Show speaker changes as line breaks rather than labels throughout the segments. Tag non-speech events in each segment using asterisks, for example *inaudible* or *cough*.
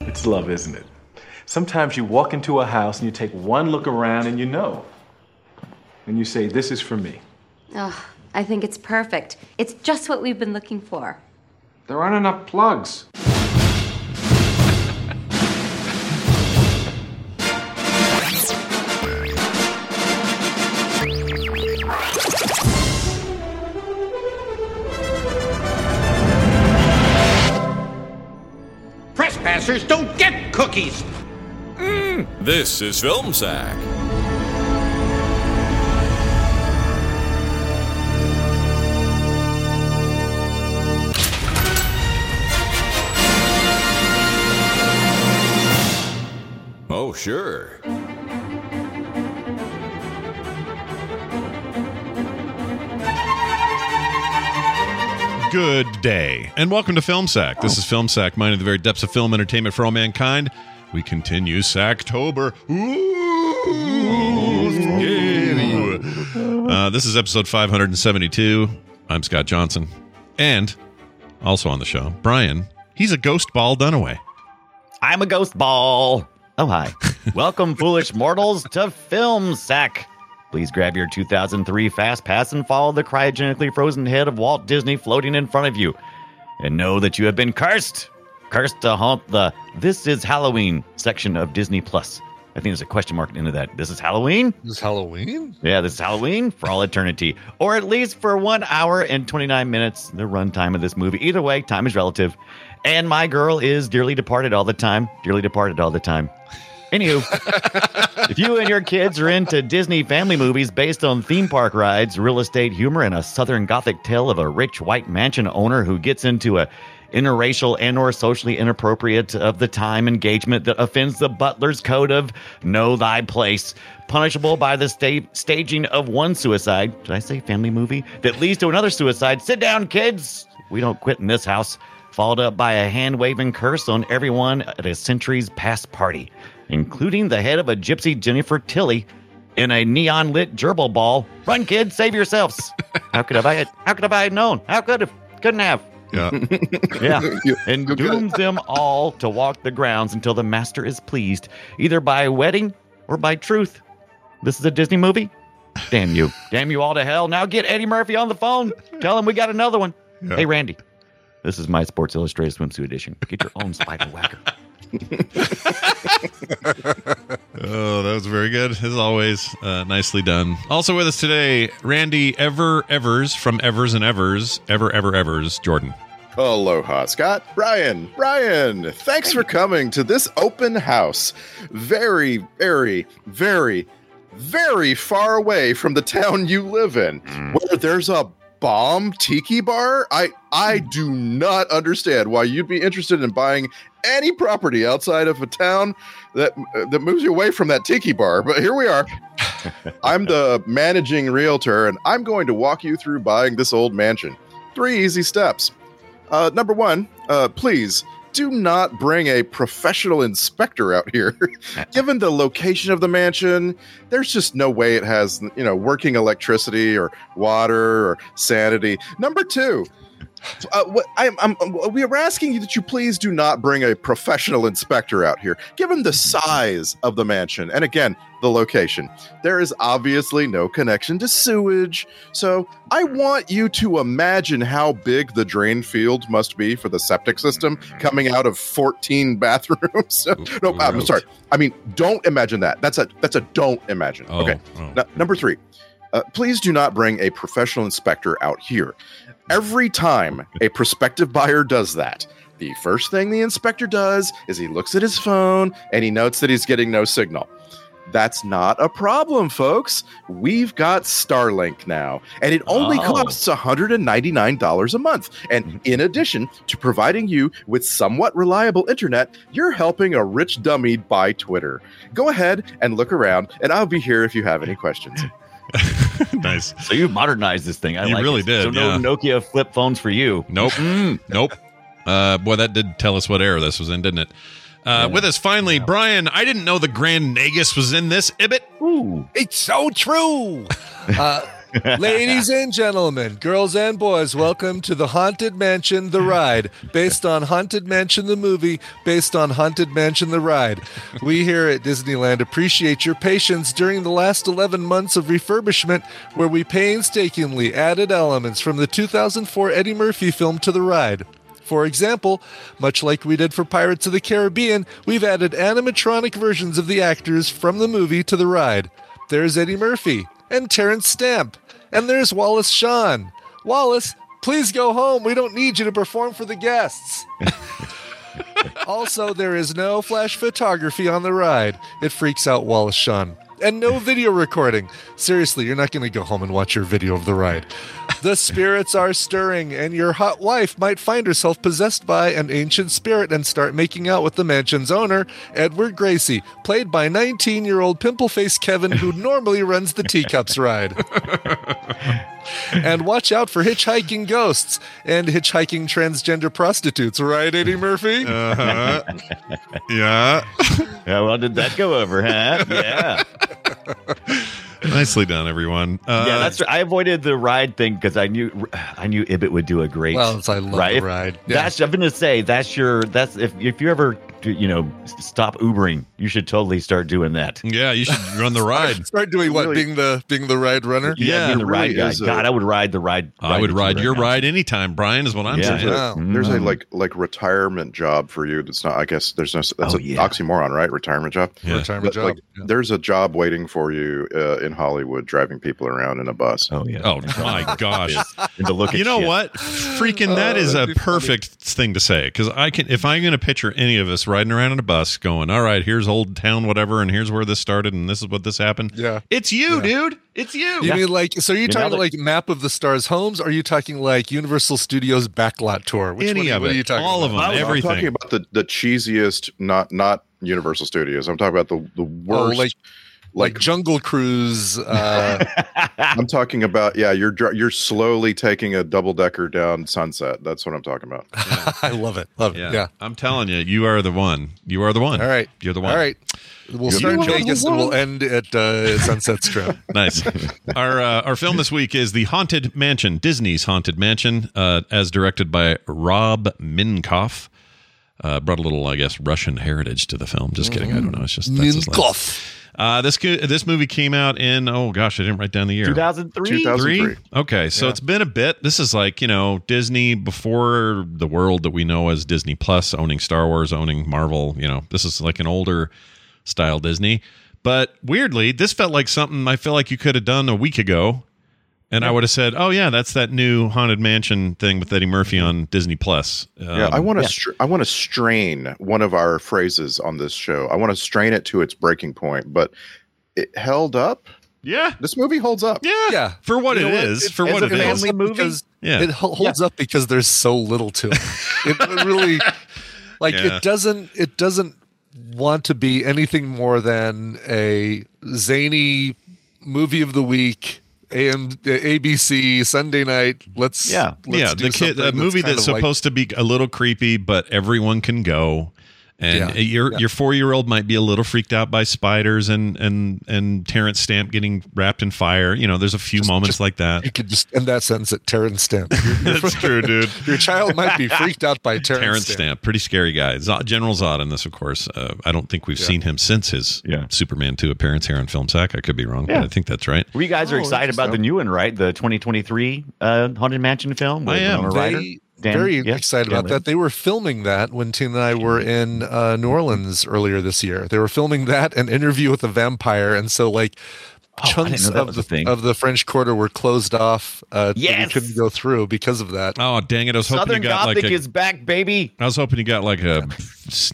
That's love, isn't it? Sometimes you walk into a house and you take one look around and you know. And you say, This is for me.
Oh, I think it's perfect. It's just what we've been looking for.
There aren't enough plugs.
Trespassers don't get cookies.
This is Film Sack. Oh, sure.
Good day, and welcome to Film Sack. This is Film Sack, mining the very depths of film entertainment for all mankind. We continue Sacktober. Ooh, scary. Uh, this is episode 572. I'm Scott Johnson, and also on the show, Brian. He's a ghost ball Dunaway.
I'm a ghost ball. Oh, hi. Welcome, foolish mortals, to Film Sack. Please grab your 2003 Fast Pass and follow the cryogenically frozen head of Walt Disney floating in front of you. And know that you have been cursed. Cursed to haunt the This is Halloween section of Disney Plus. I think there's a question mark into that. This is Halloween?
This Halloween?
Yeah, this is Halloween for all eternity, or at least for one hour and 29 minutes, the runtime of this movie. Either way, time is relative. And my girl is dearly departed all the time, dearly departed all the time. Anywho, if you and your kids are into Disney family movies based on theme park rides, real estate humor, and a Southern Gothic tale of a rich white mansion owner who gets into a interracial and or socially inappropriate of the time engagement that offends the butler's code of know thy place punishable by the sta- staging of one suicide did i say family movie that leads to another suicide sit down kids we don't quit in this house followed up by a hand waving curse on everyone at a centuries past party including the head of a gypsy jennifer tilly in a neon lit gerbil ball run kids save
*laughs*
yourselves how could have i how could have i known how could have couldn't have
Yeah.
yeah.
*laughs* You-
and
you got
dooms them all to walk the grounds until the master is pleased, either by wedding or by truth. This is a Disney movie? Damn
*laughs*
you. Damn you all to hell. Now get Eddie Murphy on the phone. Tell him we got another one.
Yeah.
Hey, Randy. This is my Sports Illustrated swimsuit edition. Get your own spider whacker.
*laughs* Oh, that was very good, as always. Uh, nicely done. Also with us today, Randy Ever Evers from Evers and Evers, Ever Ever Evers, Jordan.
Aloha, Scott. Brian, Brian, thanks for coming to this open house. Very, very, very, very far away from the town you live in, where there's a bomb tiki bar. I I do not understand why you'd be interested in buying any property outside of a town that uh, that moves you away from that tiki bar. But here we are. I'm the managing realtor, and I'm going to walk you through buying this old mansion. Three easy steps. Uh, number one, uh, please do not bring a professional inspector out here. *laughs* Given the location of the mansion, there's just no way it has, you know, working electricity or water or sanity. Number two, uh, what, I'm, I'm, we are asking you that you please do not bring a professional inspector out here. Given the size of the mansion and again the location, there is obviously no connection to sewage. So I want you to imagine how big the drain field must be for the septic system coming out of 14 *laughs* bathrooms. no, uh, I'm
Gross.
sorry. I mean, don't imagine that. That's a that's a don't imagine.
Oh,
okay.
oh.
Now, number three, uh, please do not bring a professional inspector out here. Every time a prospective buyer does that, the first thing the inspector does is he looks at his phone and he notes that he's getting no signal. That's not a problem, folks. We've got Starlink now, and it only
Oh.
costs $199 a month. And in addition to providing you with somewhat reliable internet, you're helping a rich dummy buy Twitter. Go ahead and look around, and I'll be here if you have any questions.
*laughs* nice.
So Oh, you modernized this thing. I
You
like
really
it.
did,
So no
yeah.
Nokia flip phones for you.
Nope. Mm, nope. Uh, boy, that did tell us what era this was in, didn't it? Uh, With us finally, Brian. I didn't know the Grand Nagus was in this. Ibit.
Ooh.
It's so true. Uh, Ladies and gentlemen, girls and boys, welcome to the Haunted Mansion The Ride, based on Haunted Mansion the movie, based on Haunted Mansion The Ride. We here at Disneyland appreciate your patience during the last 11 months of refurbishment, where we painstakingly added elements from the 2004 Eddie Murphy film to the ride. For example, much like we did for Pirates of the Caribbean, we've added animatronic versions of the actors from the movie to the ride. There's Eddie Murphy and Terrence Stamp, and there's Wallace Shawn. Wallace, please go home. We don't need you to perform for the guests. also, there is no flash photography on the ride. It freaks out Wallace Shawn. And no video recording. Seriously, you're not going to go home and watch your video of the ride. The spirits are stirring, and your hot wife might find herself possessed by an ancient spirit and start making out with the mansion's owner, Edward Gracie, played by 19 year old pimple faced Kevin, who normally runs the teacups ride and watch out for hitchhiking ghosts and hitchhiking transgender prostitutes, right, Eddie Murphy?
Uh-huh. yeah.
How well did that go over, huh? Yeah.
*laughs* Nicely done, everyone. Uh,
yeah, that's right. I avoided the ride thing because I knew I knew Ibbit would do a great
well, it's, I love
right?
the ride. Yeah.
That's I'm gonna say that's your that's if if you ever do- you know s- stop Ubering, you should totally start doing that.
yeah, you should run the ride.
*laughs* Start doing what?
Really-
Being the being the ride runner.
Yeah,
being
it
the ride
really
guy.
is a-
God, I would ride the ride.
I would
with you
ride your
now.
ride anytime, Brian, is what I'm
Yeah.
saying.
Wow.
There's a like like retirement job for you. That's not. I guess there's no. That's
Oh,
an
yeah.
oxymoron, right? Retirement job.
Yeah.
Retirement
But,
job.
like,
Yeah.
there's a job waiting for you uh, in Hollywood, driving people around in a bus.
Oh yeah.
Oh, my gosh.
And to look at
You know
shit.
what? Freaking that
Oh,
is a
that'd be funny.
perfect thing to say because I can. If I'm going to picture any of us riding around in a bus, going, "All right, here's old town, whatever, and here's where this started, and this is what this happened."
Yeah.
it's you, dude. It's you.
You mean like so? Are you,
know,
talking
like-
like map of the stars homes? Or are you talking like Universal Studios backlot tour? Which
Any
one,
of
what
it.
are you talking?
All of them.
about?
I'm
everything.
talking about the the cheesiest, not not Universal Studios. I'm talking about the the worst.
Oh, like like
like
Jungle Cruise. Uh, *laughs*
I'm talking about yeah. You're dr- you're slowly taking a double decker down Sunset. That's what I'm talking about.
Um,
I love it. Love it.
Yeah.
Yeah.
I'm telling you, you are the one. You are the one.
All right.
you're the one.
All right. We'll
You
start in
are the
Vegas and we'll end at uh, Sunset Strip. *laughs*
nice. Our uh, our film this week is The Haunted Mansion, Disney's Haunted Mansion, uh, as directed by Rob Minkoff. Uh, brought a little, I guess, Russian heritage to the film. Just kidding. I don't know. It's just *laughs* that's his last-
Minkoff.
Uh, this co- this movie came out in oh gosh, I didn't write down the year.
2003.
2000.
Three?
2003.
Okay, so it's been a bit. This is like you know Disney before the world that we know as Disney Plus, owning Star Wars, owning Marvel. You know, this is like an older style Disney. But weirdly, this felt like something I feel like you could have done a week ago, and I would have said, "Oh yeah, that's that new haunted mansion thing with Eddie Murphy on Disney Plus."
Yeah, I
Um,
want to. Str- I want to strain one of our phrases on this show. I want to strain it to its breaking point, but it held up.
yeah,
This movie holds up.
yeah,
Yeah.
For what
You
it
know what?
is,
It-
for
it's
what
a
it is.
family movie?
Because
Yeah.
It hol- holds up because there's so little to it.
*laughs*
It really like
Yeah.
it doesn't it doesn't want to be anything more than a zany movie of the week. AM, uh, ABC Sunday night. Let's
Yeah.
let's
yeah,
do
the kid,
something
a movie
kind
that's
of like-
supposed to be a little creepy, but everyone can go. And
Yeah,
your
yeah.
your four year old might be a little freaked out by spiders and and and Terrence Stamp getting wrapped in fire. You know, there's a few moments like that.
*laughs* you could just end that sentence at Terrence Stamp.
That's true, dude.
Your child
*laughs*
might be freaked out by Terrence,
Terrence
Stamp.
Stamp, pretty scary guy. Zod, General Zod in this, of course. Uh, I don't think we've seen him since his
Yeah.
Superman two appearance here on Film Sack. I could be wrong,
Yeah.
but I think that's right.
Well, you guys are
Oh,
excited about the new one, right? The 2023 uh, Haunted Mansion film. with
I am.
Winona Ryder.
They-
Dan-
very
yeah,
excited about
Dan
that. They were filming that when Tina and I were in uh, New Orleans earlier this year. They were filming that and Interview with a Vampire, and so like
Oh,
I didn't
chunks
know that
of
was a
the
thing.
of the French Quarter were closed off. Uh, that
Yes!
we couldn't go through because of that.
Oh dang it! I was hoping
Southern
you got
Gothic
like a,
is back,
*laughs*
baby.
I was hoping you got like a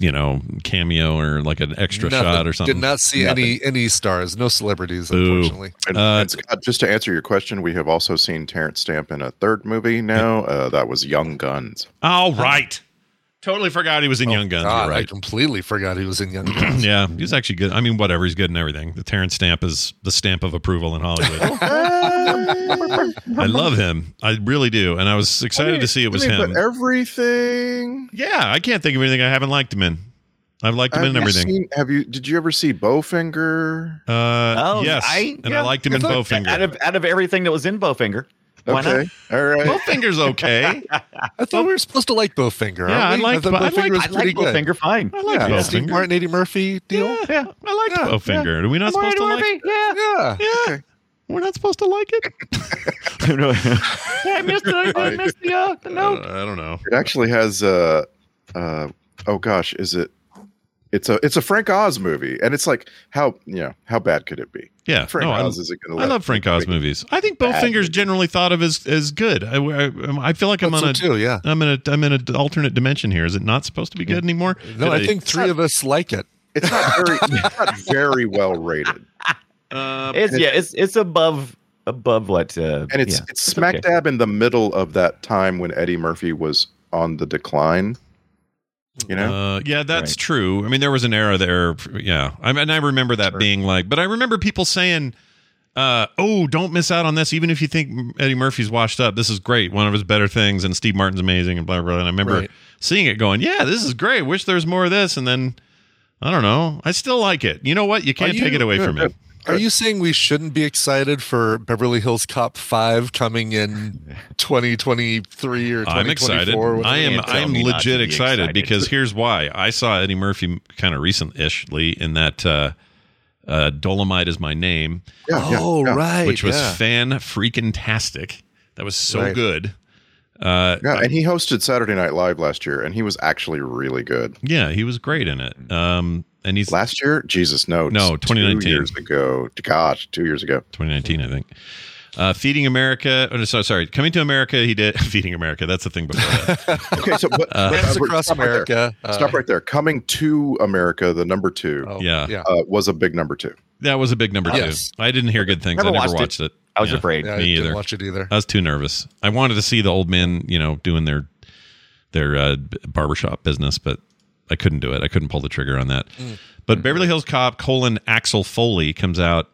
you know cameo or like an extra shot
Nothing.
or something.
Did not see any any stars, no celebrities,
Boo.
unfortunately.
And,
Uh,
and Scott, just to answer your question, we have also seen Terrence Stamp in a third movie now. Uh, that was Young Guns.
All right. Totally forgot he was in Young Guns.
Oh, God,
you're
I
right.
completely forgot he was in
*clears throat*
Young Guns.
Yeah, he's actually good. I mean, whatever. He's good in everything. The Terrence stamp is the stamp of approval in
*laughs*
Hollywood. I love him. I really do. And I was excited to see it was
I mean,
him.
But everything.
yeah, I can't think of anything I haven't liked him in. I've liked him
Uh,
in
Have you
everything.
seen- have you? Did you ever see Bowfinger?
Uh,
Oh,
yes,
I-
and
yeah,
I liked him in
Look,
Bowfinger.
*laughs*
*laughs*
Out of out of everything that was in Bowfinger, why not?
okay, all right.
Bowfinger's okay.
I thought we were supposed to like Bowfinger. aren't
Yeah, I
we?
liked-
thought
I liked-
Bowfinger was
I
pretty
like
good.
Bowfinger fine.
I like
*laughs* yeah,
Bowfinger.
Steve Martin, Eddie Murphy deal.
*laughs* Yeah, I liked
Yeah,
Bowfinger. Are we not supposed to like?
yeah.
Yeah.
Yeah, we're not supposed to like
*laughs*
it.
I missed the, I missed the, uh, the note.
Uh, *laughs* I don't know.
It actually has uh, uh, oh gosh, is it? It's a it's a Frank Oz movie, and it's like how you know how bad could it be?
Yeah,
Frank
Uh, no, I-
Oz isn't going to.
I love Frank Oz movies. I think Bowfinger's generally thought of as as good. I, um, I, I feel like I'm
Thought
on a
so too, yeah.
I'm in a I'm in an alternate dimension here. Is it not supposed to be good anymore?
No,
Did
I think three of us like it.
It's
*laughs*
not very it's not very well rated,
Uh,
It's yeah, it's it's above above what uh,
and it's
yeah,
it's smack
okay.
dab in the middle of that time when Eddie Murphy was on the decline. You know,
Uh, yeah, that's
Right.
true. I mean, there was an era there. Yeah, I mean, I remember that being like, but I remember people saying, uh, "Oh, don't miss out on this. Even if you think Eddie Murphy's washed up, this is great. One of his better things, and Steve Martin's amazing, and blah blah." blah. And I remember
Right.
seeing it, going, "Yeah, this is great. Wish there was more of this." And then I don't know. I still like it. You know what? You can't
you-
take it away
*laughs*
from me.
Are you saying we shouldn't be excited for Beverly Hills Cop 5 coming in 2023 or 2024?
I'm excited. I
whatever?
am.
Can't tell
I'm
me not to
legit
be
excited,
excited.
because here's why. I saw Eddie Murphy kind of recent-ishly in that uh, uh, "Dolomite Is My Name,"
Yeah, yeah,
oh,
yeah.
right.
which was
yeah.
fan freaking tastic. That was so
Right.
good. Uh,
Yeah, and he hosted Saturday Night Live last year, and he was actually really good.
yeah, he was great in it. Um, and he's
Last year, Jesus, no,
No,
it's
2019.
two years ago. Gosh, two years ago.
2019, I think. Uh, Feeding America. Oh, no, sorry, sorry. Coming to America. He did *laughs* Feeding America. That's the thing before that.
Okay, so
*laughs* Uh,
but, but,
That's
but
across
stop right there.
America. Uh,
Stop right there. Coming to America, the number two
oh,
Yeah.
Yeah.
uh, was a big number two.
that was a big number
Yes.
two. I didn't hear good things.
Never
I never
watched it.
watched it.
I was
Yeah.
afraid.
Yeah, I
Me
didn't
either. Uh,
watch it either.
I was too nervous. I wanted to see the old men, you know, doing their their uh, b- barbershop business, but I couldn't do it. I couldn't pull the trigger on that.
Mm.
But Beverly Hills Cop colon Axel Foley comes out.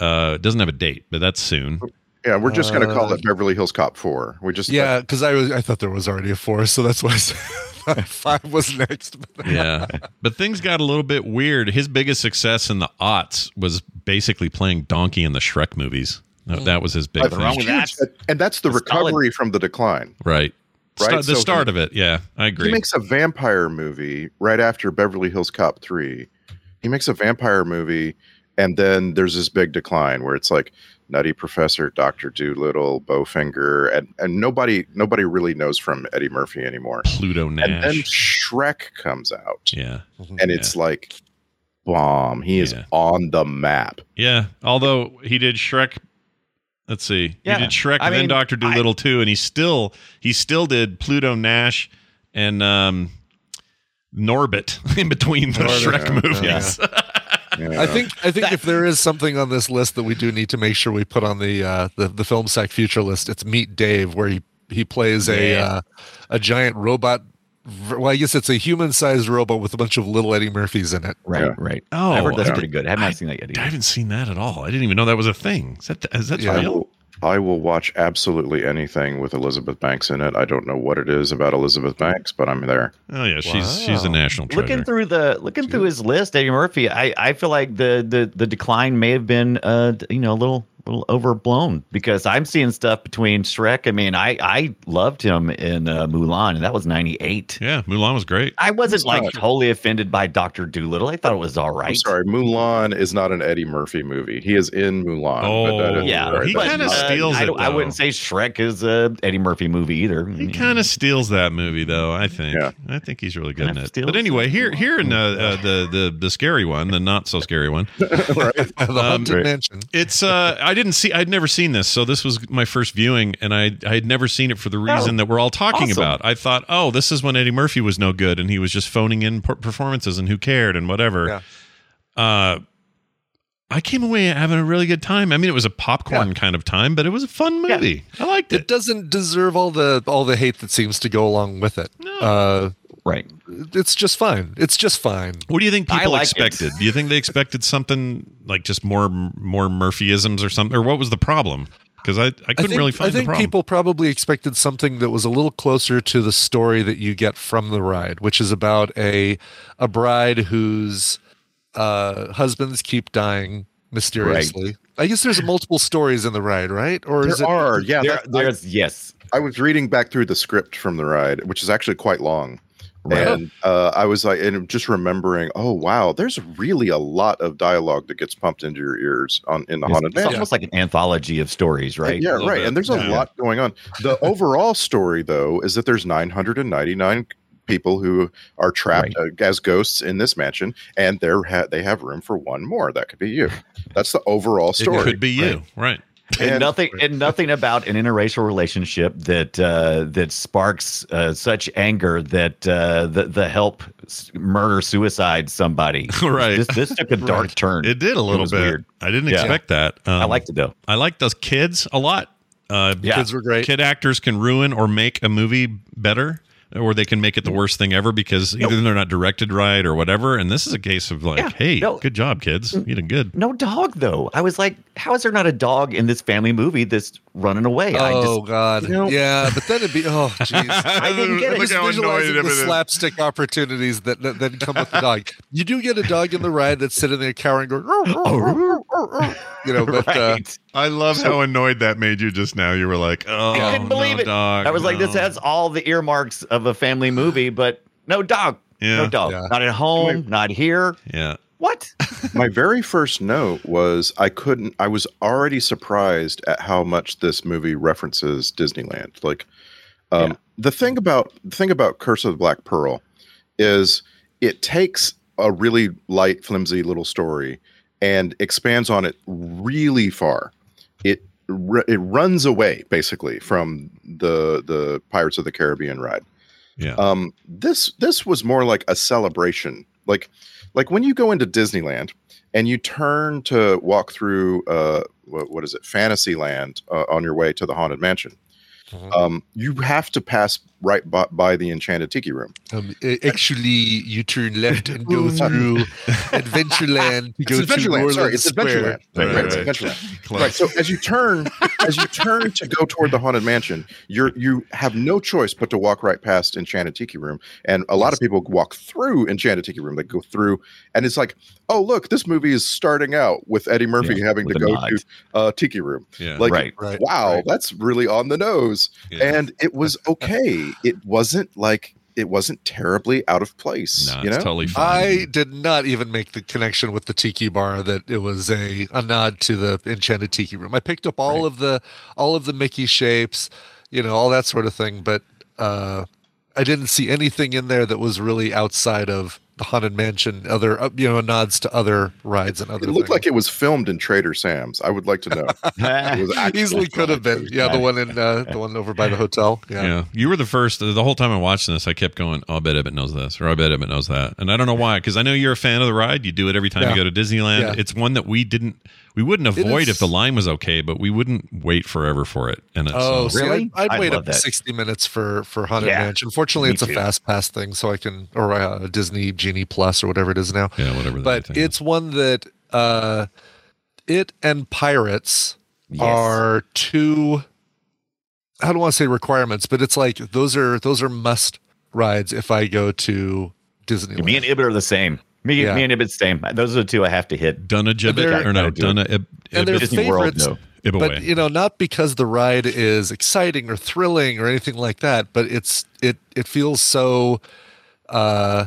Uh, doesn't have a date, but that's
*laughs*
soon.
Yeah, we're just going to call it Beverly Hills Cop Four. We just
Uh,
uh,
Yeah, because I was I thought there was already a four, so that's why I said *laughs* five was next. But
Yeah, but things got a little bit weird. His biggest success in the aughts was basically playing donkey in the Shrek movies. That- That was his big
Mm. Nothing
thing,
with
huge, and that's the
That's solid.
recovery from the decline.
right? Sta-
Right,
the
so
start
he-
of it. Yeah, I agree.
He makes a vampire movie right after Beverly Hills Cop Three. He makes a vampire movie, and then there's this big decline where it's like Nutty Professor, Doctor Doolittle, Bowfinger, and and nobody nobody really knows from Eddie Murphy anymore.
Pluto
And then
Nash.
Shrek comes out,
yeah.
and it's like bomb. He is
Yeah.
on
*laughs*
the map.
Yeah, although he did Shrek. Let's see.
Yeah.
He did Shrek
I
and then
mean,
Doctor Dolittle too, and he still he still did Pluto Nash and um Norbit *laughs* in between the
Norbit,
Shrek
yeah,
movies.
I think I think if there is something on this list that we do need to make sure we put on the uh, the the film sack future list, it's Meet Dave, where he he plays a uh, a giant robot. Well, I guess it's a human sized robot with a bunch of little Eddie Murphys in it.
Right,
Yeah.
right.
Oh,
I heard that's
I-
pretty good. I have not seen that
*laughs*
yet.
I
Either.
haven't seen that at all. I didn't even know that was a thing. Is that is that
Yeah.
I
real?
will, I will watch absolutely anything with Elizabeth Banks in it. I don't know what it is about Elizabeth Banks, but I'm there.
Oh yeah, she's she's a national treasure.
Looking through the looking through his list, Eddie Murphy. I, I feel like the, the the decline may have been uh d- you know a little little overblown because I'm seeing stuff between Shrek. I mean, I I loved him in uh, Mulan, and that was '98.
yeah, Mulan was great.
I wasn't like
not-
totally offended by Doctor Doolittle. I thought it was all right.
I'm sorry, Mulan is not an Eddie Murphy movie. He is in Mulan.
Oh,
that is-
Yeah,
sorry,
He
that's
but,
kinda
uh,
not-
steals
I,
it,
don't- I
though.
wouldn't say Shrek is a Eddie Murphy movie either. Mm,
He kind of steals that movie, though. I think.
Yeah.
I think he's really good
Kinda
in it.
steals
But anyway,
it.
here, here in uh, uh, the the the scary one, the not so scary
*laughs*
one.
the Haunted Mansion.
It's
*laughs*
uh I didn't see I'd never seen this, so this was my first viewing and I I had never seen it for the reason that we're all talking
Oh, awesome.
about. I thought, "Oh, this is when Eddie Murphy was no good and he was just phoning in per- performances and who cared and whatever." Uh I came away having a really good time. I mean, it was a popcorn kind of time, but it was a fun
Yeah.
movie. I liked
It
it.
doesn't deserve all the all the hate that seems to go along with it.
No.
Uh,
right.
it's just fine. It's just fine.
What do you think
I
people
like it.
expected? Do you think they expected something like just more more Murphyisms or something or what was the problem? because I, I couldn't
I think,
really find
I think
the problem.
people probably expected something that was a little closer to the story that you get from the ride, which is about a a bride whose uh, husbands keep dying mysteriously. I guess there's multiple stories in the ride, right? Or is
There
it
are, yeah.
There,
that- I,
there's yes.
I was reading back through the script from the ride, which is actually quite long.
Right.
And uh, I was like, and just remembering, oh wow, there's really a lot of dialogue that gets pumped into your ears on in the
It's,
haunted
it's
mansion.
almost like an anthology of stories, right?
Yeah,
little
right.
bit.
And there's a
Yeah.
lot going on. The overall story, though, is that there's 999 people who are trapped uh, as ghosts in this mansion, and they're ha- they have room for one more. That could be you. That's the overall story.
it could be you, right?
And-
*laughs*
and nothing and nothing about an interracial relationship that uh, that sparks uh, such anger that uh, the the help s- murder suicide somebody.
Right.
This, this
*laughs*
took a dark turn.
It did a little
was
bit.
weird.
I didn't
Yeah.
expect that. Um,
I liked it though.
I like those kids a lot. Uh,
Yeah.
kids were great?
Kid actors can ruin or make a movie better, or they can make it the worst thing ever because either they're not directed right or whatever. And this is a case of like,
Yeah, Mm-hmm.
hey,
no.
good job, kids. You did good.
No dog though. I was like, how is there not a dog in this family movie that's running away? I
*laughs*
Oh
just
God!
You know-
yeah, but then it'd be
*laughs*
oh jeez.
I didn't get
I'm
it.
just visualizing the slapstick opportunities that, that then come with the dog. You do get a dog in the ride that's sitting there
*laughs*
cowering, going, "Roar, roar, roar, roar, roar," you know. But uh,
right.
I love how annoyed that made you just now. You were like, oh,
I couldn't believe it. I was like, this has all the earmarks of a family movie, but no dog.
Yeah.
No dog.
Yeah.
Not at home, not here.
Yeah.
What?
My very first note was I couldn't. I was already surprised at how much this movie references Disneyland. Like um, the thing about the thing about Curse of the Black Pearl is it takes a really light, flimsy little story and expands on it really far. It ru- it runs away basically from the the Pirates of the Caribbean ride
Yeah.
um this this was more like a celebration like like when you go into disneyland and you turn to walk through uh what, what is it fantasyland uh, on your way to the haunted mansion um you have to pass right by, by the enchanted tiki room
um, uh, actually, you turn left and
*laughs*
go through Adventureland. to
it's
go to New
adventureland sorry
Orleans
it's
Square. Uh,
adventureland right, right, it's
Right.
adventureland
Close.
Right. So as you turn, as you turn to go toward the haunted mansion, you're you have no choice but to walk right past Enchanted Tiki Room, and a lot of people walk through Enchanted Tiki Room. They go through, and it's like, oh look, this movie is starting out with Eddie Murphy
Yeah,
having
with
to
a
go
nod.
to uh, Tiki Room.
yeah.
Like,
right.
Right.
wow,
right.
that's really on the nose.
Yeah.
And it was okay. it wasn't like it wasn't terribly out of place.
no,
you know,
it's totally fine.
I did not even make the connection with the tiki bar that it was a, a nod to the enchanted tiki room. I picked up all of the all of the Mickey shapes, you know, all that sort of thing, but uh I didn't see anything in there that was really outside of the haunted mansion other uh, you know nods to other rides and other
it looked
things.
like it was filmed in Trader Sam's. I would like to know. It was actually
easily could have been. Yeah, the
Yeah.
one in uh, the one over by the hotel. Yeah.
Yeah. You were the first. The whole time I watched this, I kept going, oh, I bet Ebbett knows this, or I bet Ebbett knows that. And I don't know why, because I know you're a fan of the ride. You do it every time
Yeah.
you go to Disneyland.
Yeah.
It's one that we didn't, we wouldn't
It
avoid
is-
if the line was okay, but we wouldn't wait forever for it. And it's,
Oh,
uh,
see,
Really?
I'd, I'd
I
wait
love
up
that.
sixty minutes for for haunted
Yeah.
mansion. Fortunately,
Me
it's a
too.
fast pass thing, so I can or uh, Disney Genie Plus or whatever it is now.
yeah, whatever. that
But
thing is.
it's one that uh, it and pirates
Yes.
are two. I don't want to say requirements, but it's like those are those are must rides if I go to Disneyland.
Me and Ibbit are the same. Me,
Yeah.
me and Ibbit's same. Those are the two I have to hit.
Dunna Jibbit,
they're-
or no,
gotta do it.
Dunna Ib-
and they're
Ibbit-
Disney World,
favorites,
no.
Ibbaway.
but you know not because the ride is exciting or thrilling or anything like that but it's it it feels so uh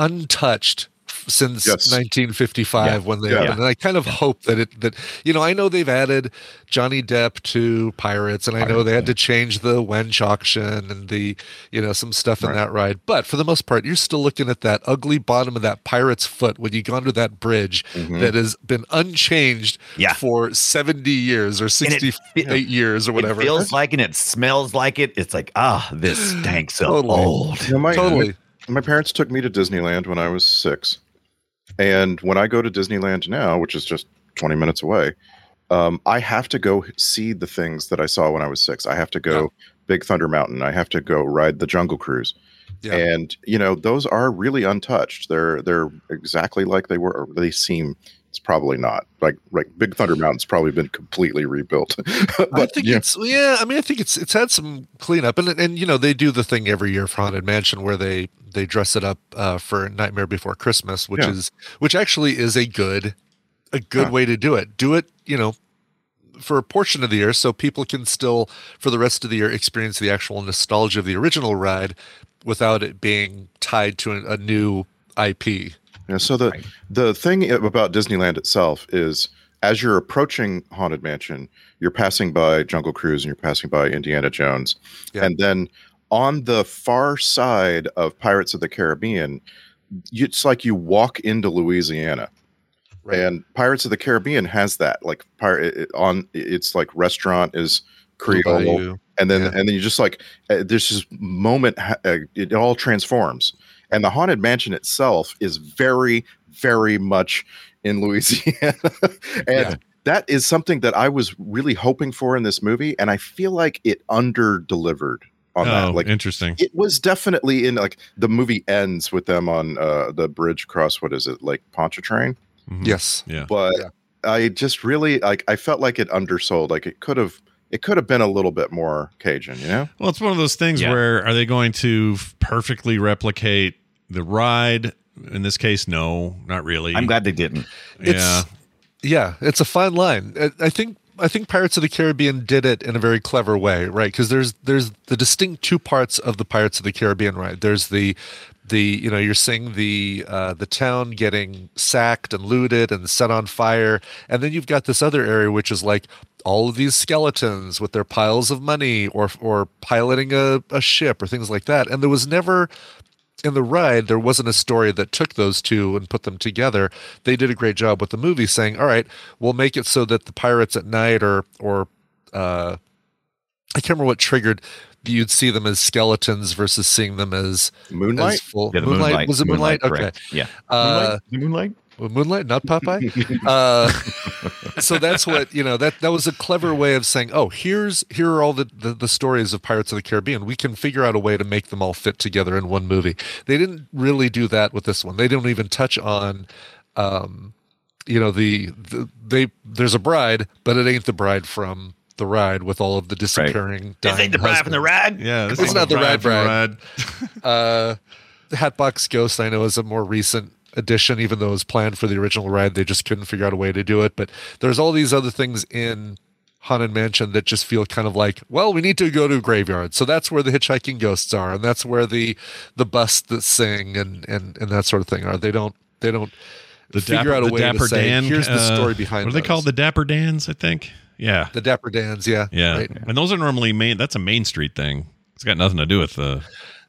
untouched f- since
Yes.
1955 when they
Yeah.
opened and i kind of hope that it that you know i know they've added johnny depp to pirates and i know they had to change the wench auction and the you know some stuff in that ride but for the most part you're still looking at that ugly bottom of that pirate's foot when you go under that bridge that has been unchanged
Mm-hmm. Yeah.
for 70 years or
And it-
68 years or whatever.
It feels like and it smells like it. It's like, ah, this
*gasps*
stinks of
Totally.
old.
You know, my-
totally.
My parents took me to Disneyland when I was six. And when I go to Disneyland now, which is just 20 minutes away, um, I have to go see the things that I saw when I was six. I have to go Big Thunder Mountain. I have to go ride the Jungle Cruise.
Yeah.
And you know those are really untouched. They're they're exactly like they were. Or they seem It's probably not. Like like Big Thunder Mountain's probably been completely rebuilt. *laughs* but
I think
you know,
it's yeah. I mean, I think it's it's had some cleanup, and and you know they do the thing every year for Haunted Mansion where they they dress it up uh, for Nightmare Before Christmas, which
Yeah.
is which actually is a good a good way to do it. Do it, you know, for a portion of the year, so people can still for the rest of the year experience the actual nostalgia of the original ride without it being tied to a, a new IP.
Yeah, so the the thing about Disneyland itself is as you're approaching Haunted Mansion, you're passing by Jungle Cruise and you're passing by Indiana Jones.
Yeah.
And then on the far side of Pirates of the Caribbean, you- it's like you walk into Louisiana.
Right.
And Pirates of the Caribbean has that like pir- it- it- on it's like restaurant is
Blue
Creole
Bayou.
and then
Yeah.
and then you just like uh, there's this moment ha- uh, it all transforms and the haunted mansion itself is very very much in louisiana *laughs* and
Yeah.
that is something that i was really hoping for in this movie and i feel like it under delivered on
Oh,
that like
interesting.
it was definitely in like the movie ends with them on uh the bridge across what is it like pontchartrain
Mhm.
Yes.
Yeah.
but
Yeah.
i just really like i felt like it undersold like it could have it could have been a little bit more cajun you know
Well, it's one of those things
Yeah.
where are they going to f- perfectly replicate the ride? In this case, no, not really.
I'm glad they didn't.
Yeah.
It's- yeah it's a fine line I- i think i think pirates of the caribbean did it in a very clever way right because there's there's the distinct two parts of the pirates of the caribbean right there's the the you know you're seeing the uh, the town getting sacked and looted and set on fire and then you've got this other area which is like all of these skeletons with their piles of money or or piloting a, a ship or things like that and there was never in the ride, there wasn't a story that took those two and put them together. They did a great job with the movie, saying, "All right, we'll make it so that the pirates at night, or or uh, I can't remember what triggered that you'd see them as skeletons versus seeing them as as
Moonlight.
full
Yeah, the
moonlight, was it moonlight?
correct. Yeah.
Okay, uh,
Moonlight? The moonlight?
well, Moonlight, not Popeye. uh, so that's what you know. That that was a clever way of saying, oh, here's here are all the, the the stories of Pirates of the Caribbean. We can figure out a way to make them all fit together in one movie. They didn't really do that with this one. They don't even touch on, um, you know, the, the they there's a bride, but it ain't the bride from the ride with all of the disappearing. Right.
ride?
Yeah. This
It's
is
not the ride,
from
Brad.
Ride.
Uh, Hatbox Ghost, I know, is a more recent addition, even though it was planned for the original ride. They just couldn't figure out a way to do it. But there's all these other things in Haunted Mansion that just feel kind of like, well, we need to go to a graveyard. So that's where the hitchhiking ghosts are, and that's where the the busts that sing and and and that sort of thing are. They don't they don't
The
figure
Dapper,
out a
the
way
Dapper
to say
Dan.
here's the
uh,
story behind.
What are they
those."
called? The Dapper Dans, I think. Yeah.
The Dapper Dans, yeah,
Yeah.
right.
And those are normally main. That's a Main Street thing. It's got nothing to do with the.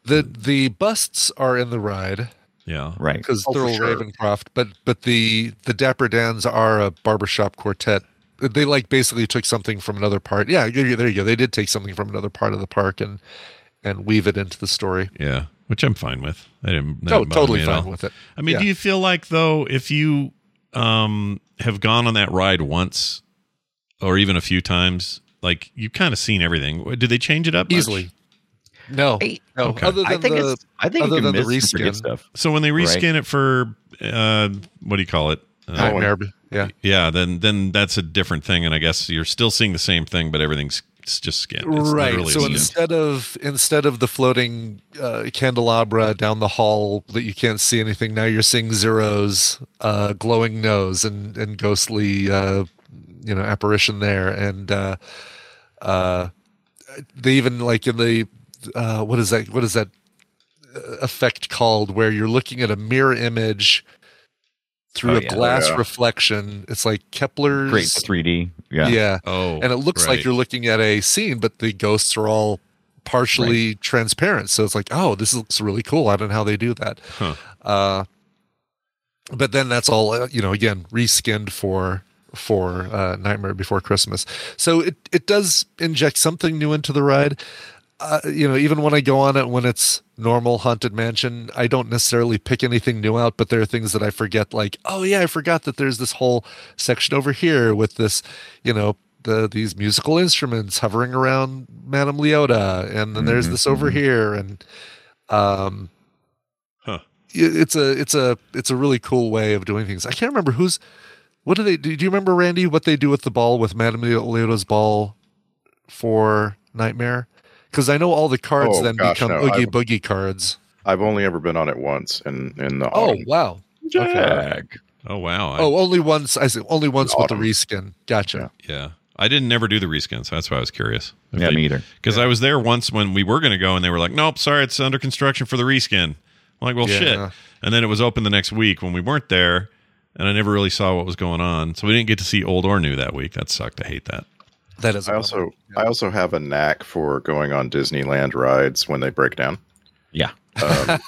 The the busts are in the ride.
Yeah.
Right.
because
Oh, for
Thurl
sure.
Ravencroft, but but the the Dapper Dans are a barbershop quartet. They like basically took something from another part. Yeah, there you there you go. They did take something from another part of the park and and weave it into the story.
Yeah. Which I'm fine with. I didn't. that
No,
didn't bother
Oh, totally
me at all.
fine with it.
I mean,
Yeah.
do you feel like though if you um have gone on that ride once or even a few times, like you've kind of seen everything. Did they change it up much?
Easily. No,
I-
no.
Okay.
Other than
I think
the,
it's I think you
other
can
than the
miss and
reskin.
forget stuff.
So when they reskin it for uh what do you call it? Uh,
Halloween.
nightmare, yeah,
yeah, then then that's a different thing and I guess you're still seeing the same thing but everything's it's just skin. It's
right.
literally
So
skin.
instead of instead of the floating uh, candelabra down the hall that you can't see anything, now you're seeing Zero's uh, glowing nose and and ghostly uh, you know apparition there, and uh, uh, they even like in the uh, what is that what is that uh, effect called where you're looking at a mirror image through
Oh,
a
yeah.
glass
Yeah.
reflection. It's like Kepler's
Great 3D. Yeah.
yeah.
oh.
and it looks
right.
like you're looking at a scene, but the ghosts are all partially transparent. So it's like, oh, this looks really cool. I don't know how they do that.
Huh.
Uh, but then that's all uh, you know. Again, reskinned for for uh, Nightmare Before Christmas. So it it does inject something new into the ride. Uh, you know, even when I go on it, when it's normal haunted mansion, I don't necessarily pick anything new out, but there are things that I forget. Like, oh yeah, I forgot that there's this whole section over here with this, you know, the these musical instruments hovering around Madame Leota, and then there's this over here, and um,
Huh.
i- it's a it's a it's a really cool way of doing things. I can't remember who's What do they do? Do you remember, Randy, what they do with the ball with Madame Leota's ball for Nightmare? Because I know all the cards
Oh,
then
gosh,
become
no,
Oogie
I've-
Boogie cards.
I've only ever been on it once in in the
Oh
autumn.
wow!
Jack.
Oh wow. I-
Oh, only once. I see. Only once with the
Autumn.
reskin. Gotcha.
yeah. I didn't never do the reskins. That's why I was curious.
Yeah, me either.
Because I was there once when we were going to go, and they were like, "Nope, sorry, it's under construction for the reskin." I'm like, "Well,
Yeah.
shit." And then it was open the next week when we weren't there, and I never really saw what was going on, so we didn't get to see old or new that week. That sucked. I hate that.
That is. a
I
bummer.
also I also have a knack for going on Disneyland rides when they
*laughs*
break down.
Yeah.
Um,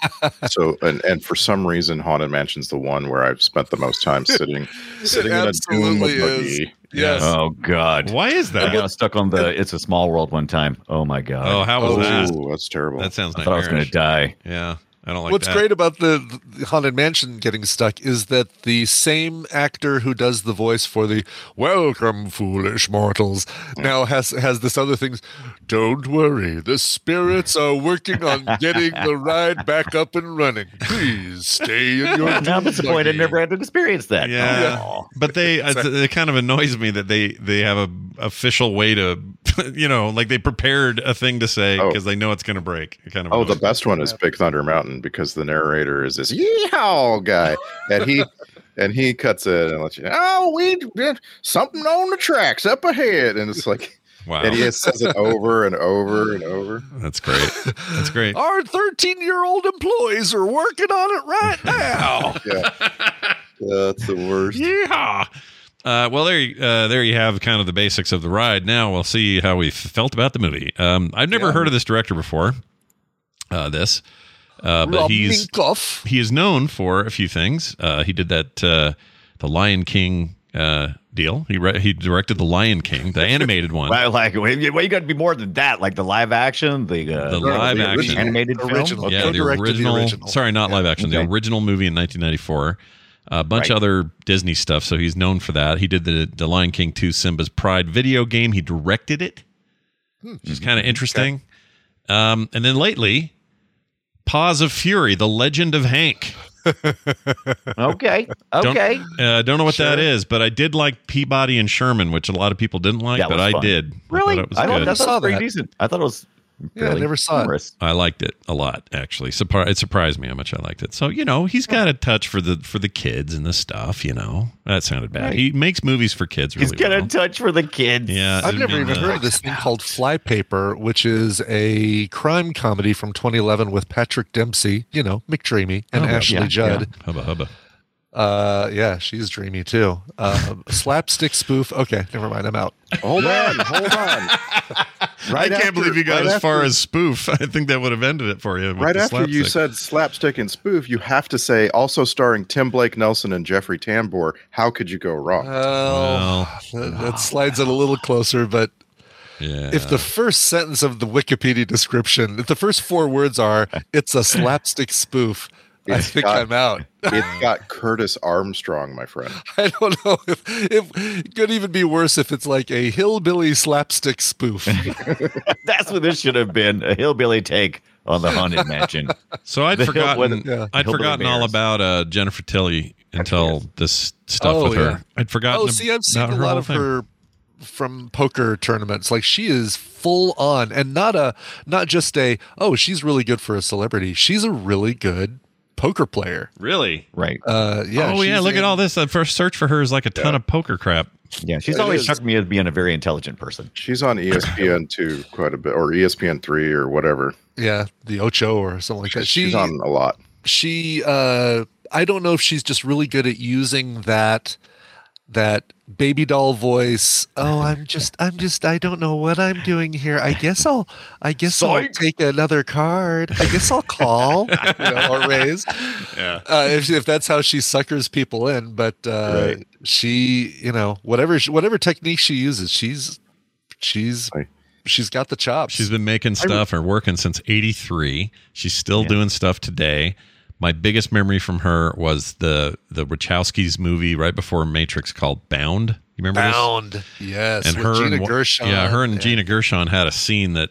so and and for some reason, Haunted Mansion's the one where I've spent the most time sitting
*laughs*
sitting in a doom
absolutely is.
buggy.
Yes.
Oh God.
Why is
I
that?
got stuck on the "It's a Small World" one time. Oh my God.
Oh, how was that?
Ooh, that's terrible.
That sounds
I thought I was going to
nightmarish.
die.
Yeah, I don't like
What's
that.
great about the, the Haunted Mansion getting stuck is that the same actor who does the voice for the "Welcome, foolish mortals" now has has this other things. Don't worry, the spirits are
*laughs*
working on getting the ride back up and running. Please stay in your.
*laughs* Now I'm disappointed. I
buggy."
never had to experience that.
Yeah.
Aw.
But
*laughs*
they uh, it kind of annoys me that they they have a official way to *laughs* you know like they prepared a thing to say
Oh.
because they know it's going to break. It kind of
Oh, the
annoys me.
best one is Big Thunder Mountain because the narrator is this yeehaw guy,
*laughs*
and he and he cuts it and lets you know. Oh, we did something on the tracks up ahead, and it's like
wow,
and he just says it over and over and over.
that's great.
*laughs*
That's great.
Our 13 year old employees are working on
*laughs*
it right now.
Yeah, that's the worst.
Yeehaw! Uh, well, there, you- uh, there you have kind of the basics of the ride. Now we'll see how we felt about the movie. Um, I've never heard of this director before. Uh, this, uh, but
Rob
he's
Minkoff.
he is known for a few things. Uh, he did that uh, the Lion King uh, deal. He re- he directed the Lion King, the animated one.
*laughs* Well, like, well, you well, you got to be more than that. Like the live action, the uh,
The live
the
action.
animated film.
Original.
Okay.
Yeah, the
Co-directed the
original,
original.
Sorry, not live action.
okay.
The original movie in 1994. A bunch of other Disney stuff. So he's known for that. He did the, the Lion King 2 Simba's Pride video game. He directed it, which is kind of interesting. Um, and then lately, Paws of Fury, The Legend of Hank.
Okay.
Don't,
Okay.
uh, don't know what that is, but I did like Peabody and Sherman, which a lot of people didn't like,
That
but
was
I
fun.
did. I
really?
thought it was
I, thought
good.
that
Saw
was pretty
that.
decent. I thought it was.
Yeah, I
fairly
never saw it.
humorous.
I liked it a lot, actually. Surpri- it surprised me how much I liked it. So you know, he's got a touch for the for the kids and the stuff. You know, that sounded bad.
Right.
He makes movies for kids. Really
He's got
well.
a touch for the kids.
yeah,
I've
I
never
mean,
even
uh,
heard of this thing called Flypaper, which is a crime comedy from 2011 with Patrick Dempsey, you know, McDreamy, and
Oh, yeah,
Ashley
yeah.
Judd.
Hubba hubba.
Uh, yeah, she's dreamy too. Uh, slapstick spoof. Okay, never mind. I'm out.
Hold on,
*laughs*
hold on. Right
I can't
after-
believe you got
right
as far
after-
as spoof. *laughs* I think that would have ended it for you. with
Right
the
after you
slapstick.
said slapstick and spoof, you have to say also starring Tim Blake Nelson and Jeffrey Tambor. How could you go wrong?
Uh. Well, that, Oh, that slides it a little closer, but
yeah.
if the first sentence of the Wikipedia description, if the first four words are, it's a slapstick spoof, I
It's
think
got-
I'm out.
it's got Curtis Armstrong, my friend.
I don't know if, if it could even be worse if it's like a hillbilly slapstick spoof.
*laughs* That's what this should have been a hillbilly take on the haunted mansion.
so I'd
the hill-
forgotten.
Yeah.
I'd
hillbilly
forgotten all
bears.
about uh, Jennifer Tilly until this stuff
Oh,
with her.
yeah.
I'd forgotten.
oh, see, I've seen
about
a
her
lot
whole
of
thing.
her from poker tournaments. Like she is full on, and not a not just a oh she's really good for a celebrity. She's a really good poker player.
Really?
Right.
Uh, yeah.
oh yeah,
she's
look
in-
at all this. The first search for her is like a ton of poker crap.
Yeah. She's
It
always
is.
struck me as being a very intelligent person.
She's on E ESPN two quite a bit, or E ESPN three, or whatever.
Yeah, the Ocho or something like that. She,
She's on a lot.
she uh i don't know if she's just really good at using that that baby doll voice
*laughs*
oh i'm just i'm just i don't know what i'm doing here i guess i'll i guess i'll
Psych.
take another card i guess i'll call you know, or raise
*laughs* Yeah.
uh, if, if that's how she suckers people in but uh
Right.
she you know whatever she, whatever technique she uses she's she's
Right.
she's got the chops
She's been making stuff or working since 83. She's still doing stuff today. My biggest memory from her was the the Wachowskis movie right before Matrix called Bound. You remember this?
bound yes
And
with
her
Gina
and, wa-
Gershon.
Yeah, her
*laughs*
and
Yeah.
Gina Gershon had a scene that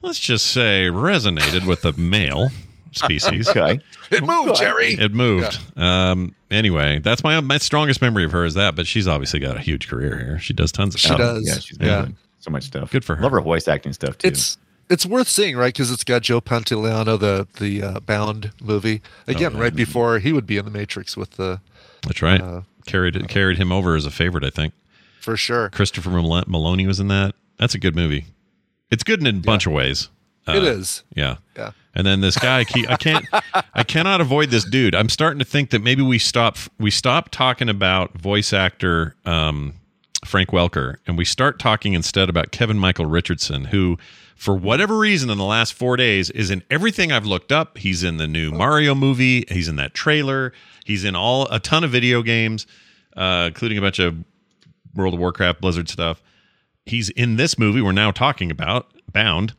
let's just say resonated with the male.
*laughs*
species.
Okay.
*laughs*
It moved, Jerry.
It moved. Um, anyway, that's my my strongest memory of her is that, but she's obviously got a huge career here. She does tons of
She
stuff.
does.
Yeah, she's been
yeah.
doing so much stuff.
Good for her.
Love her voice acting stuff too.
It's it's worth seeing, right? Because it's got Joe Pantoliano, the the uh, Bound movie.
Oh,
Again, right before he would be in the Matrix with the
That's right.
Uh,
carried carried him over as a favorite, I think.
for sure.
Christopher Mal- Maloney was in that. That's a good movie. It's good in a bunch of ways. Uh,
it is.
Yeah.
Yeah.
And then this guy, Ke- I can't, I cannot avoid this dude. I'm starting to think that maybe we stop, we stop talking about voice actor um, Frank Welker, and we start talking instead about Kevin Michael Richardson, who, for whatever reason, in the last four days, is in everything I've looked up. He's in the new Mario movie. He's in that trailer. He's in all a ton of video games, uh, including a bunch of World of Warcraft, Blizzard stuff. He's in this movie we're now talking about, Bound.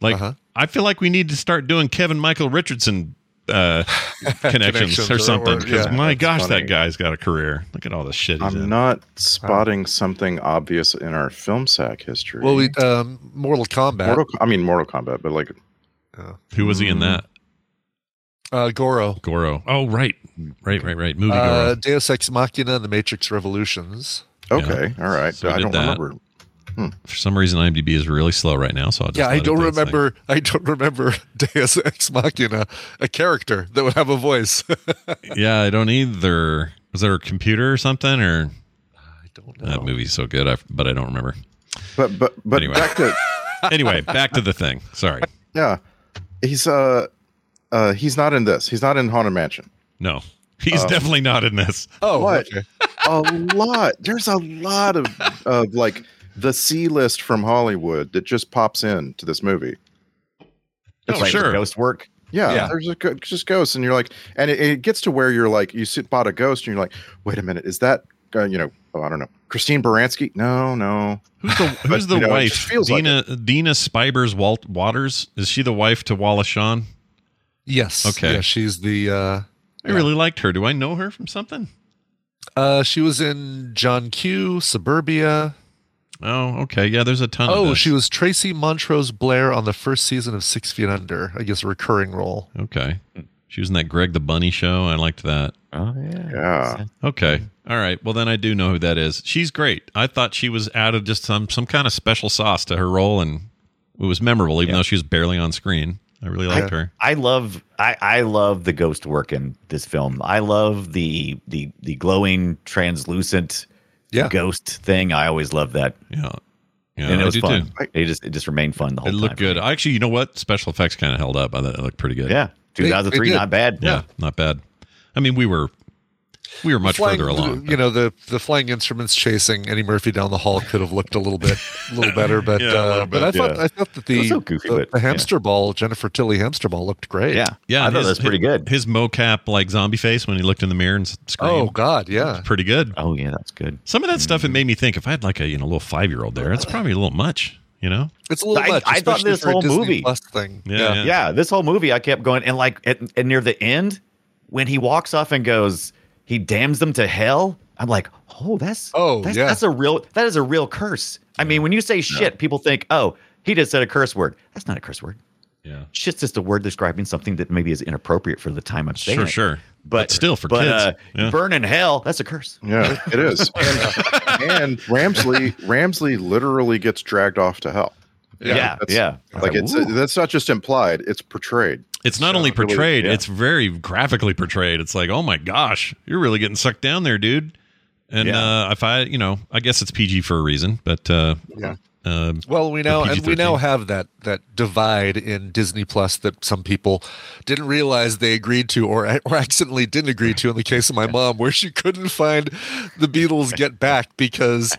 Like
Uh-huh.
I feel like we need to start doing Kevin Michael Richardson
*laughs*
uh, connections,
Connections
or
or-
something.
or-
'Cause
yeah,
my
that's
gosh,
funny.
that guy's got a career. Look at all the shit he's
I'm
in.
not spotting something obvious in our film sack history.
Well, we um, Mortal Kombat.
Mortal, I mean Mortal Kombat, but like
Who was he in that?
Mm. uh, Goro.
Goro. Oh right, right, right, right. Movie
Uh,
Goro.
Deus Ex Machina and the Matrix Revolutions.
okay, all right.
So
I
did
don't
that.
remember.
For some reason, IMDb is really slow right now, so I'll just
Yeah, I
let it
don't
do its thing.
remember. I don't remember *laughs* Deus Ex Machina, a character that would have a voice. *laughs*
Yeah, I don't either. Was there a computer or something? Or
I don't
that movie's so good, I, but I don't remember.
But but but
Anyway.
back to
Anyway, back to the thing. Sorry.
yeah, he's uh uh he's not in this. He's not in Haunted Mansion.
No, he's definitely not in this.
Oh,
What?
okay.
a lot. There's a lot of of like the C list from Hollywood that just pops in to this movie.
It's
Oh,
like
sure.
ghost work.
Yeah,
Yeah.
there's a, go- just ghosts, and you're like, and it, it gets to where you're like, you sit bought a ghost, and you're like, wait a minute, is that uh, you know, oh, I don't know, Christine Baranski? No, no,
Who's the Who's
But,
the
you know, it just
wife?
feels like
Dina Dina Spivers Walt Waters. Is she the wife to Wallace Shawn?
Yes.
Okay.
Yeah, she's the. Uh,
I really liked her. Do I know her from something?
uh, she was in John Q. Suburbia.
Oh, okay. Yeah, there's a ton. of
Oh,
this.
she was Tracy Montrose Blair on the first season of Six Feet Under. I guess a recurring role.
Okay. She was in that Greg the Bunny show. I liked that.
Oh yeah.
yeah,
Okay. All right. Well, then I do know who that is. She's great. I thought she was out of just some some kind of special sauce to her role, and it was memorable, even though she was barely on screen. I really liked her.
I love I, I love the ghost work in this film. I love the the the glowing translucent
Yeah.
ghost thing. I always love that.
Yeah. Yeah.
and
I
it was
do
fun.
too.
It just it just remained fun the whole
It
time.
looked good. Actually, you know what? Special effects kind of held up. I thought it looked pretty good.
Yeah. Two thousand three,
did.
not bad.
Yeah, not bad. I mean, we were we were much
Flying-
further along.
You know the the flying instruments chasing Eddie Murphy down the hall could have looked a little bit a little better, but
Yeah, a
uh,
little
but I thought
yeah.
I thought that
It
the,
was so goofy,
the,
but,
the
yeah.
hamster ball Jennifer Tilly hamster ball looked great.
Yeah.
yeah,
I
and
thought
his-
that was pretty good.
His mocap like zombie face when he looked in the mirror and s-
Oh
screamed.
God, yeah.
pretty good.
oh yeah, that's good.
Some of that stuff it made me think if I had like a you know little five year old there, it's probably a little much. You know?
It's a little
I-
much.
I thought
especially
this
for a
whole
Disney
movie-
Plus thing.
Yeah, yeah.
Yeah. this whole movie I kept going and like at, and near the end when he walks off and goes he damns them to hell. I'm like, "Oh, that's
Oh,
that's,
yeah.
that's a real that is a real curse." I mean, when you say shit, people think, "Oh, he just said a curse word." That's not a curse word.
Yeah.
Shit's just a word describing something that maybe is inappropriate for the time I'm saying.
Sure,
it.
sure.
But,
still for
but,
kids.
Uh,
Yeah.
Burn in hell, that's a curse.
yeah, it is.
*laughs*
And, and Ramsley Ramsley literally gets dragged off to hell.
Yeah, yeah.
that's- Like it's uh, that's not just implied; it's portrayed.
It's not only
really-
portrayed,
yeah.
it's very graphically portrayed. It's like, oh my gosh, you're really getting sucked down there, dude. And
Yeah.
uh, if I, you know, I guess it's PG for a reason, but uh,
Yeah.
uh,
Well, we now
Or
and we now
PG-13.
have that that divide in Disney Plus that some people didn't realize they agreed to or or accidentally didn't agree to. In the case of my mom, where she couldn't find the Beatles Get Back because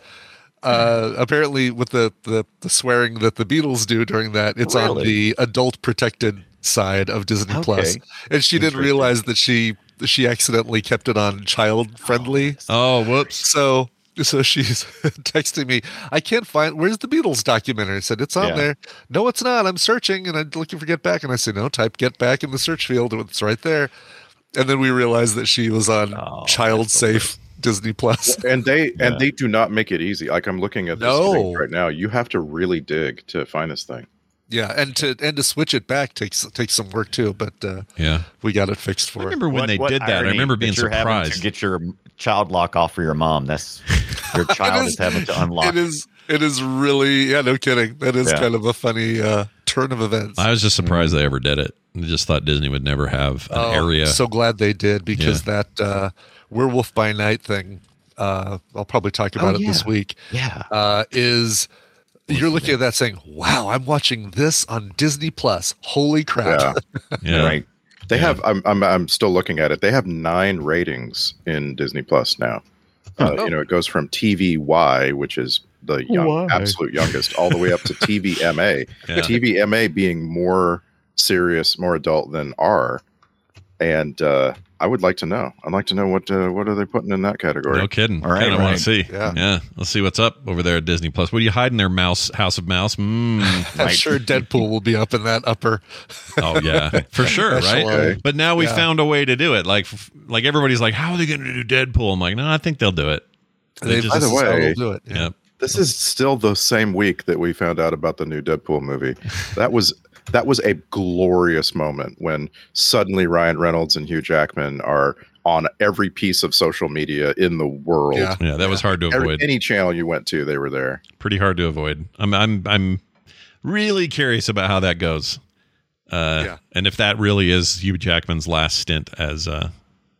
uh, apparently with the, the the swearing that the Beatles do during that, it's on
Really?
the adult protected side of Disney Plus,
Okay.
and she didn't realize that she she accidentally kept it on child friendly.
oh, whoops.
So so she's *laughs* texting me, I can't find where's the Beatles documentary? I said, It's on
Yeah.
there. No, it's not. I'm searching and I'm looking for get back. And I said, No, type get back in the search field. It's right there. And then we realized that she was on
Oh,
child safe Disney Plus.
And they and they do not make it easy. Like I'm looking at this
No.
thing right now. You have to really dig to find this thing.
*laughs* yeah, and to and to switch it back takes takes some work too, but uh,
Yeah.
we got it fixed for
I
her.
remember when
What-
they
what
did that. I
irony
remember
that
being
you're having
surprised.
To get your child lock off for your mom. That's
*laughs*
your child is,
is-
having to unlock.
*laughs* It is it is really yeah, no kidding. That is
Yeah.
kind of a funny uh, turn of events.
I was just surprised
Mm-hmm.
they ever did it. I just thought Disney would never have an
Oh,
area.
So glad they did because that uh, werewolf by night thing. Uh, I'll probably talk about it this
yeah.
week.
Yeah.
uh, is you're looking at that saying, "Wow, I'm watching this on Disney Plus. Holy crap!"
Yeah.
yeah.
Right.
They have. I'm, I'm. I'm still looking at it. They have nine ratings in Disney Plus now. Uh, You know, it goes from TVY, which is the young, absolute youngest, all the way up to TVMA.
Yeah.
TVMA being more serious, more adult than R. And uh, I would like to know. I'd like to know what uh, what are they putting in that category?
No kidding.
All right,
kind of want
right.
to see.
Yeah.
Yeah. Let's see what's up over there at Disney Plus. What do you hide in their mouse house of mouse? Mm.
*laughs* I'm sure Deadpool will be up in that upper.
oh yeah, for sure, right?
Echelon.
But now we
Yeah.
found a way to do it. Like f- like everybody's like, how are they going to do Deadpool? I'm like, no, I think they'll do it. They
They've-
just-
this
By the
is how
way-
they'll do it.
Yep.
This is still the same week that we found out about the new Deadpool movie. That was that was a glorious moment when suddenly Ryan Reynolds and Hugh Jackman are on every piece of social media in the world.
Yeah.
Yeah, that was hard to
Every,
avoid.
any channel you went to, they were there.
Pretty hard to avoid. I'm I'm I'm really curious about how that goes. Uh,
Yeah.
and if that really is Hugh Jackman's last stint as uh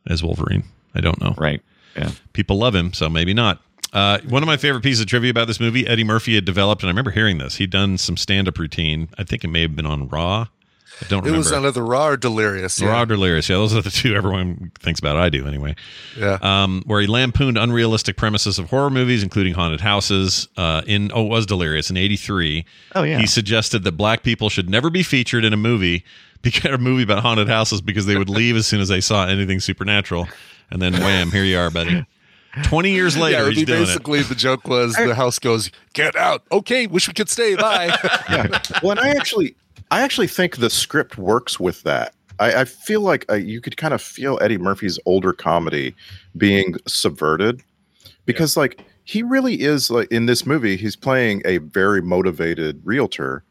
as Wolverine. I don't know.
Right. Yeah.
people love him, so maybe not. Uh, one of my favorite pieces of trivia about this movie, Eddie Murphy had developed, and I remember hearing this. He'd done some stand-up routine. I think it may have been on Raw. I don't
It
remember.
was another raw or delirious. Yeah.
Raw or Delirious. Yeah, those are the two everyone thinks about. I do anyway.
yeah.
Um, where he lampooned unrealistic premises of horror movies, including haunted houses. Uh, in oh, it was Delirious in '83.
Oh, yeah.
He suggested that black people should never be featured in a movie, because a movie about haunted houses, because they would leave as soon as they saw anything supernatural, and then wham, here you are, buddy. Twenty years later,
yeah, I
he's
mean,
doing it.
basically the joke
*laughs*
was the house goes, "Get out." Okay, wish we could stay. Bye.
well, and I actually, I actually think the script works with that. I, I feel like uh, you could kind of feel Eddie Murphy's older comedy being subverted because, like, he really is like in this movie, he's playing a very motivated realtor,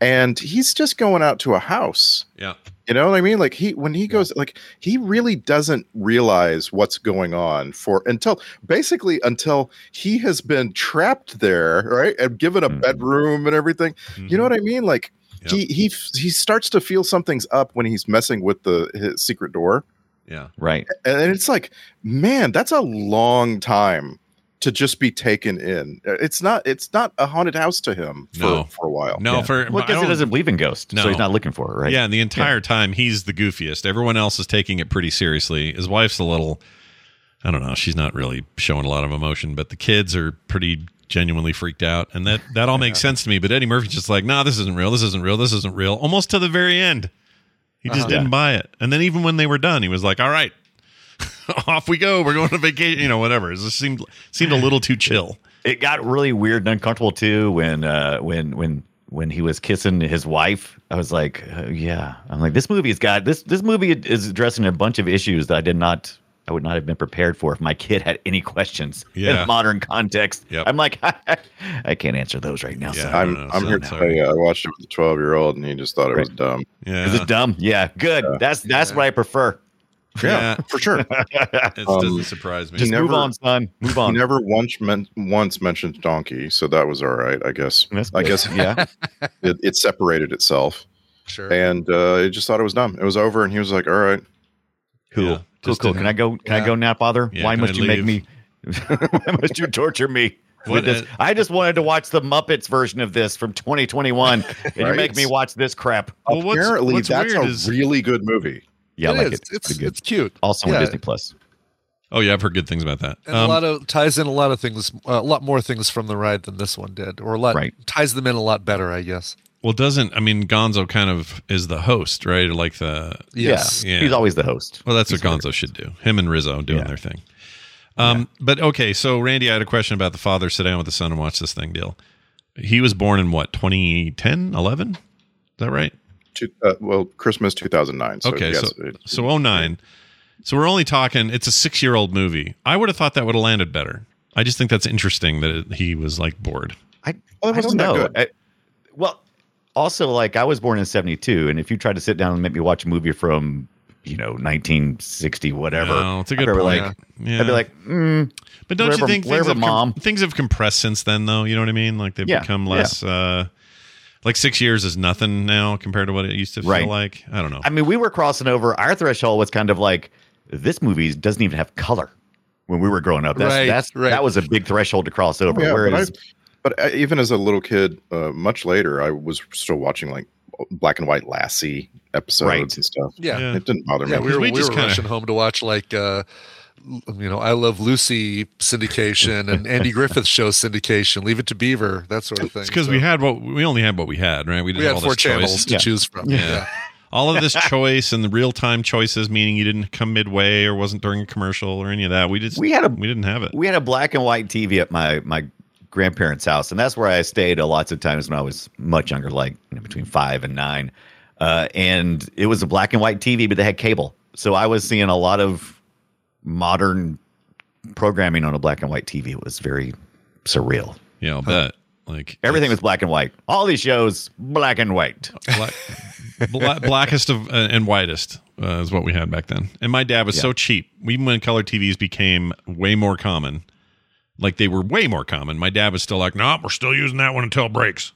and he's just going out to a house.
Yeah.
You know what I mean? Like he when he goes like he really doesn't realize what's going on for until basically until he has been trapped there, right? And given a
Mhm.
bedroom and everything. You know what I mean? Like
Mm-hmm. Yeah.
he he f- he starts to feel something's up when he's messing with the his secret door.
Yeah.
Right.
And it's like, man, that's a long time to just be taken in. Uh, It's not it's not a haunted house to him for,
No.
for a while.
No,
Yeah.
for
Well,
I
because he
don't-
doesn't believe in ghosts,
No.
so he's not looking for it, right?
Yeah, and the entire time he's the goofiest. Everyone else is taking it pretty seriously. His wife's a little I don't know, she's not really showing a lot of emotion, but the kids are pretty genuinely freaked out. And that that all makes sense to me. But Eddie Murphy's just like, nah, this isn't real, this isn't real, this isn't real. Almost to the very end. He just didn't buy it. And then even when they were done, he was like, All right, *laughs* off we go. We're going to vacation, you know, whatever. It just seemed seemed a little too chill.
It got really weird and uncomfortable too when uh when when when he was kissing his wife. I was like, uh, yeah. I'm like, this movie's got this this movie is addressing a bunch of issues that I did not I would not have been prepared for if my kid had any questions in
Yeah.
a modern context.
Yep.
I'm like, *laughs* I can't answer those right now.
Yeah.
son.
I'm
I don't know,
I'm
so
here
I'm
to
sorry.
tell you, I watched it with a 12 year old and he just thought it was dumb.
Yeah.
Is it dumb? Yeah, good. That's that's what I prefer.
Yeah.
*laughs*
for sure.
It
Um,
doesn't surprise me.
Just
never-
move on, son. Move
He
on.
never once men- once mentioned donkey, so that was all right, I guess.
That's
I
good.
guess *laughs*
yeah.
it, it separated itself,
sure.
and uh, he just thought it was dumb. It was over, and he was like, "All right,
Cool.
Yeah,
cool.
just
Cool.
a-
Can I go? Can
yeah.
I go now, Father?
Yeah,
Why
can
must
I
you make me? *laughs*
leave?
why must you torture me?
*laughs* What
with this?
a-
I just wanted to watch the Muppets version of this
*laughs*
from 2021, and you
Right.
make me watch this crap.
Well, what's-
apparently
what's
that's
weird
a
is-
really good movie."
Yeah, I
Oh, It
like
is.
it. It's,
It's
pretty good.
it's cute.
also
yeah.
on Disney Plus.
Oh yeah, I've heard good things about that. Um,
And
Um,
a lot of ties in a lot of things, uh, a lot more things from the ride than this one did, or a lot
Right.
ties them in a lot better, I guess.
Well, doesn't I mean Gonzo kind of is the host, right? Like the
Yes.
Yeah.
He's always the host.
well, that's
He's
what
the-
Gonzo should do. Him and Rizzo doing
Yeah.
their thing. Um, but okay, so Randy, I had a question about the father sit down with the son and watch this thing deal. He was born in what 2010, 11? Is that right?
Two, uh, well, Christmas 2009. So
okay,
yes,
so
it-
so 09. So we're only talking. It's a six year old movie. I would have thought that would have landed better. I
Oh,
just think that's interesting that it, he was like bored.
I,
Well, it
I don't
wasn't that
know.
good.
I- well, also like I was born in 72 and if you try to sit down and make me watch a movie from, you know, 1960 whatever.
No, it's a good
I'd be
point.
Like,
Yeah.
I'd be like, mm,
But don't
Wherever-
you think things
wherever
have,
mom-
things have compressed since then, though? You know what I mean? Like they've
Yeah,
become
yeah.
less. Uh, like six years is nothing now compared to what it used to
Right.
feel like. I don't know.
I mean, we were crossing over. Our threshold was kind of like this movie doesn't even have color when we were growing up. That's,
Right,
that's
right.
that was a big threshold to cross over.
Yeah, but, I,
Whereas
but I- even as a little kid, uh, much later, I was still watching like black and white Lassie episodes
Right.
and stuff.
Yeah.
Yeah.
It didn't bother
Yeah,
me.
we were,
we
we
just
were
kinda-
rushing home to watch like uh, l- you know I Love Lucy syndication and Andy Griffith show syndication, Leave It to Beaver, that sort of thing.
it's because we
So
had what we only had what we had, right? We didn't
we
have
had
all
four
this choice.
channels to
Yeah.
choose from.
Yeah. All of
*laughs*
this choice and the real time choices, meaning you didn't come midway or wasn't during a commercial or any of that. We just
We had a-
we didn't have it.
we had a black and white TV at my my grandparents' house, and that's where I stayed a lots of times when I was much younger, like you know, between five and nine. Uh, and it was a black and white TV, but they had cable, so I was seeing a lot of modern programming on a black and white TV. It was very surreal.
yeah, I'll bet. Like
Everything was
it's
black and white. All these shows, black and white.
black, bla- blackest of uh, and whitest uh, is what we had back then. And my dad was so cheap. Even when color TVs became way more common, like they were way more common, my dad was still like, "No, we're still using that one until it breaks.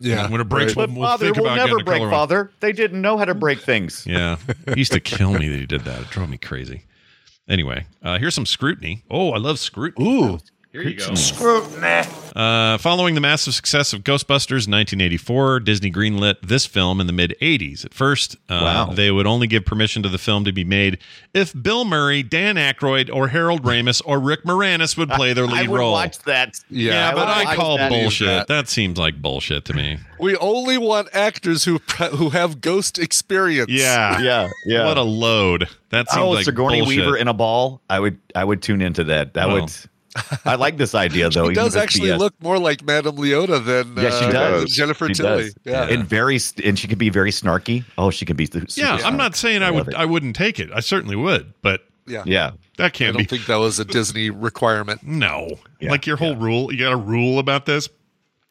yeah.
when it breaks,
But
we'll, we'll
father
think
will
about
never
getting a
break.
color one."
Father, they didn't know how to break things.
Yeah. He
*laughs*
used to kill me that he did that. It drove me crazy. Anyway, uh, here's some scrutiny. Oh, I love scrutiny. Ooh. Here you go. Scrutiny. Uh, following the massive success of Ghostbusters in 1984, Disney greenlit this film in the mid 80s. At first, uh,
Wow.
they would only give permission to the film to be made if Bill Murray, Dan Aykroyd, or Harold Ramis or Rick Moranis would play their lead
*laughs* I would
role.
watch that.
Yeah,
yeah,
I
but
would
I
watch
call
that.
bullshit. That. seems like bullshit to me.
We only want actors who pre- who have ghost
*laughs*
experience.
Yeah.
*laughs* Yeah, yeah.
What a load. That seems
oh,
like
Sigourney
bullshit. Oh.
Weaver in a ball. I would I would tune into that. That
Well.
would. I like this
*laughs*
idea though.
He
even
does
if it's
actually
BS.
look more like Madame Leota than,
Yeah, she
uh,
does.
than Jennifer
She
Tilly.
does.
Yeah.
and very st- and she can be very snarky. Oh, she can be. Super
Yeah, I'm not saying I,
love
would.
it.
I wouldn't take it. I certainly would, but
yeah,
Yeah,
that
I
can't be.
don't think that was a
*laughs*
Disney requirement.
no,
Yeah,
like your whole rule. You got a rule about this.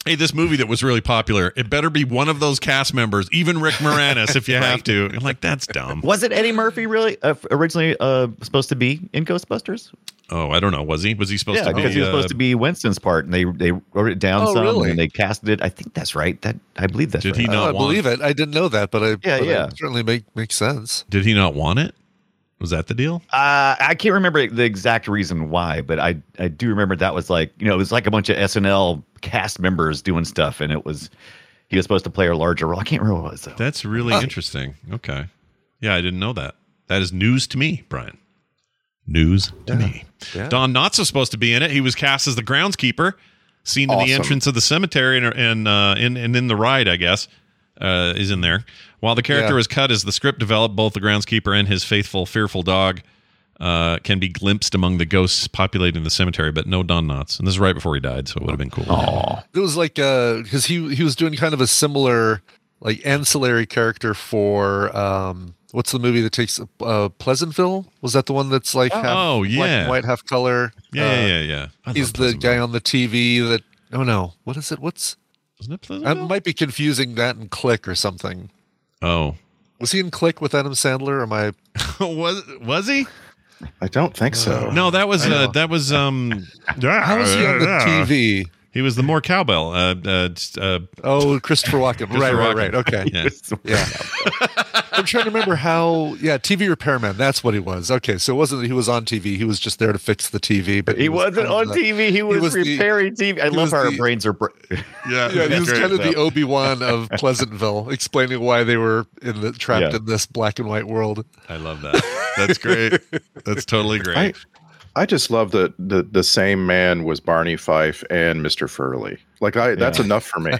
Hey, this movie that was really popular. It better be one of those cast members, even Rick Moranis,
*laughs*
if you have to. And like that's dumb.
was it Eddie Murphy really uh, originally uh, supposed to be in Ghostbusters?
Oh, I don't know. Was he? Was he supposed to
yeah,
be?
because he was
uh,
supposed to be Winston's part, and they they wrote it down
Oh,
some,
really?
and they casted it. I think that's right. That I believe that's
Did
right.
he not
I
want-
believe it. I didn't know that, but I
Yeah,
but I-
yeah.
certainly make makes sense.
Did he not want it? Was that the deal?
Uh, I can't remember the exact reason why, but I, I do remember that was like, you know, it was like a bunch of SNL cast members doing stuff, and it was, he was supposed to play a larger role. I can't remember what it was, though.
That's really interesting. Okay. Yeah, I didn't know that. That is news to me, Brian. News to me. Don Knotts was supposed to be in it. He was cast as the groundskeeper, seen in the
Awesome.
entrance of the cemetery and and uh, in and in the ride, I guess, uh, is in there. While the character
Yeah.
was cut as the script developed, both the groundskeeper and his faithful, fearful dog uh, can be glimpsed among the ghosts populating the cemetery, but no Don Knotts. And this is right before he died, so it would have been cool.
It was like because he he was doing kind of a similar like ancillary character for um what's the movie that takes uh, Pleasantville? Was that the one that's like half
Oh,
black
yeah.
and white, half color?
Yeah,
Uh,
yeah, yeah, yeah. I
He's
love
the
Pleasantville.
guy on the TV that. Oh no, what is it? What's
Isn't it
I
Pleasantville?
might be confusing that and Click or something.
oh,
Was he in Click with Adam Sandler? Or am I?
*laughs* was was he?
I don't think so.
No, that was uh, that was
*laughs*
um.
How was he on
uh,
the TV?
He was the more cowbell. Uh, uh, just, uh,
Oh, Christopher Walken. right, right,
Walken.
right. Okay.
*laughs*
yeah.
Yeah. I'm trying to remember how. Yeah, TV repairman. That's what he was. Okay, so it wasn't that he was on TV. He was just there to fix the TV. But
He wasn't
kind
on
of the-
TV. He was,
was the-
repairing TV. I
he
love
was
how our
the-
brains are. Br-
yeah,
Yeah, he was
Great.
kind of the Obi
*laughs*
Wan of Pleasantville, explaining why they were in the, trapped
Yeah.
in this black and white world.
I love that. That's great. That's totally great.
I, I just love that the, the same man was Barney Fife and Mr. Furley. Like I, that's enough
*laughs*
for me.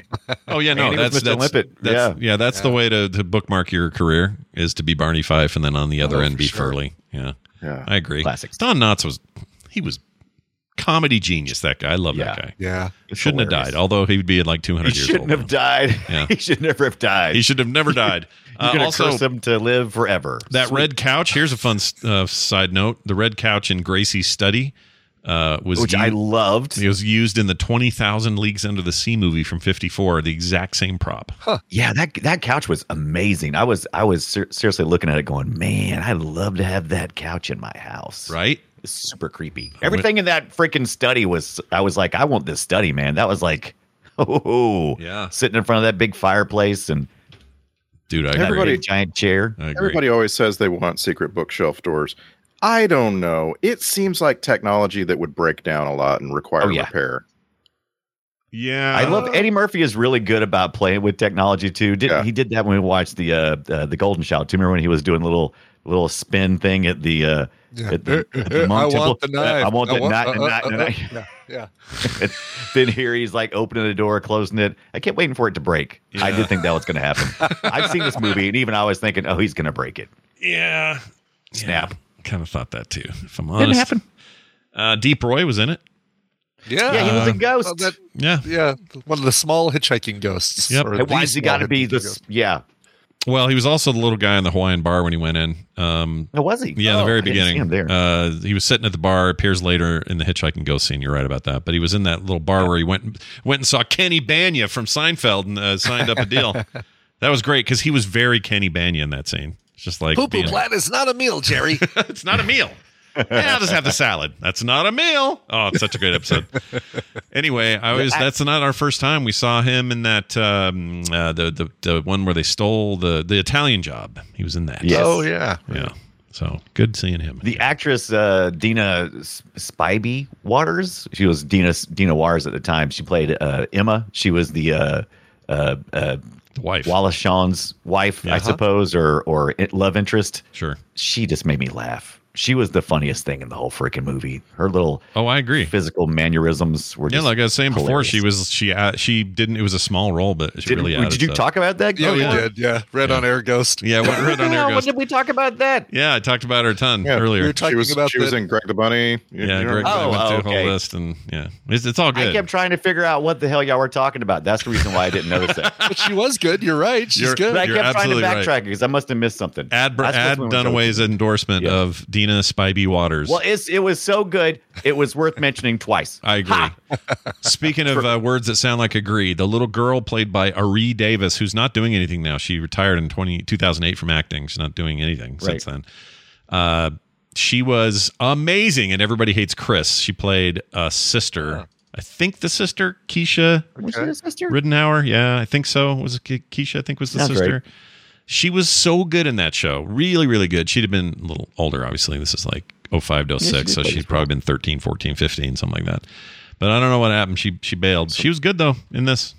oh yeah, no,
And he was
that's
Mr.
that's,
Limpet.
that's yeah, that's the way to, to bookmark your career is to be Barney Fife and then on the other
Oh,
end
for
be
sure.
Furley. Yeah,
Yeah.
I agree.
Classics.
Don Knotts was he was comedy genius. That guy, I love that
Yeah.
guy.
Yeah.
Shouldn't have died. Although he'd be like two
he
hundred years old.
shouldn't have
now.
died.
Yeah.
*laughs* he should never have died.
He should have never
*laughs*
died.
You're
Uh,
gonna
also,
curse him to live forever.
That red couch. Here's a fun uh, side note: the red couch in Gracie's study uh, was
which I
u-
loved.
it was used in the twenty thousand leagues under the sea movie from fifty four. The exact same prop.
Yeah, that that couch was amazing. I was I was ser- seriously looking at it, going, man, I'd love to have that couch in my house.
Right.
It's super creepy. Everything in that freaking study was. I was like, I want this study, man. That was like, *laughs* oh
Yeah.
sitting in front of that big fireplace and
Dude, I
Everybody-
agree.
big giant chair.
I agree.
Everybody always says they want secret bookshelf doors. I don't know. It seems like technology that would break down a lot and require
Oh, yeah.
repair.
Yeah.
I love Eddie Murphy is really good about playing with technology too. Did
Yeah.
he did that when we watched the uh, uh the Golden Child? Do you remember when he was doing the little little spin thing at the uh
Yeah.
at the, at
*laughs*
the
I
monk temple?
want the
Uh,
knife.
I want that knife.
uh,
knife- *laughs*
uh,
knife.
uh, yeah, yeah.
And then here he's like opening the door, closing it. I kept waiting for it to break. I
Yeah.
did think that was going to happen. I've seen this movie, and even I was thinking, oh, he's going to break it.
Yeah.
Snap.
Kind of thought that too. If I'm honest.
happen.
Uh, Deep Roy was in it.
Yeah.
yeah, he
Uh,
was a ghost.
Well, that-
Yeah.
yeah, one of the small hitchhiking ghosts.
Yep.
or
Hey, why
the
has he got to
small
be
hitchhiking
this?
ghost.
Yeah.
Well, he was also the little guy in the Hawaiian bar when he went in. Um,
Oh, was he?
yeah, in
Oh,
the very
I didn't see
beginning.
him there.
Uh, he was sitting at the bar. Appears later in the Hitchhiking Ghost scene. You're right about that. But he was in that little bar where he went went and saw Kenny Banya from Seinfeld and uh, signed up a deal.
*laughs*
that was great because he was very Kenny Banya in that scene. It's just like
Poo poo
being-
plat is not a
*laughs*
meal, Jerry.
it's not a meal. Yeah, I'll just have the salad. That's not a meal. Oh, it's such a great episode. Anyway, I always that's not our first time we saw him in that um, uh, the, the the one where they stole the the Italian job. He was in that.
Yes.
Oh yeah,
Yeah. So good seeing him.
The actress uh, Dina S- Spivey Waters, she was Dina Dina Waters at the time. She played uh, Emma. She was the uh, uh, uh,
the wife.
Wallace Shawn's wife, I
Uh-huh.
suppose, or or it- love interest.
sure.
she just made me laugh. She was the funniest thing in the whole freaking movie. Her little
Oh, I agree.
physical mannerisms were
Yeah,
just
like I was saying before,
hilarious.
she was she uh, she didn't. It was a small role, but she
Did,
really added
did you
stuff.
talk about that?
yeah, Oh, we
Gilmore?
did. Yeah, red on air ghost.
Yeah, what, right
*laughs*
on
Yeah,
there
when
goes.
did we talk about that?
Yeah, I talked about her a ton
Yeah,
earlier.
we were talking
She was
about
she was
the-
in Greg the Bunny. You-
yeah,
you
Greg
know,
I
Oh,
went through the
okay.
whole list, and yeah, it's, it's all good.
I kept trying to figure out what the hell y'all were talking about. That's the reason why I didn't
*laughs*
notice that.
But she was good. You're right. She's
You're-
good.
But I
You're
kept trying
absolutely
to backtrack
right.
because I must have missed something.
Ad,
That's
Ad
when we were going.
Dunaway's endorsement
Yeah.
of Dina Spivey Waters.
Well, it's it was so good, it was worth mentioning twice.
*laughs* I agree. Speaking of uh, words that sound like agree, the little girl played by Ari Davis, who's not doing anything now. She retired in 20, 2008 from acting. She's not doing anything since then. Uh, she was amazing, and everybody hates Chris. She played a sister. I think the sister, Keisha
Was she a sister?
Riddenauer. Yeah, I think so. Was it Ke- Keisha? I think was the
Sounds
sister. She was so good in that show. Really, really good. She'd have been a little older, obviously. This is like 05 to 06, so she'd probably been 13, 14, 15, something like that. But I don't know what happened. She she bailed. She was good though in this.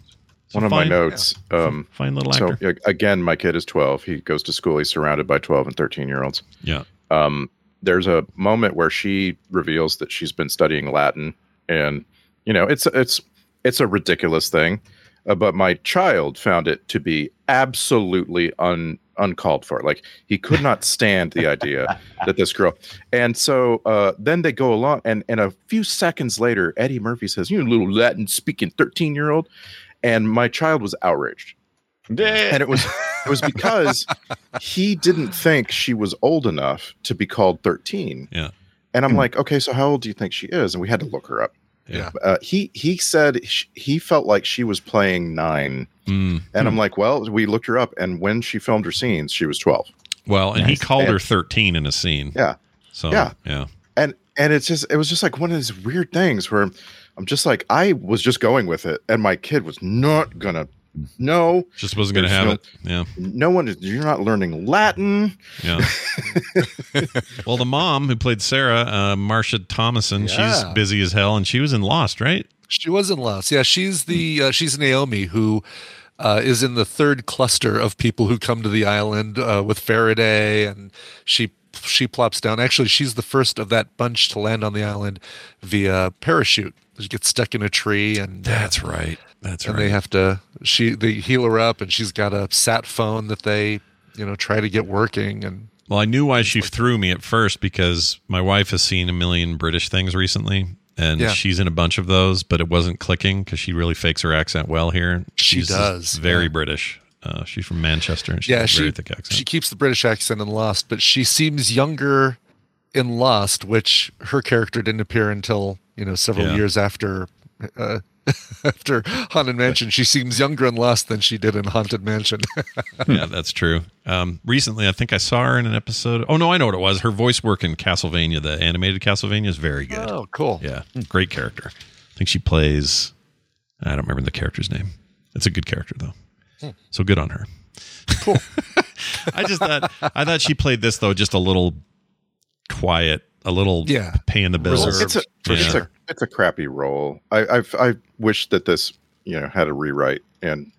She's
One of my
fine-
notes. Um,
Fine little
so
actor.
a- again, my kid is 12. He goes to school. He's surrounded by 12 and 13 year olds.
yeah.
um, there's a moment where she reveals that she's been studying Latin, and you know it's it's it's a ridiculous thing, uh, but my child found it to be absolutely un uncalled for. Like he could not stand the idea that this girl. And so uh, then they go along, and and a few seconds later, Eddie Murphy says, "You little Latin speaking thirteen year old," and my child was outraged and it was it was because he didn't think she was old enough to be called 13
Yeah.
and i'm like okay so how old do you think she is and we had to look her up
Yeah.
uh, he he said sh he felt like she was playing nine
Mm.
and i'm like well we looked her up and when she filmed her scenes she was 12
Well, and he
Nice.
called
And-
her 13 in a scene.
Yeah.
So yeah.
Yeah.
Yeah.
and and it's just it was just like one of these weird things where i'm just like i was just going with it and my kid was not gonna no
Just wasn't gonna
There's
have
no-
it. Yeah.
no one is you're not learning latin
Yeah.
*laughs*
well, the mom who played Sarah, uh, Marsha Thomason,
Yeah.
she's busy as hell, and she was in Lost, right?
She was in Lost. Yeah, she's the uh, she's Naomi who uh, is in the third cluster of people who come to the island uh, with Faraday, and she she plops down. Actually, she's the first of that bunch to land on the island via parachute. She gets stuck in a tree, and uh,
right. That's
and they have to she they heal her up, and she's got a sat phone that they you know try to get working, and
Well, I knew why she threw me at first because my wife has seen a million British things recently, and
Yeah.
she's in a bunch of those, but it wasn't clicking because she really fakes her accent well here.
She
She's just
does,
Very
yeah.
British. Uh, she's from Manchester, and she
yeah,
has a
she
very thick accent.
she keeps the British accent in Lost, but she seems younger in Lost, which her character didn't appear until you know several
Yeah.
years after uh, *laughs* after Haunted Mansion. She seems younger in Lost than she did in Haunted Mansion. *laughs*
yeah, that's true. Um, recently, I think I saw her in an episode. Oh no, I know what it was. Her voice work in Castlevania, the animated Castlevania, is very good.
oh, cool.
Yeah, great character. I think she plays. I don't remember the character's name. It's a good character though, so good on her. Cool. *laughs* I just thought I thought she played this though just a little quiet, a little
Yeah.
paying the bills.
Reserved.
It's a
For
it's
sure.
a it's a crappy role. I I've, I wish that this you know had a rewrite and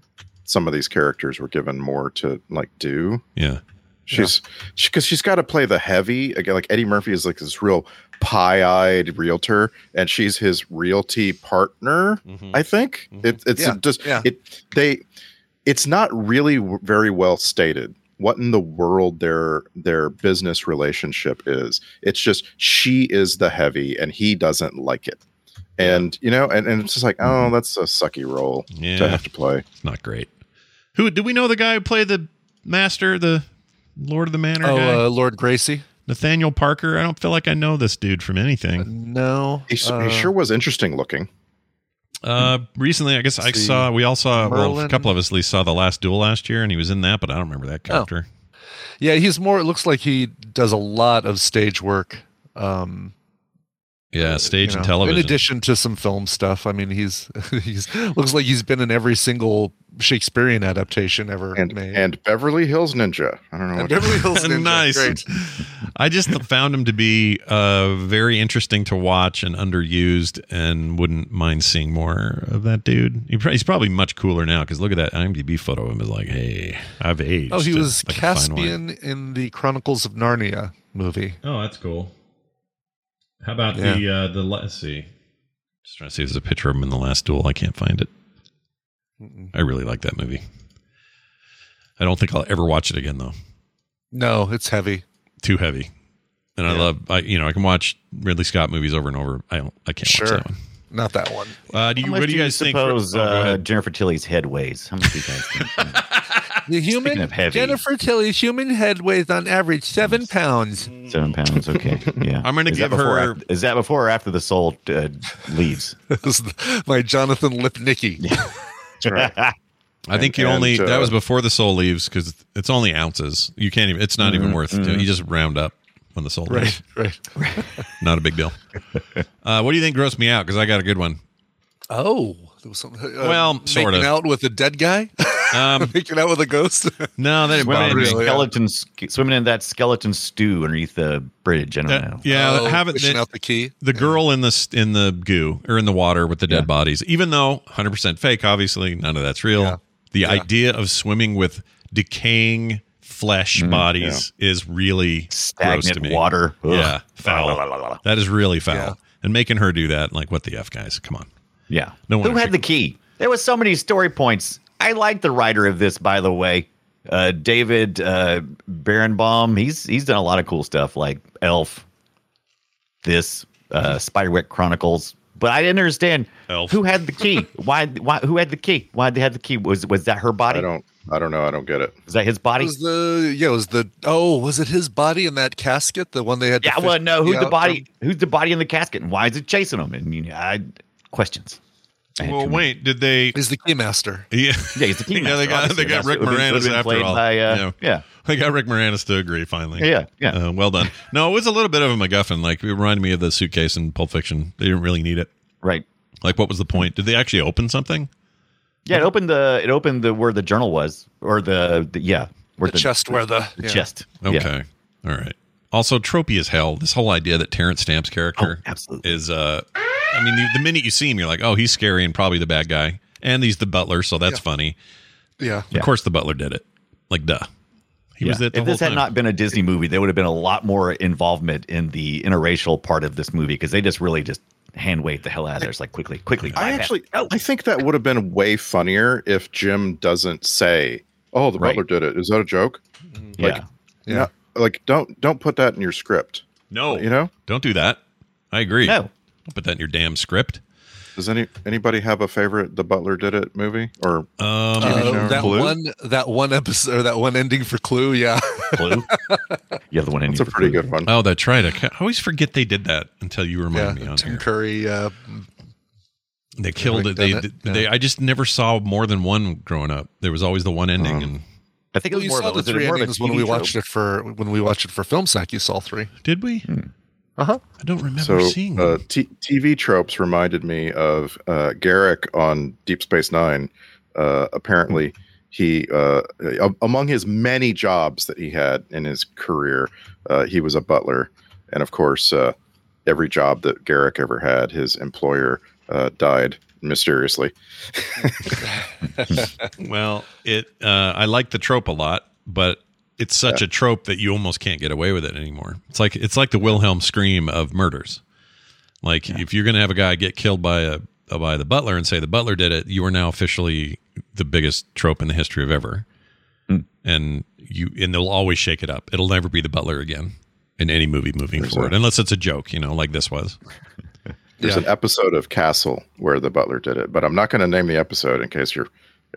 some of these characters were given more to like do.
Yeah,
She's because she, has got to play the heavy again. Like Eddie Murphy is like this real pie-eyed realtor, and she's his realty partner. I think it, it's
Yeah,
just
yeah.
it they it's not really w- very well stated what in the world their their business relationship is. It's just she is the heavy and he doesn't like it. And you know, and, and it's just like, oh, that's a sucky role
Yeah.
to have to play.
it's not great. Who do we know? The guy who played the master, the Lord of the Manor guy?
Oh, uh, Lord Gracie.
Nathaniel Parker. I don't feel like I know this dude from anything.
No,
He, s
uh,
he sure was interesting looking.
Uh, recently, I guess I
see.
saw. We all saw. Well, a
Merlin.
couple of us at least saw the last duel last year, and he was in that, but I don't remember that
Oh.
character.
yeah. He's more. It looks like he does a lot of stage work. Um,
Yeah, stage
Uh, you
and
know,
television. *laughs*
In addition to some film stuff, I mean, he's *laughs* he's looks like he's been in every single Shakespearean adaptation ever
And
made.
and Beverly Hills Ninja. I don't know
And
what
Beverly
*laughs*
Hills Ninja,
nice.
great.
I just found him to be uh, very interesting to watch and underused, and wouldn't mind seeing more of that dude. He prob- he's probably much cooler now because look at that IMDb photo of him. Is like, hey, I've aged.
Oh, he was
like a fine wine.
Caspian in the Chronicles of Narnia movie.
Oh, that's cool. How about
Yeah.
the uh, the let's see. Just trying to see if there's a picture of him in the last duel. I can't find it. I really like that movie. I don't think I'll ever watch it again though.
No, it's heavy.
Too heavy. And I love I you know, I can watch Ridley Scott movies over and over. I don't I can't
Sure.
watch that one.
Not that one.
Uh, do you,
How much
what do you guys think?
suppose
oh, go
uh,
ahead.
Jennifer Tilly's head weighs? How much do you
*laughs*
guys think?
The
Speaking
human
of heavy. Jennifer
Tilly's human head weighs on average seven pounds. *laughs*
Seven pounds. Okay. Yeah.
I'm gonna
Is that
give
before or
her-
af- is that before or after the soul uh, leaves?
My Jonathan Lipnicki.
*laughs*
I think you
and,
only
uh,
that was before the soul leaves because it's only ounces. You can't even it's not even worth doing- you just round up when the soul leaves.
Right, right.
Not a big deal. uh, what do you think grossed me out? Because I got a good one.
Oh, there was something. uh,
Well, sort
making
of.
out with a dead guy, *laughs*
Um,
making out with a ghost.
no, that didn't
Swimming,
bother
in
me.
really.
skeleton, sk- swimming in that skeleton stew underneath the bridge. I don't
That-
know.
yeah,
*laughs* Oh,
have it.
fishing
The,
out the key.
the girl in the s- in the goo or in the water with the dead bodies, even though 100 percent fake, obviously none of that's real.
Yeah.
The idea of swimming with decaying flesh bodies is really gross to
Stagnant
me.
water. Ugh.
Yeah,
La, la, la, la,
foul.
la.
That is really foul.
Yeah.
And making her do that, like, what the f, guys? Come on.
Yeah.
No
Who
wonder
had
she-
the key? There was so many story points. I like the writer of this, by the way. Uh, David uh, Barenbaum. He's he's done a lot of cool stuff like Elf, this uh, Spiderwick Chronicles. But I didn't understand
Elf.
who had
*laughs*
the key. why? Why? Who had the key? Why they had the key? Was was that her body?
I don't I don't know, I don't get it.
Was that his
It
body?
was the yeah? It was the oh? Was it his body in that casket? The one they had? to
Yeah,
fish
well, no. Who's
out
the
from?
body? Who's the body in the casket? And why is it chasing him? And you know, I questions. I had
Well,
too many.
wait, did they?
Is the keymaster?
Yeah, *laughs*
Yeah, he's the key
they
master,
got
obviously.
they got
That's-
Rick
it would've been- it
Moranis
would've been
after
played
all.
by, uh,
Yeah.
yeah.
*laughs* They got Rick Moranis to agree finally.
Yeah, yeah.
Uh, well done. No, it was a little bit of a MacGuffin. Like it reminded me of the suitcase in Pulp Fiction. They didn't really need it.
Right.
Like, what was the point? Did they actually open something?
Yeah, it opened the it opened the where the journal was or the, the yeah where
The, chest where the,
the
yeah.
chest. Yeah.
Okay, all right. Also, tropey as hell. This whole idea that Terrence Stamp's character
Oh, absolutely.
is uh, I mean, you, the minute you see him, you're like, oh, he's scary and probably the bad guy, and he's the butler, so that's funny.
Yeah.
Yeah.
Of course, the butler did it. Like, duh. He was
Yeah.
it the
if this
whole
had
time.
not been a Disney movie, there would have been a lot more involvement in the interracial part of this movie because they just really just hand waved the hell out of there. It's like quickly, quickly.
I
bypass.
actually, oh. I think that would have been way funnier if Jim doesn't say, "Oh, the
Right.
butler did it." Is that a joke?
yeah.
Yeah.
No, like, don't don't put that in your script.
no,
You know,
don't do that. I agree.
No.
Don't put that in your damn script.
Does any anybody have a favorite The Butler Did It movie or
Um,
TV
Uh,
show?
that
Clue?
one, that one episode, or that one ending for Clue. Yeah,
*laughs*
Clue. the other one.
That's a pretty good one.
oh, that's right. I, ca- I always forget they did that until you
*laughs* yeah.
remind me on
Tim
here.
Curry. Uh,
They killed it. They,
done it, yeah.
they. I just never saw more than one growing up. There was always the one ending,
Um,
and
I think it
well,
was
you
more
saw
of a,
the
was it
three
more of a
endings when
TV
we
show?
watched it for when we watched it for film sack. You saw three. *laughs*
did we?
Uh huh.
I don't remember
hmm. Uh-huh. So
seeing.
uh,
them.
t- TV tropes reminded me of uh, Garrick on Deep Space Nine. Uh, apparently, he uh, a- among his many jobs that he had in his career, uh, he was a butler, and of course, uh, every job that Garrick ever had, his employer uh, died mysteriously.
Well, it. Uh, I like the trope a lot, but it's such a trope that you almost can't get away with it anymore. It's like it's like the Wilhelm scream of murders. Like if you're going to have a guy get killed by a by the butler and say the butler did it, you are now officially the biggest trope in the history of ever. And you and they'll always shake it up. It'll never be the butler again in any movie moving forward, unless it's a joke, you know, like this was.
There's an episode of Castle where the butler did it, but I'm not going to name the episode in case you're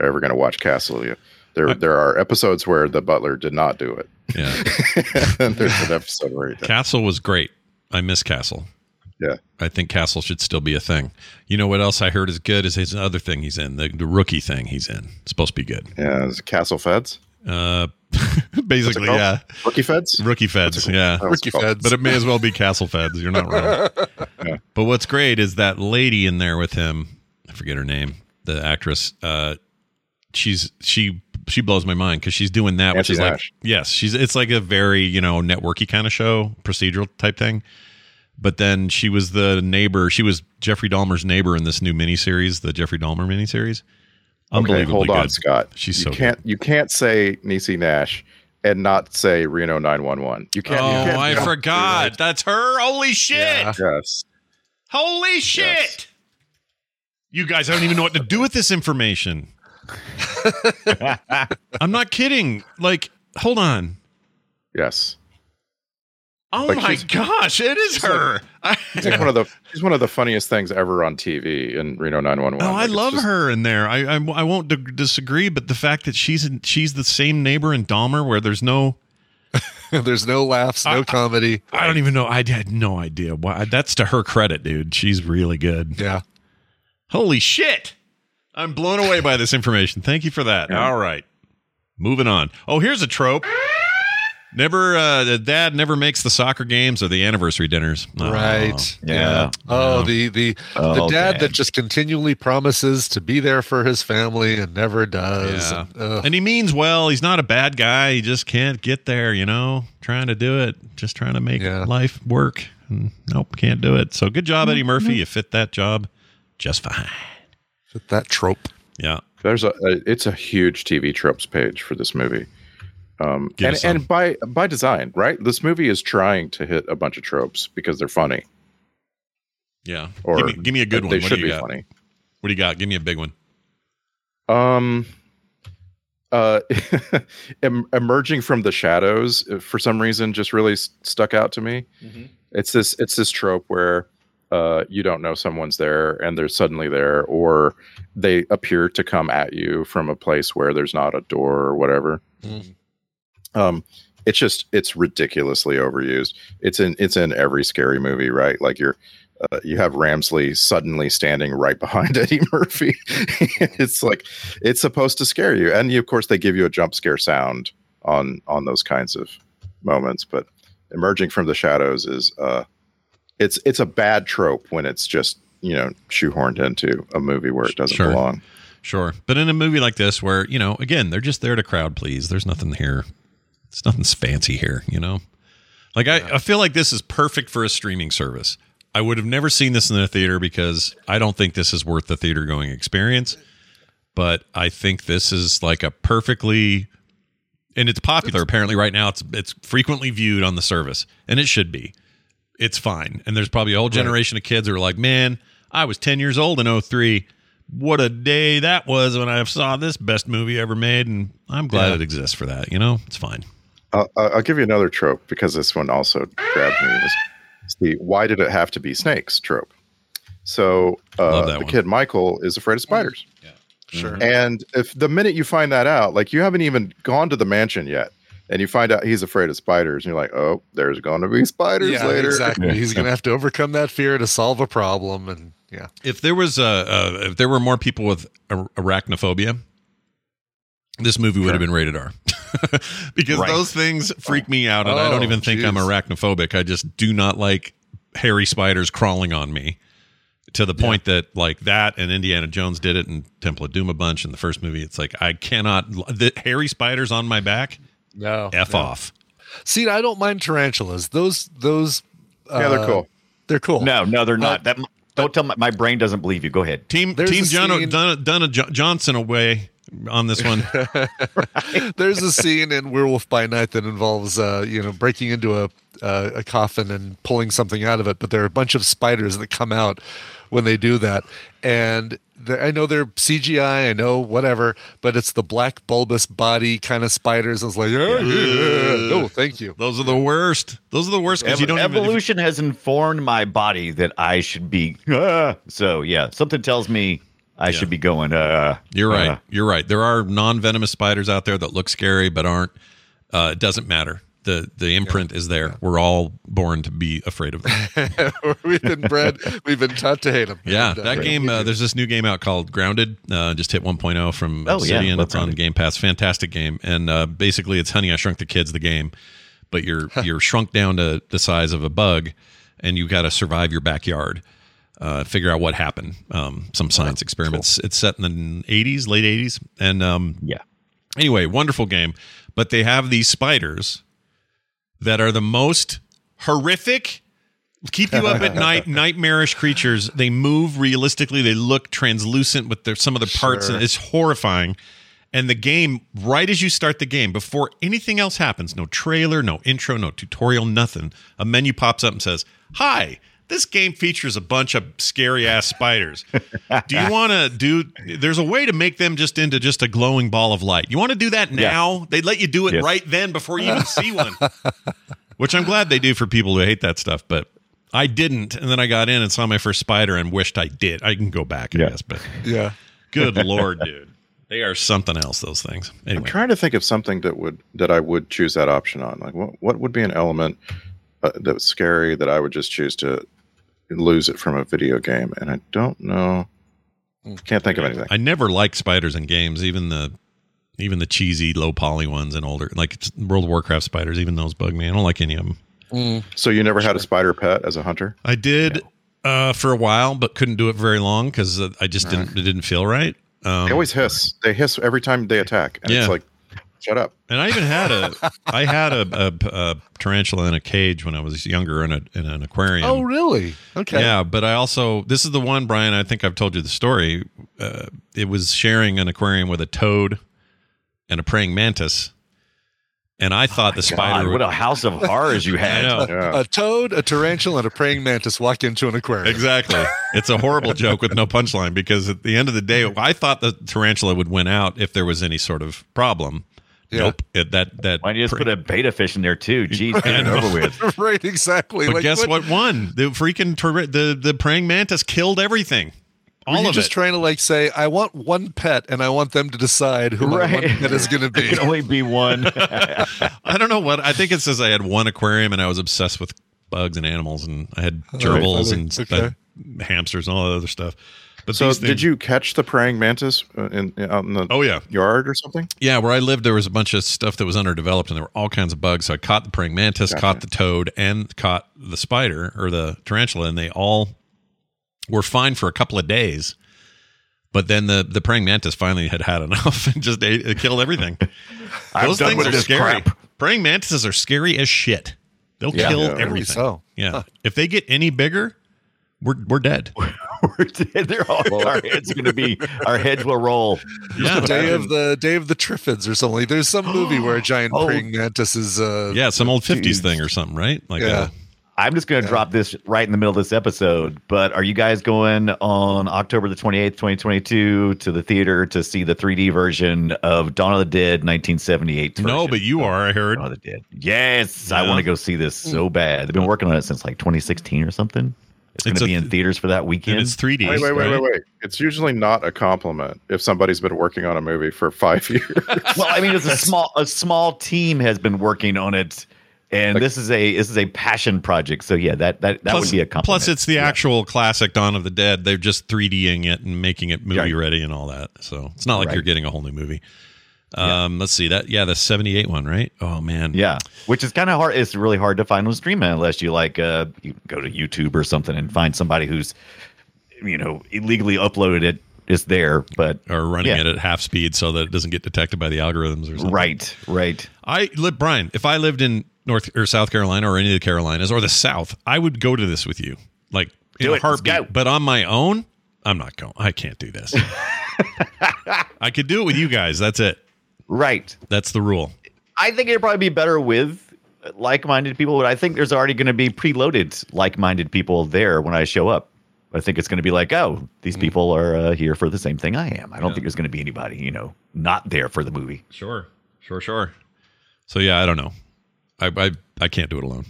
ever going to watch Castle. You- There, there are episodes where the butler did not do it. *laughs*
Yeah,
and there's an episode where he did.
Castle was great. I miss Castle.
Yeah.
I think Castle should still be a thing. You know what else I heard is good is his other thing he's in, the, the rookie thing he's in. It's supposed to be good.
Yeah, is it Castle Feds.
Uh, *laughs* basically,
called?
yeah.
Rookie Feds?
Rookie Feds, yeah.
That's
Rookie
cool.
feds.
But it may as well be Castle Feds. You're not wrong.
*laughs*
But what's great is that lady in there with him. I forget her name. The actress. Uh, she's she she blows my mind because she's doing that, which
Nancy
is like
Nash.
yes, she's it's like a very you know networky kind of show, procedural type thing. But then she was the neighbor. She was Jeffrey Dahmer's neighbor in this new miniseries, the Jeffrey Dahmer miniseries.
Okay,
Unbelievably
hold on,
good.
Scott.
She's
you
so
can't you can't say Nisi Nash and not say Reno 911. You can't. you
Oh,
can't
I
jump.
forgot. That's her. Holy shit.
Yes.
Holy shit!
Yes.
You guys, I don't even know what to do with this *laughs* information. I'm not kidding. Like, hold on.
Yes.
Oh
Like,
my
she's-
gosh, it is her. I,
It's
*laughs*
like one of the she's one of the funniest things ever on TV in Reno 911.
oh,
Like,
I
it's
love
just-
her in there. I I, I won't d- disagree, but the fact that she's in, she's the same neighbor in Dahmer, where there's no,
There's no laughs,
Uh,
no comedy.
I don't even know. I had no idea why. That's to her credit, dude. She's really good.
Yeah.
Holy shit! I'm blown away by this information. Thank you for that. All right. Moving on. Oh, here's a trope. Never uh the dad never makes the soccer games or the anniversary dinners. Oh.
Right.
Yeah.
Oh, the the
Oh,
the dad
dad.
that just continually promises to be there for his family and never does.
Yeah.
And, uh, ugh.
And he means well. He's not a bad guy. He just can't get there, you know, trying to do it, just trying to make
Yeah.
life work. And Nope, can't do it. So good job, Eddie Murphy. You fit that job just fine.
that trope.
Yeah.
There's a, a it's a huge TV tropes page for this movie. Um,
Give
and
us some.
and by by design, right? This movie is trying to hit a bunch of tropes because they're funny.
Yeah.
Or
give, me, give me a good
they
one. What
should
do you
be
got?
funny.
What do you got? Give me a big one.
Um, uh, *laughs* em- emerging from the shadows uh, for some reason just really s- stuck out to me. It's this it's this trope where uh, you don't know someone's there and they're suddenly there, or they appear to come at you from a place where there's not a door or whatever.
Mm,
Mm-hmm.
Um, it's just it's ridiculously overused. It's in it's in every scary movie, right? Like you're. Uh, you have Ramsley suddenly standing right *laughs* behind Eddie Murphy. *laughs* it's like it's supposed to scare you and you, of course they give you a jump scare sound on on those kinds of moments but emerging from the shadows is uh it's it's a bad trope when it's just you know shoehorned into a movie where it doesn't
Sure.
belong
Sure. But in a movie like this, where, you know, again, they're just there to crowd please, there's nothing here. It's nothing's fancy here, you know? Like, I, I feel like this is perfect for a streaming service. I would have never seen this in the theater because I don't think this is worth the theater going experience. But I think this is like a perfectly, and it's popular apparently right now. It's it's frequently viewed on the service, and it should be. It's fine, and there's probably a whole generation of kids who are like, "Man, I was 10 years old in 03 what a day that was when I saw this best movie ever made, and I'm glad it exists for that. You know, it's fine.
I'll, I'll I'll give you another trope because this one also grabbed me. It was the why did it have to be snakes trope? So
Love that
uh, the
one. Mm-hmm.
kid Michael is afraid of spiders.
Sure.
And if the minute you find that out, like you haven't even gone to the mansion yet, and you find out he's afraid of spiders, and you're like, oh, there's going to be spiders
yeah,
later.
exactly. He's going to have to overcome that fear to solve a problem, and yeah,
If there was a, uh if there were more people with ar- arachnophobia, this movie would have been rated R. *laughs* because
Right.
those things freak me out and I don't
Oh,
even think I'm
jeez.
arachnophobic. I just do not like hairy spiders crawling on me. To the point that like that and Indiana Jones did it in Temple of Doom a bunch in the first movie. It's like I cannot the hairy spiders on my back.
no,
F off.
See, I don't mind tarantulas. Those, those, uh,
yeah, they're cool.
They're cool.
No, no, they're not. That don't tell my, my brain doesn't believe you. Go ahead.
Team
There's
Team
a
John
scene-
Donna, Donna Jo- Johnson away on this
*laughs*
one.
*laughs* There's a scene in Werewolf by Night that involves, uh, you know, breaking into a uh, a coffin and pulling something out of it. But there are a bunch of spiders that come out when they do that. And the- I know they're CGI. I know whatever, but it's the black bulbous body kind of spiders. I was like, "Yeah, yeah, no, thank you. *laughs*
Those are the worst. Those are the worst because
Ev-
you don't even. if-
evolution has informed my body that I should be. *laughs* ah. so yeah, something tells me I should be going. Uh,
You're right.
uh.
You're right. There are non-venomous spiders out there that look scary but aren't. Uh, it doesn't matter. The the imprint is there. We're all born to be afraid of
*laughs*
them.
we've been bred. We've been taught to hate them.
Yeah,
And, uh,
that game. Uh, there's this new game out called Grounded. Uh, just hit 1.0 from
Oh, yeah,
Obsidian.
love
it's on
Grounded.
Game Pass. Fantastic game. And uh, basically, it's Honey I Shrunk the Kids, the game, but
*laughs*
you're you're shrunk down to the size of a bug, and you got to survive your backyard. Uh, figure out what happened. Um, some science experiments. It's set in the 80s, late 80s, and um,
Yeah.
Anyway, wonderful game, but they have these spiders that are the most horrific keep you up at night nightmarish creatures they move realistically they look translucent with their some of the parts and it's horrifying and the game right as you start the game before anything else happens no trailer no intro no tutorial nothing a menu pops up and says hi this game features a bunch of scary ass spiders do you want to do there's a way to make them just into just a glowing ball of light you want to do that now they let you do it
Yes.
right then before you even see one which I'm glad they do for people who hate that stuff. But I didn't, and then I got in and saw my first spider and wished I did. I can go back, I
Yeah.
guess, but
Yeah.
good *laughs* lord, dude, they are something else. Those things.
I'm
Anyway,
trying to think of something that would that I would choose that option on. Like, what what would be an element uh, that was scary that I would just choose to lose it from a video game? And I don't know.
Mm.
Can't think of anything.
I never liked spiders in games, even the even the cheesy low poly ones and older, like it's World of Warcraft spiders. Even those bug me. I don't like any of them.
So you never had a spider pet as a hunter?
I did uh, for a while, but couldn't do it very long because I just didn't. It didn't feel right. Um,
They always hiss. They hiss every time they attack, and
Yeah.
it's like, shut up.
And I even had a, I had a, a, a tarantula in a cage when I was younger in, a, in an aquarium.
Oh, really? Okay.
Yeah, but I also this is the one, Brian. I think I've told you the story. Uh, it was sharing an aquarium with a toad and a praying mantis, and I thought the spider.
God, what
would,
a house of horrors you
*laughs* I
had.
know
Yeah.
A toad, a tarantula, and a praying mantis walk into an aquarium.
exactly. It's a horrible joke with no punchline because at the end of the day, I thought the tarantula would win out if there was any sort of problem.
Yeah.
Nope. It, that that.
Why don't you just
pra-
put a beta fish in there too? Geez, get it over
*laughs*
with.
*laughs* right, exactly.
But
Like,
guess what? won? The freaking tor- the the praying mantis killed everything.
Were
All
you
of it.
just trying to like say, I want one pet, and I want them to decide who my
Right.
one pet is
*laughs*
going to
It
be.
can only be one. *laughs*
I don't know what I think. It says I had one aquarium and I was obsessed with bugs and animals and I had
very
gerbils
funny.
and
Okay.
uh, hamsters and all that other stuff. But
So
these
did
things-
you catch the praying mantis uh, in, in out in the
Oh yeah,
yard or something?
yeah. Where I lived, there was a bunch of stuff that was underdeveloped and there were all kinds of bugs. So I caught the praying mantis, caught the toad, and caught the spider or the tarantula, and they all were fine for a couple of days. But then the the praying mantis finally had had enough *laughs* and just ate, it killed everything.
*laughs* I'm
Those
done
things
with
are
this
scary.
crap.
Praying mantises are scary as shit. They'll kill
Yeah.
everything.
Really so.
Yeah. If they get any bigger, we're we're
*laughs*
dead.
They're all, our heads going to be. Our heads will roll.
Yeah.
Day of the Day of the Triffids or something. Like, There's some movie where
*gasps*
a giant
Oh.
praying mantis is. Uh,
Yeah, some old fifties thing or something, right? Like uh,
Yeah.
I'm just going to drop this right in the middle of this episode. But are you guys going on October the 28th, 2022 to the theater to see the 3D version of Dawn of the Dead 1978?
a, no,
version?
but you are, I heard.
Dawn of the Dead. Yes, I
Yeah.
want to go see this so bad. They've been working on it since like 2016 or something. It's going
It's a-
to be in theaters for that
and
weekend.
it's 3D.
Wait, wait, wait,
right?
wait, wait. It's usually not a compliment if somebody's been working on a movie for five *laughs* years.
well, I mean, it's a small a small team has been working on it, and this is a this is a passion project. So yeah, that that, that
plus,
would be a compliment.
plus it's the
Yeah.
actual classic Dawn of the Dead. They're just 3Ding it and making it movie
Yeah.
ready and all that. So it's not like
Right.
you're getting a whole new movie. Um, Let's see that. Yeah, the 78 one, right? Oh man.
yeah, which is kind of hard. It's really hard to find on streaming unless you like uh you go to YouTube or something and find somebody who's you know illegally uploaded it. It's there, but
Or running
Yeah.
it at half speed so that it doesn't get detected by the algorithms or something.
right, right.
I live, Brian. If I lived in North or South Carolina or any of the Carolinas or the South, I would go to this with you, like in
Do
a
it. Let's
heartbeat.
go.
But on my own, I'm not going. I can't do
*laughs*
this. I could do it with you guys. That's it.
Right.
That's the rule.
I think it'd probably be better with like-minded people, but I think there's already going to be preloaded like-minded people there when I show up. I think it's going to be like, oh, these people are uh, here for the same thing I am. I don't think there's going to be anybody, you know, not there for the movie.
Sure, sure, sure. So yeah, I don't know. I I, I can't do it alone.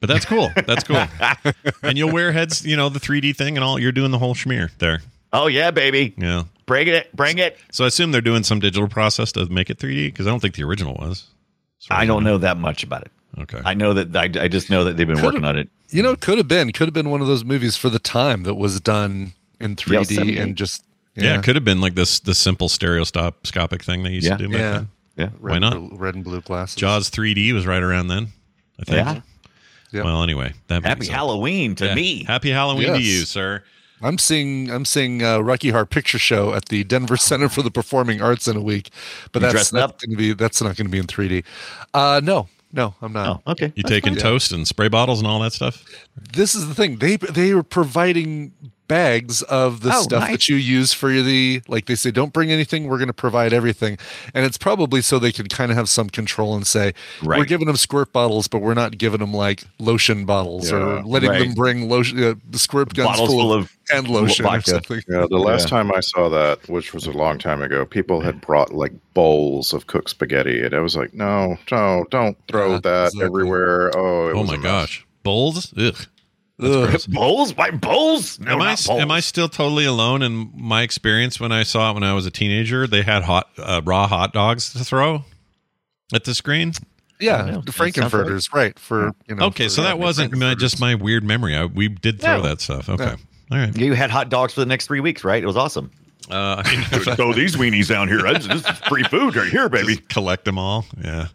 But that's cool. That's cool. and you'll wear heads, you know, the 3D thing and all. You're doing the whole schmear there.
Oh yeah, baby,
Yeah.
bring it, bring it.
So I assume they're doing some digital process to make it 3D because I don't think the original was.
I don't know that much about it.
Okay.
I know that I, I just know that they've been working on it.
You know, it could have been, could have been one of those movies for the time that was done in 3D
78.
and just
Yeah, it could have been like this the simple stereoscopic thing they used
Yeah.
to do back
yeah,
then.
Yeah,
red,
not?
and blue- red and blue glasses.
Jaws 3D was right around then, I think.
Yeah.
Yeah.
Well, anyway, that
happy
brings up-
Halloween to
Yeah.
me.
Happy Halloween to
Yes.
you, sir.
I'm seeing I'm seeing uh, Rocky Horror Picture Show at the Denver *laughs* Center for the Performing Arts in a week, but
You
that's
dressing
not
up?
going to be that's not going to be in 3D. Uh, no, no, I'm not.
Oh, okay.
You taking toast and spray bottles and all that stuff?
This is the thing they they are providing bags of the
Oh,
stuff
nice.
that you use for the like they say don't bring anything we're going to provide everything and it's probably so they can kind of have some control and say we're
Right.
giving them squirt bottles but we're not giving them like lotion bottles or
Yeah,
letting them
right.
bring lotion uh, squirt guns
Bottles full of
and lotion
vodka.
or something
Yeah, the last time I saw that, which was a long time ago, people had brought like bowls of cooked spaghetti, and I was like, "No, no, don't throw
Yeah,
that
exactly.
everywhere." Oh, it
oh
was a
my
mess.
gosh. Bowls? Ugh.
Ugh.
Bowls? Why bowls? No,
am I
not bowls.
am I still totally alone in my experience when I saw it when I was a teenager? They had hot uh, raw hot dogs to throw at the screen.
don't
Yeah,
know. That
the
sounds
Frankenfurters, right? For you know.
okay,
for-
so that wasn't my, just my weird memory. I, we did throw
No.
that stuff. Okay.
No.
All right.
You had hot dogs for the next three weeks, right? It was awesome.
Uh, I mean, if I
Throw these weenies down here. This is free food right here, baby.
just collect them all. Yeah.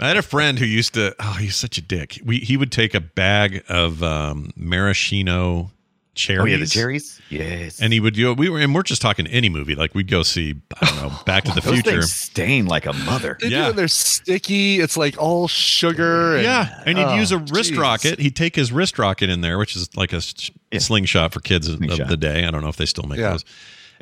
I had a friend who used to. Oh, he's such a dick. We he would take a bag of um, maraschino cherries.
Oh yeah, the cherries. Yes.
And he would go. We were and we're just talking any movie. Like we'd go see. I don't know. Back to the
Those
Future.
things stain like
*laughs*
a mother.
They do,
Yeah.
and they're sticky. It's like all sugar. And,
Yeah, and he'd
Oh,
use a wrist
geez.
rocket. He'd take his wrist rocket in there, which is like a s-
Yeah.
slingshot for kids of- of
Slingshot.
the day. I don't know if they still make
Yeah.
those.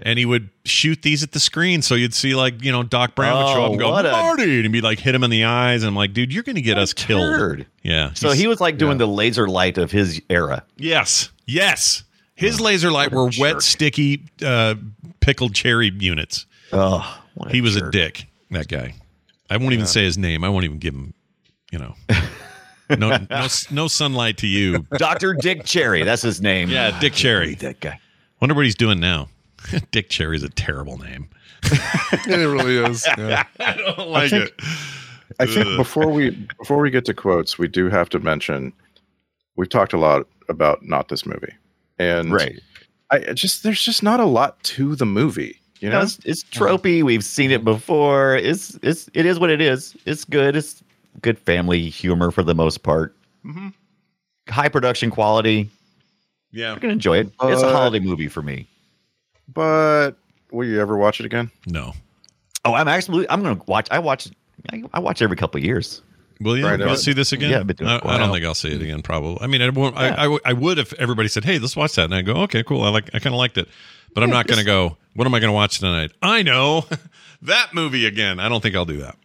And he would shoot these at the screen, so you'd see like you know Doc Brown would show up
Oh,
and go
what a-
Marty, and be like hit him in the eyes, and I'm like, dude, you're gonna get us killed.
turd.
Yeah.
So he was like doing the laser light of his era.
Yes. Yes. His laser light were wet,
jerk.
sticky, uh, pickled cherry units.
Oh, what
He was a
jerk.
dick. That guy. I won't even say his name. I won't even give him. You know. *laughs* No, no, no sunlight to you,
*laughs* Doctor Dick Cherry. That's his name. Ah,
Yeah, Dick Cherry.
that guy.
Wonder what he's doing now. *laughs* Dick Cherry's a terrible name.
*laughs* it really is. Yeah.
*laughs* I like
think- I think before we before we get to quotes, we do have to mention we've talked a lot about not this movie, and
Right.
I it just there's just not a lot to the movie, you
You know,
know.
it's, it's
Uh-huh.
tropey. We've seen it before. It's it's it is what it is. It's good. It's good family humor for the most part.
Mm-hmm.
High production quality.
Yeah.
I can enjoy it. It's
Uh,
a
But-
holiday movie for me.
But will you ever watch it again?
No.
Oh, I'm actually I'm going to watch. I watch. I, I watch every couple of years.
Will you?
Right
You'll
on.
see this again?
uh, Yeah, I've been doing
I,
it for
I
a
don't
while.
think I'll see it again. Probably. I mean, I won't. I I, w- I would if everybody said, "Hey, let's watch that," and I go, "Okay, cool. I like. I kind of liked it," but I'm not going to go. What am I going to watch tonight? I know *laughs* that movie again. I don't think I'll do that.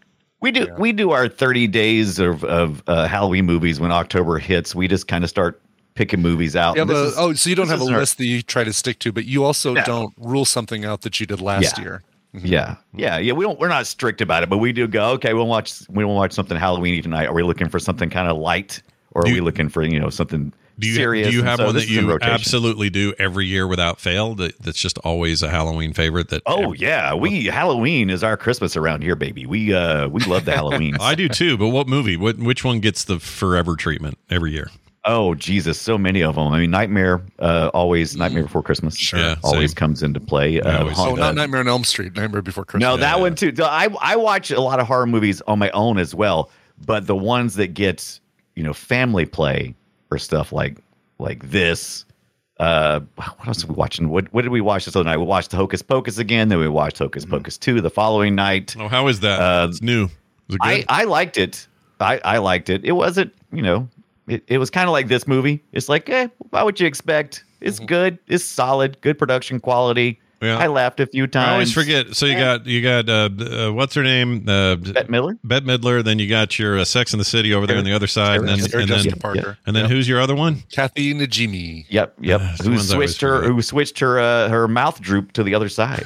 We do we do our 30 days of of uh, Halloween movies when October hits. We just kind of start picking movies out.
You
And
have a-
this is-
oh, so you don't
this
have a
is our-
list that you try to stick to, but you also
No.
don't rule something out that you did last
Yeah.
year.
Yeah, yeah, yeah. We don't. We're not strict about it, but we do go. Okay, we'll watch. We will watch something Halloweeny tonight. Are we looking for something kind of light, or are
You-
we looking for you know something
Do you,
serious.
do you
and
have
so
one
this
that
is in
you
rotation.
absolutely do every year without fail? That, that's just always a Halloween favorite. That
Oh yeah, we Halloween is our Christmas around here, baby. We uh we
*laughs*
love the Halloween.
I do too. But what movie? What which one gets the forever treatment every year?
Oh Jesus, so many of them. I mean, Nightmare uh, always Nightmare Before Christmas sure,
Yeah,
always
Mm. same.
comes into play.
I
Uh,
always
Haunt-
see
Oh, not
uh,
Nightmare on Elm Street, Nightmare Before Christmas.
no, that one too. The- I I watch a lot of horror movies on my own as well, but the ones that get you know family play or stuff like like this. Uh, what else are we watching? What what did we watch this other night? We watched the Hocus Pocus again. Then we watched
Mm-hmm.
Hocus Pocus two the following night.
Oh, how is that?
Uh,
it's new. Is it good?
I, I liked it. I, I liked it. It wasn't, you know, it, it was kind of like this movie. It's like, eh, what would you expect? It's good. It's solid. Good production quality.
Mm-hmm. Yeah.
I laughed a few times.
I always forget. So you got you got uh, uh, what's her name? Uh,
Bette Miller.
Bette Midler. Then you got your uh, Sex in the City over there on the other side, and then
Sarah
and then,
Jessica Parker.
and then who's your other one?
Kathy Najimy.
*laughs*
Yep, yep.
it's the
who
ones I always
switched her?
forget.
Who switched her? Uh, her mouth droop to the
*laughs*
other side.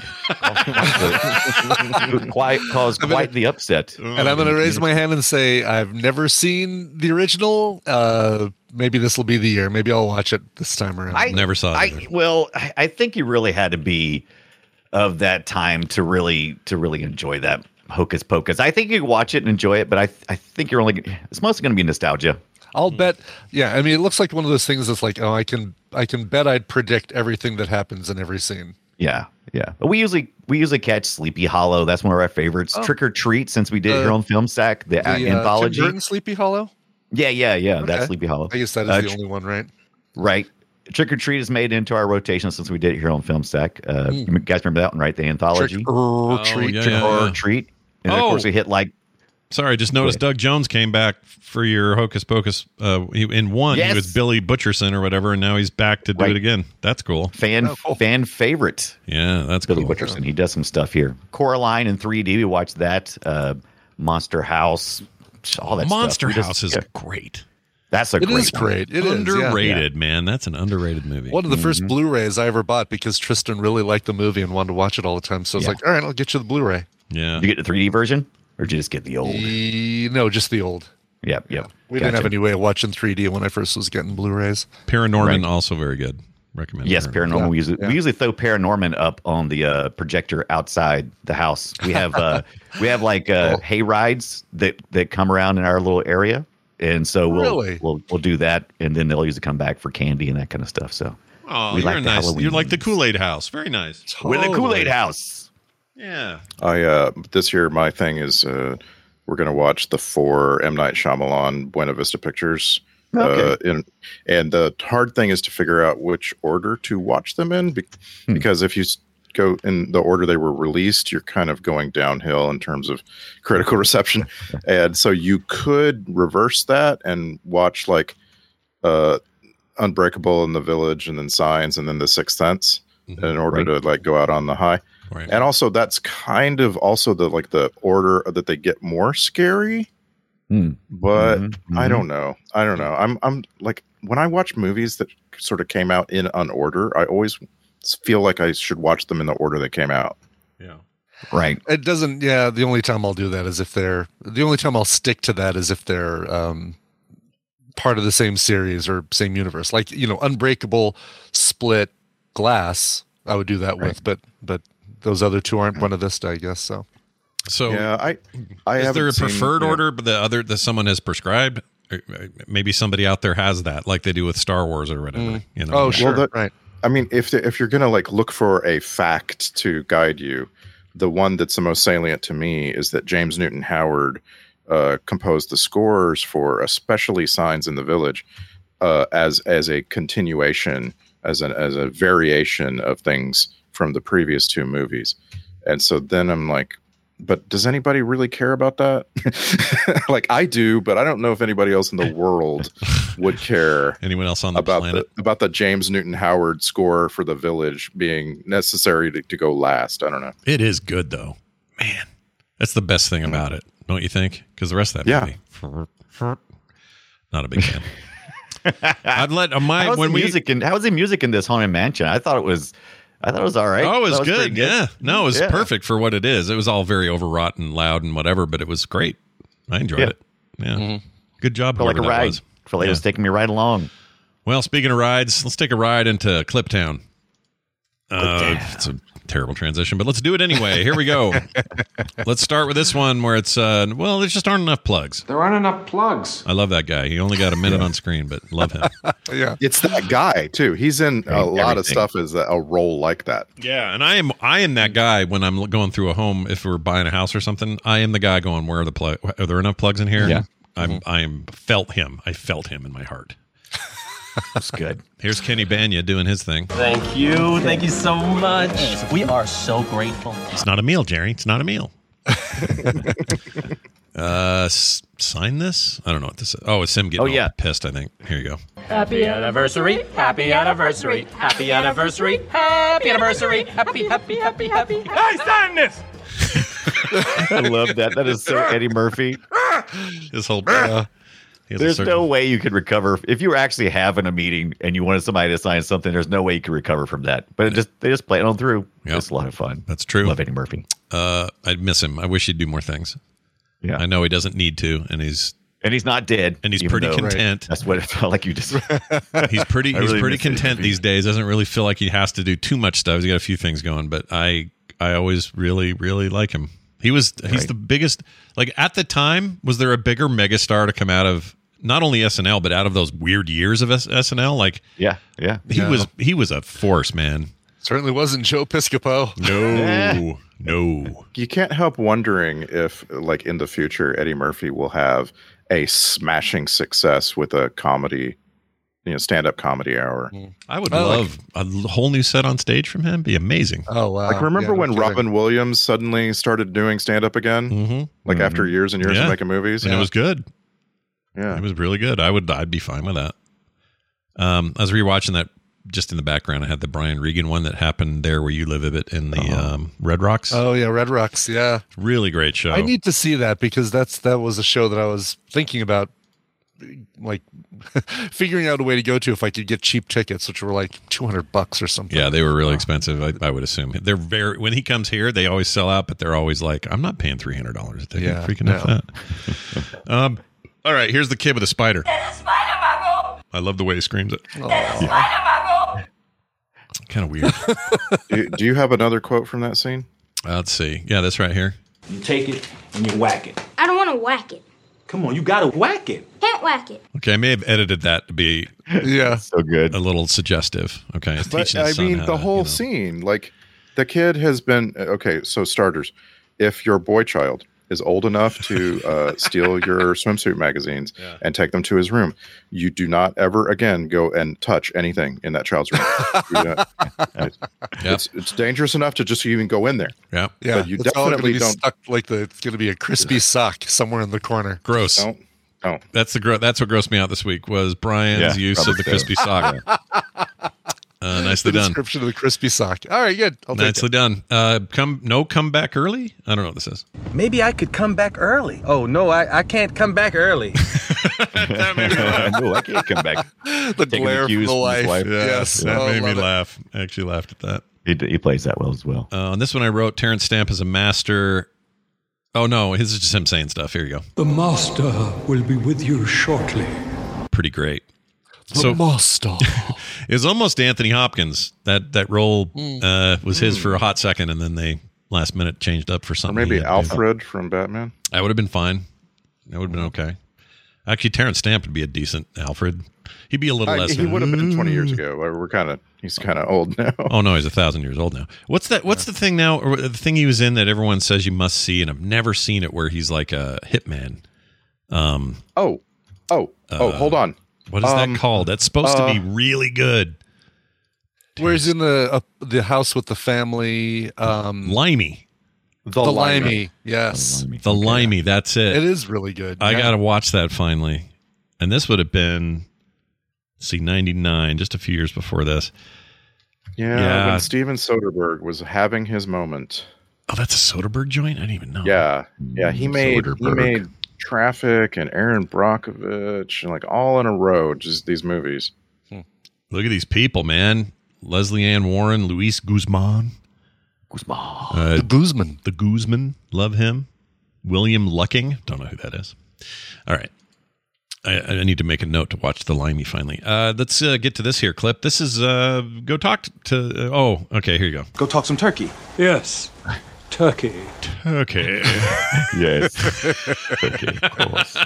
Who quite caused quite the upset.
And I'm going to raise my hand and say I've never seen the original. Uh, maybe this will be the year. Maybe I'll watch it this time around.
I
Never saw it
I,
either.
well, I, I think you really had to be of that time to really to really enjoy that hocus pocus. I think you could watch it and enjoy it, but I I think you're only it's mostly going to be nostalgia.
I'll bet. Yeah, I mean, it looks like one of those things that's like, oh, I can, I can bet I'd predict everything that happens in every scene.
Yeah, yeah. But we usually we usually catch Sleepy Hollow. That's one of our favorites. Trick or Treat, since we did
The-
it here on Film Sack, the,
Oh. Uh, The,
uh,
uh, Tim
anthology.
Burton Sleepy Hollow.
yeah, yeah, yeah. That's
Okay.
Sleepy Hollow.
I guess that is
Uh,
the
tr-
only one, right?
Right. Trick or Treat is made into our rotation since we did it here on Film Stack. Uh, You guys remember that one, right? The anthology.
Trick
Trick
or
Oh,
treat.
yeah,
Trick
yeah,
or-
or
yeah.
Treat. And then,
Oh.
of course, we hit like
Sorry, I just noticed Doug Jones came back for your Hocus Pocus. Uh, he, in one, he
Yes.
was Billy Butcherson or whatever, and now he's back to do
Right.
it again. That's cool.
fan fan favorite
Yeah, that's
Billy
cool.
Butcherson. He does some stuff here. Coraline in 3D. We watched that. Uh, Monster House. All that
Monster
stuff. We just-
House is
yeah,
great.
that's a
It
great.
is
one.
great. It is yeah.
underrated, man. That's an underrated movie.
One of the 1st
Mm-hmm.
blu Blu-rays I ever bought because Tristan really liked the movie and wanted to watch it all the time. So I was
Yeah.
like, all right, I'll get you the Blu-ray.
Yeah.
You get the 3D version, or did you just get the old? Yep,
E- no, just the old.
yep.
We
Gotcha.
didn't have any way of watching 3D when I first was getting Blu-rays.
Paranorman
Right.
also very good. Recommend.
Yes, paranormal. we, usually,
yeah.
we usually throw paranorman up on the uh, projector outside the house. We have
*laughs*
uh, we have like uh, hay rides that that come around in our little area, and so we'll
Really?
we'll we'll do that, and then they'll usually come back for candy and that kind of stuff. So
Oh,
We
you're
like the
nice. You're
Halloween
like the
movies.
Kool Aid House. Very nice.
Oh.
we're the
Totally.
Kool Aid House.
Yeah.
I uh this year my thing is uh we're gonna watch the four M Night Shyamalan Buena Vista pictures. Uh, and and the hard thing is to figure out which order to watch them in be- because if you s- go in the order they were released, you're kind of going downhill in terms of *laughs* critical reception. and so you could reverse that and watch like uh Unbreakable in the Village and then Signs and then The Sixth Sense in order to like go out on the high
Right.
and also that's kind of also the like the order that they get more scary
Hmm.
but
Mhm,
i
mhm.
don't know i don't know i'm i'm like when i watch movies that sort of came out in an order i always feel like i should watch them in the order they came out
Yeah.
Right.
It doesn't. Yeah, the only time I'll do that is if they're. The only time I'll stick to that is if they're um, part of the same series or same universe. Like you know, Unbreakable, Split, Glass. I would do that with, but but those other two aren't one of this, I guess. So
So
yeah i i
is
have
there a preferred order but the other that someone has prescribed Or, uh, maybe somebody out there has that like they do with star wars or whatever
Mm.
you know
oh sure,
that-
right.
I mean, if the, if you're gonna like look for a fact to guide you, the one that's the most salient to me is that James Newton Howard uh, composed the scores for, especially Signs in the Village, uh, as as a continuation, as an as a variation of things from the previous two movies, and so then I'm like. But does anybody really care about that? *laughs* like I do, but I don't know if anybody else in the world would care
anyone else on the
about
planet
the about the James Newton Howard score for the village being necessary to, to go last. I don't know.
it is good though man that's the best thing about it don't you think because the rest of that
Yeah.
movie *laughs* not a big
*laughs*
fan i'd let uh, my
How's
when
the
we
music in How's the music in this haunted mansion? I thought it was, I thought it was all right.
Oh, it was,
That
good.
pretty
Yeah. No, it was
Yeah.
perfect for what it is. It was all very overwrought and loud and whatever, but it was great. I enjoyed
Yeah.
it. Yeah. Good job.
Felt like a
whoever that
ride.
was.
Felt like
Yeah.
it was taking me right along.
Well, speaking of rides, let's take a ride into Cliptown. Uh, it's a terrible transition, but let's do it anyway. Here we
*laughs*
go. let's start with this one where it's uh, well, there just aren't enough plugs.
There aren't enough plugs.
I love that guy. He only got a minute on screen, but love
*laughs*
him.
Yeah.
It's that guy too. He's in a lot of
Everything.
stuff as a, a role like that.
Yeah, and I am I am that guy when I'm going through a home if we're buying a house or something. I am the guy going, where are the plug? Are there enough plugs in here?
Yeah. Mm-hmm.
I'm I'm felt him. I felt him in my heart.
That's good.
Here's Kenny Banya doing his thing.
Thank you. Thank you so much. We are so grateful.
It's not a meal, Jerry. It's not a
*laughs*
meal. uh, s- sign this. I don't know what this. is. Oh, it's him getting
Oh,
all
yeah.
pissed. I think. Here you go.
Happy anniversary. Happy anniversary. Happy anniversary. Happy anniversary. Happy, happy, happy, happy. I signed this.
*laughs* I love that.
*laughs*
That is so Eddie Murphy.
His whole. uh, He has a
There's
certain-
no way you could recover if you were actually having a meeting and you wanted somebody to sign something. There's no way you could recover from that. But it just they just play it on through.
Yeah.
It's a lot of fun.
That's true.
Love Eddie Murphy.
Uh, I miss him. I wish he'd do more things.
Yeah,
I know he doesn't need to, and he's
and he's not dead.
and he's
even
pretty
though
content.
That's what it felt like.
*laughs*
You just
He's pretty.
I
he's pretty
really miss Eddie
content
Murphy.
these days. Doesn't really feel like he has to do too much stuff. He's got a few things going, but I I always really really like him. He was he's
Right.
the biggest. Like at the time, was there a bigger megastar to come out of not only SNL but out of those weird years of S- SNL? Like
yeah, yeah.
he was he was a force, man.
Certainly wasn't Joe Piscopo.
*laughs*
No, *laughs* no.
You can't help wondering if, like in the future, Eddie Murphy will have a smashing success with a comedy, you know, stand-up comedy hour.
I would
I like-
love a l- whole new set on stage from him. Be amazing.
Oh wow!
Like, remember
Yeah, no
when
kidding.
Robin Williams suddenly started doing stand-up again,
Mm-hmm.
like after years and years
Yeah.
of making movies?
And it was good.
yeah.
*laughs* It was really good. I would I'd be fine with that. Um, I was rewatching that just in the background. I had the Brian Regan one that happened there where you live a bit in the um, Red Rocks.
Uh-huh. Oh yeah, Red Rocks. Yeah,
really great show.
I need to see that because that's that was a show that I was thinking about, like *laughs* figuring out a way to go to if I could get cheap tickets, which were like two hundred bucks or something.
yeah, they were really expensive. I, I would assume they're very. When he comes here, they always sell out, but they're always like, "I'm not paying three hundred dollars a ticket.
Yeah,
Freaking
no.
off that." *laughs* um, all right, here's the kid with a spider. I love the way he screams it. Kind of
*laughs*
weird. uh,
do, do you have another quote from that scene?
let's see. Yeah, this right here.
You take it and you whack it.
I don't want to whack it.
Come on, you gotta whack it.
Can't whack it.
Okay, I may have edited that to be
*laughs* yeah.
so good.
*laughs* a little suggestive. Okay, it's
But
teaching his
I
son
mean,
how
the
to,
whole
you know.
scene, like the kid has been uh, okay. So starters, if your boy child is old enough
*laughs*
to uh, steal your swimsuit magazines and take them to his room, you do not ever again go and touch anything in that child's room. Do not-
*laughs*
it's, it's, it's dangerous enough to just even go in there.
Yeah,
Yeah,
But you
it's all gonna
definitely
be
don't-
stuck like the. It's gonna be a crispy sock somewhere in the corner.
gross.
Don't. Don't.
That's the gro- that's what grossed me out this week was Brian's
Yeah,
use of the
probably so.
crispy sock. Uh, nicely
The
done.
description of the crispy sock. All right, good. I'll take
Nicely
it.
done. Uh, come no come back early. I don't know what this is.
Maybe I could come back early. Oh, no, I, I can't come back early.
*laughs* no, I can't come back.
The
Taking the
glare from
cues
the
from his
life.
wife. Yeah,
Yes,
that
Oh,
made me
love it.
laugh. I actually laughed at that.
He, he plays that well as well.
Uh, on this one, I wrote Terrence Stamp is a master. Oh no, his is just him saying stuff. Here you go.
The master will be with you shortly.
Pretty great.
The
So-
master.
It was almost Anthony Hopkins. That that role uh, was his for a hot second, and then they last minute changed up for
Or
something. he
maybe
had to do.
Alfred from Batman.
That would have been fine. That would have been
Hmm.
okay. Actually, Terrence Stamp would be a decent Alfred. He'd be a little
I,
less.
Uh, he would have been
Mm.
20 years ago. We're kind of he's kind of old now. *laughs*
Oh no, he's a thousand years old now. What's that? What's the thing now? Or the thing he was in that everyone says you must see, and I've never seen it. Where he's like a hitman. Um,
Oh, oh, oh! Hold
Uh,
on.
what is
Um,
that called? That's supposed to be
uh,
really good.
Where's in the uh, the house with the family? Um,
Limey,
the, limey. Yes,
the limey. That's it.
it is really good.
I
Yeah.
gotta watch that finally. And this would have been, let's see, ninety nine, just a few years before this.
Yeah,
Yeah.
when Steven Soderbergh was having his moment.
Oh, that's a Soderbergh joint. I didn't even know.
Yeah, yeah, he made he
Soderbergh.
made Traffic and Aaron Brockovich and like all in a row. Just these movies.
Look at these people, man. Leslie Ann Warren, Luis Guzman,
Guzman.
uh,
the Guzman.
the Guzman, love him. William Lucking, don't know who that is. All right. I, I need to make a note to watch the limey finally. Uh, let's uh, get to this here clip. This is uh, go talk t- to. Uh, oh, okay, here you go.
Go talk some turkey.
Yes. Turkey.
Turkey. *laughs*
Yes.
okay, of course.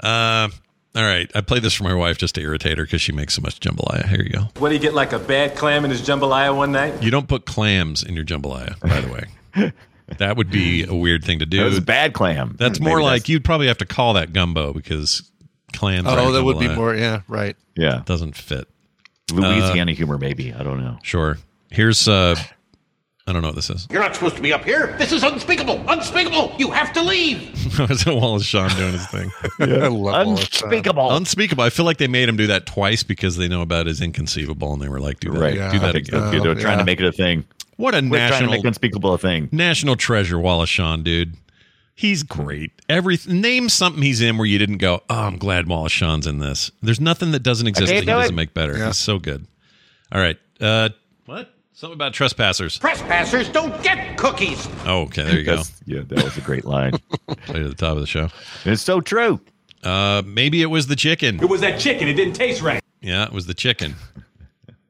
Uh, all right, I played this for my wife just to irritate her because she makes so much jambalaya. Here you go.
What do you get like a bad clam in his jambalaya one night?
You don't put clams in your jambalaya, by the way. that would be a weird thing to do.
That was a bad clam.
That's
Maybe
more like you'd probably have to call that gumbo because clams. are
Oh, that would be
jambalaya.
more. Yeah, right.
yeah,
Doesn't fit.
Louisiana
Uh,
humor. Maybe I don't know.
Sure. Here's uh, I don't know what this is. *laughs*
You're not supposed to be up here. This is unspeakable. Unspeakable. You have to leave.
it's Wallace Shawn doing his thing.
I love all that stuff.
Unspeakable.
Unspeakable. I feel like they made him do that twice because they know about his inconceivable, and they were like, "Do that,
Right.
Yeah,
do
I
that
Like,
again."
that's good. They're trying
yeah.
to make it a thing.
What a
We're trying to
national
make unspeakable a thing.
national treasure, Wallace Shawn, dude. He's great. Every name something he's in where you didn't go. Oh, I'm glad Wallace Shawn's in this. There's nothing that doesn't exist that
can't
he
do it.
doesn't make better.
Yeah.
He's so good. All right. Uh, what? Something about trespassers.
Trespassers don't get cookies.
Oh, okay. There you go.
That's- Yeah, that was a
*laughs*
great line.
Played at the top of the show.
it's so true.
Uh, maybe it was the chicken.
It was that chicken. It didn't taste right.
Yeah, it was the chicken.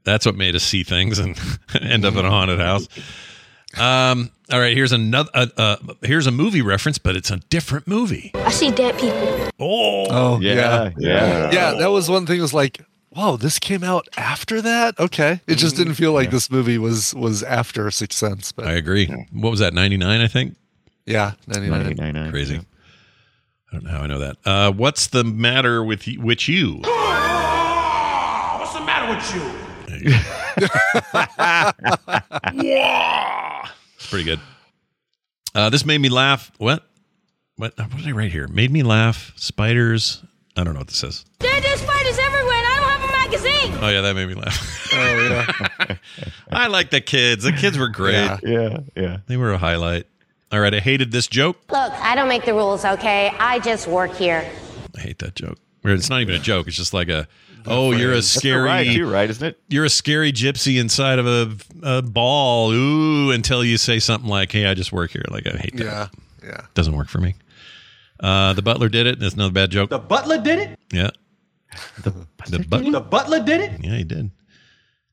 That's what made us see things and *laughs* end up in a haunted house. Um, all right, here's another. Uh, uh, here's a movie reference, but it's a different movie.
I see dead people.
Oh,
Oh,
Yeah,
yeah.
yeah.
yeah. that was one thing. Was like, wow, this came out after that. Okay, it just didn't feel like this movie was was after Sixth Sense, but
I agree. What was that? Ninety nine, I think.
yeah, 99.
99.
Crazy. I don't know how I know that. Uh, what's the matter with y- with you?
What's the matter with you?
It's pretty good. Uh, this made me laugh. What? What? What did I write here? Made me laugh. Spiders. I don't know what this is.
There are spiders everywhere and I don't have a magazine.
Oh yeah, that made me laugh. *laughs*
Oh, yeah.
I like the kids. The kids were great.
Yeah.
Yeah, yeah.
They were a highlight. All right, I hated this joke.
Look, I don't make the rules, okay? I just work here.
I hate that joke. Or It's not even a joke. It's just like a, oh, you're a
You're
scary,
right, too, right? Isn't it?
you're a scary gypsy inside of a, a ball. Ooh, until you say something like, "Hey, I just work here." Like I hate that.
yeah, yeah.
Doesn't work for me. Uh, the butler did it. That's another bad joke.
The butler did it. *laughs*
yeah, the butler.
The butler did it.
Yeah, he did.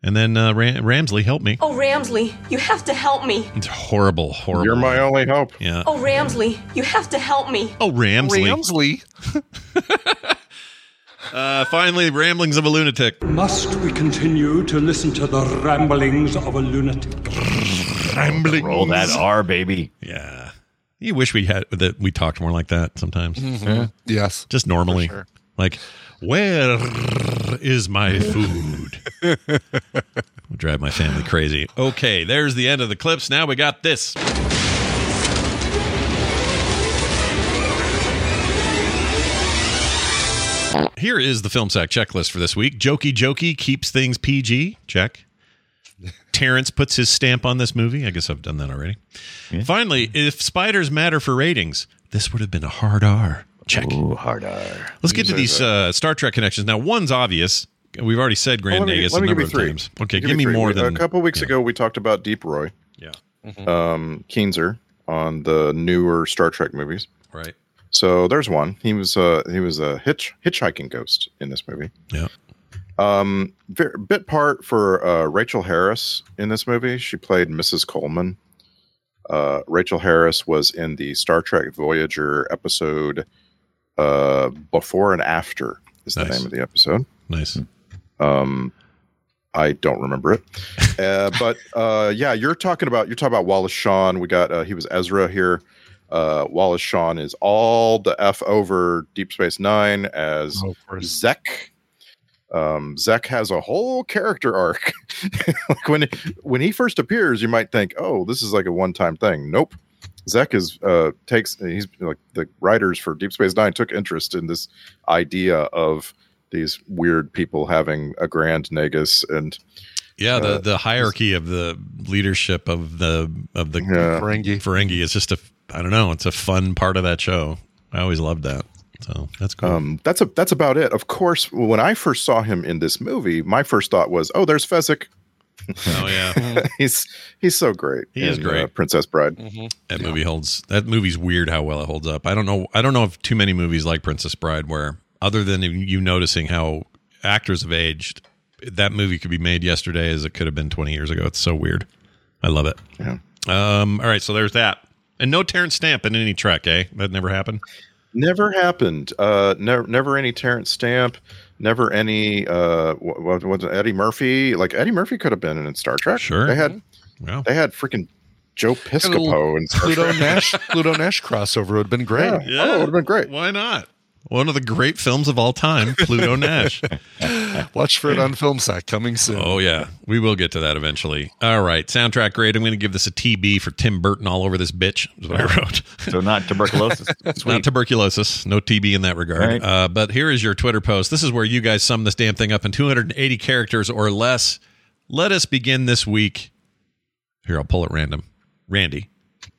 And then uh, Ram- Ramsley help me.
Oh, Ramsley, you have to help me.
It's horrible, horrible.
You're my only hope.
yeah.
Oh, Ramsley, you have to help me.
Oh, Ramsley.
Ramsley.
uh, finally, ramblings of a lunatic.
Must we continue to listen to the ramblings of a lunatic?
Ramblings.
Roll that R,
*laughs*
baby.
Yeah. You wish we had that we talked more like that sometimes.
Yes.
Just normally. Like, where is my food? *laughs* Would drive my family crazy. Okay, there's the end of the clips. Now we got this. Here is the film sack checklist for this week. Jokey Jokey keeps things PG. Check. Terrence puts his stamp on this movie. I guess I've done that already. Finally, if spiders matter for ratings, this would have been a hard R. Check.
Ooh, hard R.
Let's get to these uh, Star Trek connections. Now, one's obvious. We've already said Grand
Well,
Nagus a
give
number
you
of
three.
times. Okay,
Give
give me
three.
more
We-
than
a couple weeks
yeah.
ago. We talked about Deep Roy,
Yeah,
um, Keenzer on the newer Star Trek movies.
right.
So there's one. He was uh, he was a hitch hitchhiking ghost in this movie.
Yeah.
Um, ver- bit part for uh, Rachel Harris in this movie. She played Mrs. Coleman. Uh, Rachel Harris was in the Star Trek Voyager episode uh, "Before and After" is the
Nice.
name of the episode.
Nice.
Um, I don't remember it, uh, but uh, yeah, you're talking about you're talking about Wallace Shawn. We got uh, he was Ezra here. Uh, Wallace Shawn is all the f over Deep Space Nine as
Oh, of course.
Zek. Um, Zek has a whole character arc. *laughs* like when when he first appears, you might think, "Oh, this is like a one time thing." Nope. Zek is uh, takes he's like the writers for Deep Space Nine took interest in this idea of these weird people having a grand negus and
Yeah, the,
Uh,
the hierarchy of the leadership of the of the
yeah.
Ferengi.
Ferengi is just a I don't know. It's a fun part of that show. I always loved that. So that's cool.
Um, that's a that's about it. Of course, when I first saw him in this movie, my first thought was, "Oh, there's Fezzik. *laughs*
oh yeah,
he's he's so great.
He is
in, uh,
great.
Princess Bride.
that movie holds. That movie's weird how well it holds up. I don't know. I don't know if too many movies like Princess Bride where other than you noticing how actors have aged. That movie could be made yesterday as it could have been 20 years ago. It's so weird. I love it.
Yeah.
Um, all right, so there's that. And no Terrence Stamp in any Trek, eh? That never happened.
Never happened. Uh, never, never any Terrence Stamp. Never any. Uh, what, what, Eddie Murphy? Like Eddie Murphy could have been in Star Trek.
Sure.
They had. They had freaking Joe Piscopo and Star
Pluto
Trek.
Nash Pluto Nash crossover would have been great.
Yeah. Oh, it would have been great.
Why not? One of the great films of all time,
*laughs*
Pluto Nash.
Watch for it on film sack coming soon.
Oh yeah, we will get to that eventually. All right, soundtrack grade. I'm going to give this a TB for Tim Burton all over this bitch. Is what I wrote.
So not tuberculosis.
It's *laughs* not tuberculosis, no TB in that regard.
Right.
Uh, but here is your Twitter post. This is where you guys sum this damn thing up in 280 characters or less. Let us begin this week. Here, I'll pull at random. Randy.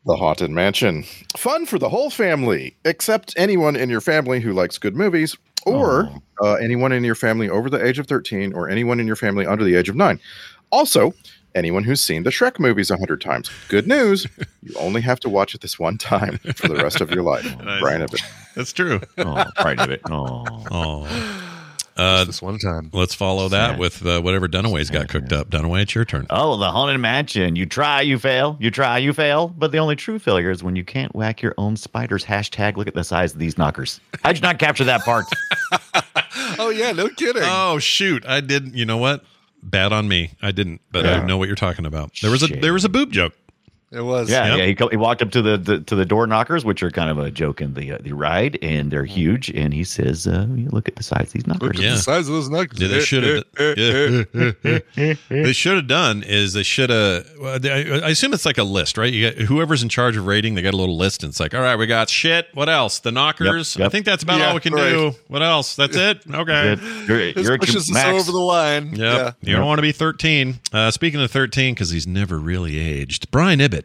The Haunted Mansion. Fun for the whole family, except anyone in your family who likes good movies, or uh, anyone in your family over the age of 13, or anyone in your family under the age of 9. Also, anyone who's seen the Shrek movies 100 times. Good news, you only have to watch it this one time for the rest of your life. Brian Ebbett.
That's true.
Oh, Brian Ebbett. Oh.
*laughs* Uh,
this one time.
Let's follow that with uh, whatever Dunaway's got cooked up. Dunaway, it's your turn.
Oh, the haunted mansion. You try, you fail. You try, you fail. But the only true failure is when you can't whack your own spiders. Hashtag look at the size of these knockers. How'd you not capture that part?
Oh yeah, no kidding.
Oh shoot, I didn't. You know what? Bad on me. I didn't, but I
Yeah.
know what you're talking about. There was a
Shame.
there was a boob joke.
It was.
yeah,
Yep.
yeah. He, co- he walked up to the, the to the door knockers, which are kind of a joke in the uh, the ride, and they're
Mm-hmm.
huge. And he says, uh, "You "Look at the size of these knockers."
Yeah.
The size of those knuckles.
Yeah, they should have.
*laughs*
they should have done is they should have. well, I I assume it's like a list, right? You got, whoever's in charge of rating, they got a little list, and it's like, all right, we got shit. What else? The knockers.
Yep, yep.
I think that's about
Yeah,
all we can
right.
do. What else? That's
*laughs*
it. Okay.
Good. You're,
This
you're a
pushes us
Max.
over the line.
Yep.
Yeah.
You don't want to be 13. Uh, speaking of 13, because he's never really aged. Brian Ibbett.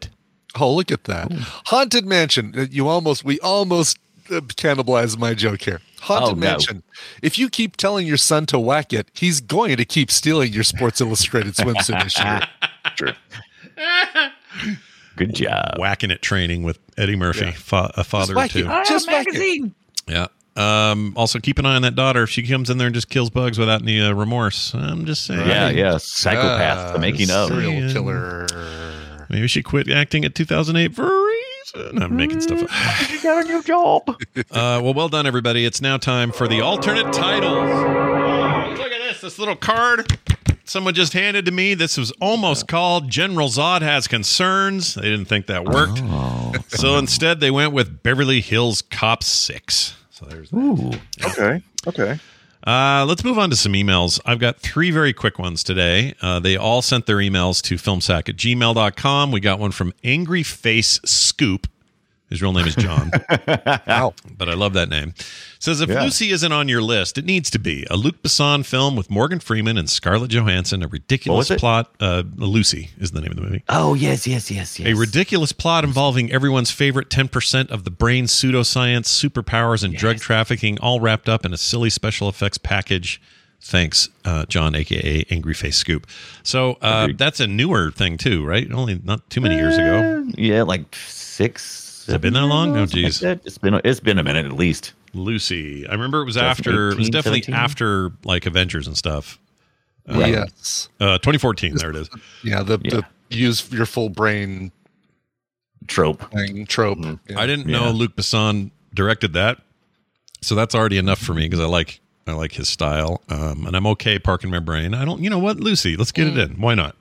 Oh, look at
Hmm.
that. Haunted Mansion. Uh, You almost, we almost uh, cannibalized my joke here. Haunted
Oh, no.
Mansion. If you keep telling your son to whack it, he's going to keep stealing your Sports
*laughs*
Illustrated swimsuit issue.
True.
Good job.
Whacking at training with Eddie Murphy, fa- a father of
whack
two.
it. Just whack it.
Yeah. Um, also, keep an eye on that daughter. If she comes in there and just kills bugs without any uh, remorse, I'm just saying.
Yeah, yeah. Psychopath. the making of.
Serial
Man.
killer.
Maybe she quit acting at 2008 for a reason. I'm making stuff up.
You got a new job.
Uh, well, well done, everybody. It's now time for the alternate titles. Oh, look at this. This little card someone just handed to me. This was almost called General Zod Has Concerns. They didn't think that worked. So instead, they went with Beverly Hills Cop 6. So there's that.
Ooh.
Okay. Okay.
Uh, let's move on to some emails. I've got three very quick ones today. Uh, they all sent their emails to filmsack at gmail.com. We got one from Angry Face Scoop. His real name is John,
Ah,
Ow.
but I love that name. Says if
Yeah.
Lucy isn't on your list, it needs to be a Luc Besson film with Morgan Freeman and Scarlett Johansson. A ridiculous
it?
plot. Uh, Lucy is the name of the movie.
Oh yes, yes, yes, yes.
A ridiculous plot involving everyone's favorite 10% of the brain pseudoscience, superpowers, and drug trafficking, all wrapped up in a silly special effects package. Thanks, uh, John, aka Angry Face Scoop. So uh, that's a newer thing too, right? Only not too many years ago.
Yeah, like six.
Has it been that
seven
long? Oh,
years, something like
geez.
that. it's been a, it's been a minute at least.
Lucy, I remember it was after. It was
2018,
definitely
17?
after like Avengers and stuff.
Yes.
Uh, 2014. There it is.
Yeah. The,
Yeah.
the use your full brain
Trope.
thing trope.
Mm-hmm.
Yeah.
I didn't know
Yeah.
Luke Besson directed that, so that's already enough for me because I like I like his style, um, and I'm okay parking my brain. I don't, you know what, Lucy, let's get
Mm.
it in. Why not?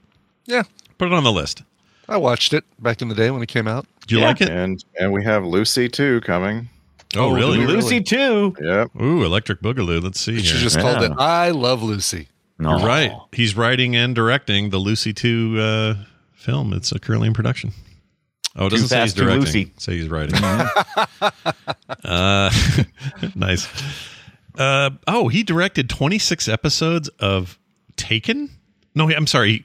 yeah.
Put it on the list.
I watched it back in the day when it came out.
Do you like it?
And and we have Lucy too coming.
Oh, really?
Lucy too.
Yep.
Ooh, Electric Boogaloo. Let's see
She
here.
just called it I Love Lucy.
No.
You're right. He's writing and directing the Lucy Two uh, film. It's uh, currently in production. Oh, it
Too
doesn't say he's
fast, too
directing.
loosey.
Say he's writing.
Mm-hmm.
*laughs* uh, *laughs* nice. Uh, oh, he directed 26 episodes of Taken. No, I'm sorry.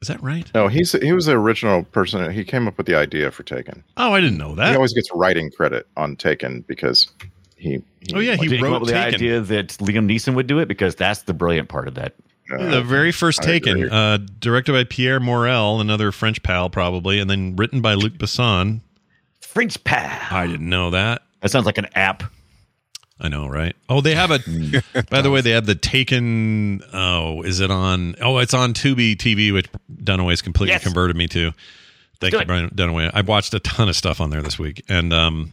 Is that right?
No, he's he was the original person. He came up with the idea for Taken.
Oh, I didn't know
He
that.
always gets writing credit on Taken because he. he
oh yeah,
Did
he
you come up
wrote
with the
Taken.
idea that Liam Neeson would do it? Because that's the brilliant part of that.
uh,
The very first
I
Taken,
agree.
uh, directed by Pierre Morel, another French pal probably, and then written by Luc Besson.
French pal.
I didn't know that.
That sounds like an app.
I know, right? Oh, they have a. by the way, they have the Taken. Oh, is it on? Oh, it's on Tubi TV, which Dunaway's completely
Yes.
converted me to. Thank
do
you,
it.
Brian Dunaway. I watched a ton of stuff on there this week, and um,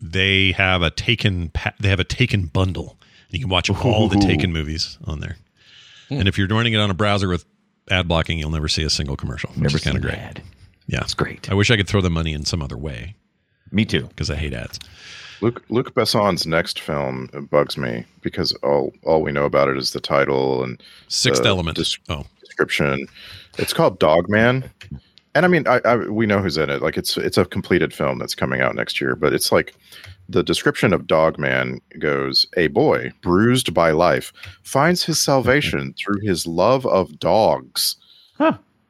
they have a Taken. pa- They have a Taken bundle. You can watch all the
Ooh.
Taken movies on there.
Hmm.
And if you're joining it on a browser with ad blocking, you'll never see a single commercial. Which
Never
is kind
seen
of great.
an ad.
Yeah, it's great. I wish I could throw the money in some other way.
Me too,
because I hate ads.
Luke Luc Besson's next film bugs me because all all we know about it is the title and
Sixth
the
Element. oh,
description. It's called Dog Man, and I mean, I, I we know who's in it. Like it's it's a completed film that's coming out next year, but it's like the description of Dog Man goes: a boy bruised by life finds his
*laughs*
salvation through his love of dogs.